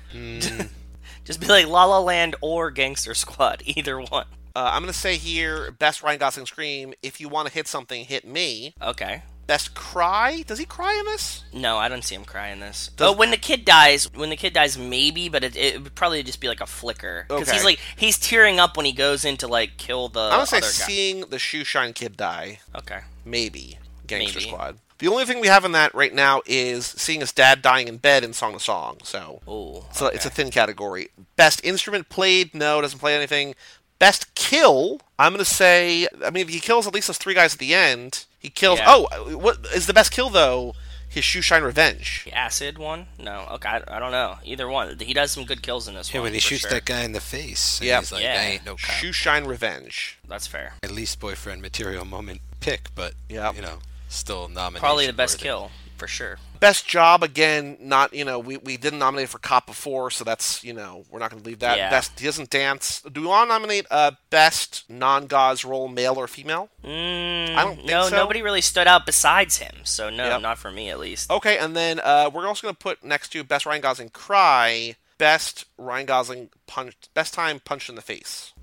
just be like La La Land or Gangster Squad. Either one. uh, I'm gonna say here best Ryan Gosling scream. If you want to hit something, hit me. Okay. Best cry. Does he cry in this? No, I don't see him crying this. Does- oh, when the kid dies, when the kid dies, maybe, but it, it would probably just be like a flicker because Okay. he's like he's tearing up when he goes in to like kill the I'm gonna say other seeing the shoeshine kid die. guy. Okay. Maybe Gangster Maybe. Squad. The only thing we have in that right now is seeing his dad dying in bed in Song to Song. So Oh, So it's a thin category. Best instrument played? No, doesn't play anything. Best kill? I'm gonna say. I mean, if he kills at least those three guys at the end, he kills. Yeah. Oh, what is the best kill though? His shoe shine revenge. the acid one? No. Okay, I, I don't know. Either one. He does some good kills in this Yeah, one. when he for shoots sure. that guy in the face, and Yeah. he's like, Yeah. I ain't no cop. Shoe shine revenge. That's fair. At least boyfriend material moment pick, but Yeah. you know, still nominated. Probably the best kill for sure. Best job again. Not you know we, we didn't nominate for cop before, so that's you know we're not gonna leave that. Yeah. Best he doesn't dance. Do we want to nominate uh best non gods role male or female? Mm, I don't think no, so. nobody really stood out besides him. So no, Yep. not for me at least. Okay, and then uh, we're also going to put next to best Ryan Gosling cry, best Ryan Gosling punch, best time punched in the face.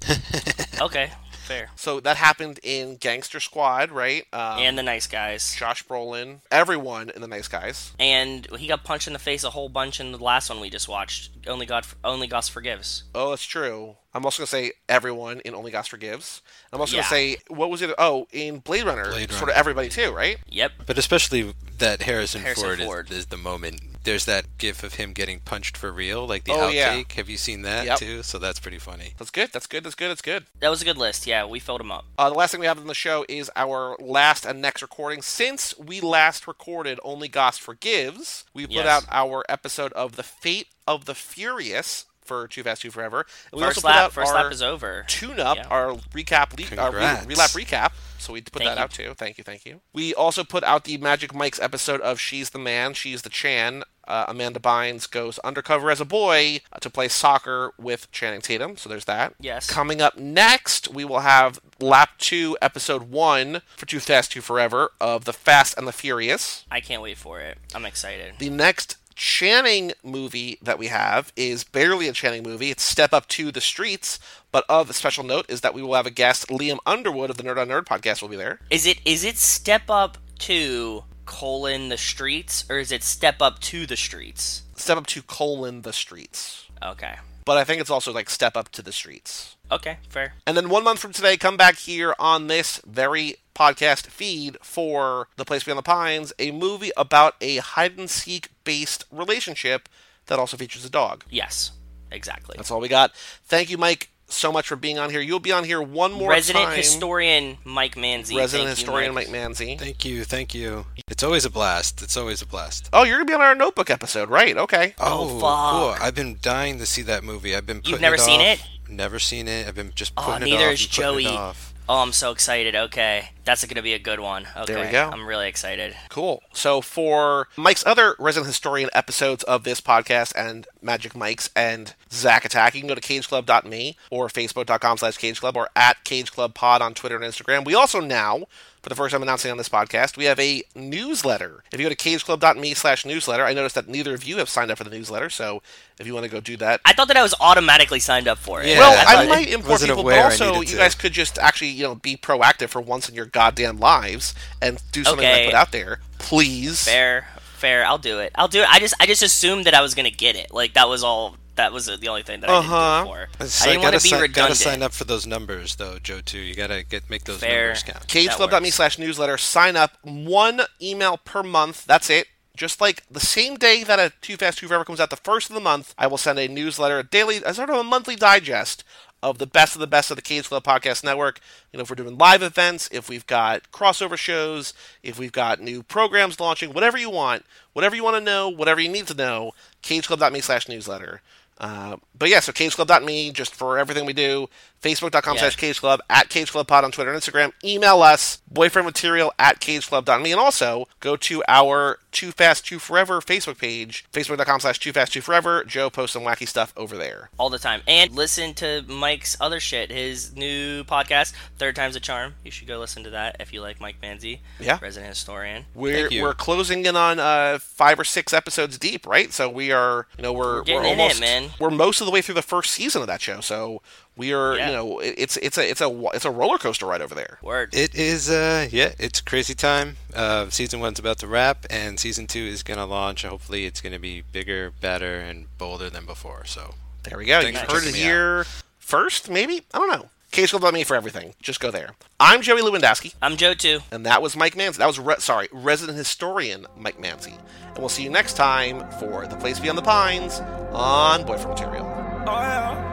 Okay, fair. So that happened in Gangster Squad, right? Um, and the nice guys. Josh Brolin, everyone in the Nice Guys. and he got punched in the face a whole bunch in the last one we just watched. Only God, only God forgives. Oh, that's true. I'm also going to say everyone in Only Gods Forgives. I'm also Yeah. going to say what was it? Oh, in Blade Runner, Blade sort Runner. of everybody too, right? Yep. But especially that Harrison, Harrison Ford, is- Ford. Is, the moment. There's that gif of him getting punched for real, like the Oh, outtake. yeah. Have you seen that Yep. too? So that's pretty funny. That's good. That's good. That's good. That's good. That was a good list. Yeah, we filled him up. Uh, the last thing we have on the show is our last and next recording. Since we last recorded Only Goss Forgives, we put Yes. out our episode of The Fate of the Furious for Too Fast, Too Forever. And we First also put lap, out first our lap is over. tune up, Yeah. our recap, le- our Congrats. re- relap recap. So we put Thank that you. out too. Thank you, thank you. We also put out the Magic Mike's episode of She's the Man, She's the Chan. Uh, Amanda Bynes goes undercover as a boy to play soccer with Channing Tatum. So there's that. Yes. Coming up next, we will have Lap 2, Episode 1 for Too Fast, Too Forever of The Fast and the Furious. I can't wait for it. I'm excited. The next Channing movie that we have is barely a Channing movie. It's Step Up to the Streets. But of special note is that we will have a guest, Liam Underwood of the Nerd on Nerd podcast, will be there. Is it is it step up to colon the streets or is it step up to the streets? Step Up to colon the streets. Okay. But I think it's also like Step Up to the Streets. Okay, fair. And then one month from today, come back here on this very podcast feed for The Place Beyond the Pines, a movie about a hide and seek based relationship that also features a dog. Yes. Exactly. That's all we got. Thank you, Mike, so much for being on here. You'll be on here one more Resident time. historian Mike Manzi. Resident Thank you, historian Mike Manzi. Thank you, thank you. It's always a blast. It's always a blast. Oh, you're gonna be on our notebook episode, right? Okay. Oh, fuck. cool! I've been dying to see that movie. I've been putting never it seen off. it? Never seen it. I've been just putting Oh, it neither off is and putting it Joey. off. Oh, I'm so excited. Okay, that's gonna be a good one. Okay, we go. I'm really excited. Cool. So for Mike's other resident historian episodes of this podcast and Magic Mike's and Zack Attack, you can go to cageclub.me or facebook.com slash cageclub or at cageclubpod on Twitter and Instagram. We also now, for the first time announcing on this podcast, we have a newsletter. If you go to cageclub.me slash newsletter, I noticed that neither of you have signed up for the newsletter, so if you want to go do that, I thought that I was automatically signed up for it. Yeah. Well, I I might import wasn't people, but aware I also needed you to. guys could just actually, you know, be proactive for once in your goddamn lives and do something Okay. like put out there, please. fair, fair. I'll do it. I'll do it. I just, I just assumed that I was gonna get it. Like that was all. That was the only thing that I Uh-huh. didn't do it It's for. I like, didn't want gotta to be si- Gotta redundant. sign up for those numbers though, Joe. Too. You gotta get make those Fair. numbers count. That cageclub.me works. slash newsletter sign up one email per month that's it just like the same day that a too fast too forever comes out the first of the month i will send a newsletter a daily a sort of a monthly digest of the best of the best of the Cage Club Podcast Network. You know, if we're doing live events, if we've got crossover shows, if we've got new programs launching, whatever you want, whatever you want to know, whatever you need to know, cageclub.me slash newsletter. Uh, but yeah, so cageclub.me just for everything we do. Facebook.com Yeah. slash cageclub, at cageclubpod on Twitter and Instagram. Email us, boyfriendmaterial at cageclub.me. And also go to our Too Fast, Too Forever Facebook page, facebook.com slash Too Fast, Too Forever. Joe posts some wacky stuff over there. all the time. And listen to Mike's other shit, his new podcast, Third Time's a Charm. You should go listen to that if you like Mike Manzi, Yeah. resident historian. We're, Thank you. we're closing in on uh, five or six episodes deep, right? So we are, you know, we're we're, getting in it, almost man. we're most of the way through the first season of that show. So we are, Yeah. you know, it- it's it's a it's a it's a roller coaster ride over there. Word. It is, uh, yeah, it's crazy time. Uh, season one's about to wrap, and season two is going to launch. Hopefully, it's going to be bigger, better, and bolder than before. So, There we go. Thanks you for heard it checking me here first, maybe? I don't know. Case about me for everything. Just go there. I'm Joey Lewandowski, I'm Joe too. and that was Mike Manzi. That was, re- sorry, resident historian Mike Manzi. And we'll see you next time for The Place Beyond the Pines on Boyfriend Material. Oh yeah.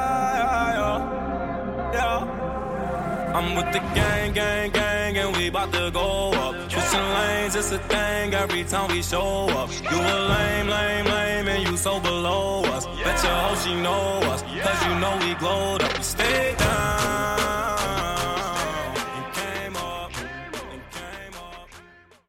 Yeah, yeah, yeah. Yeah. I'm with the gang, gang, gang, and we bout to go up. Switching lanes, it's a thing every time we show up. You a lame, lame, lame, and you so below us. Bet your hoe she know us, cause you know we glowed up. We stay down.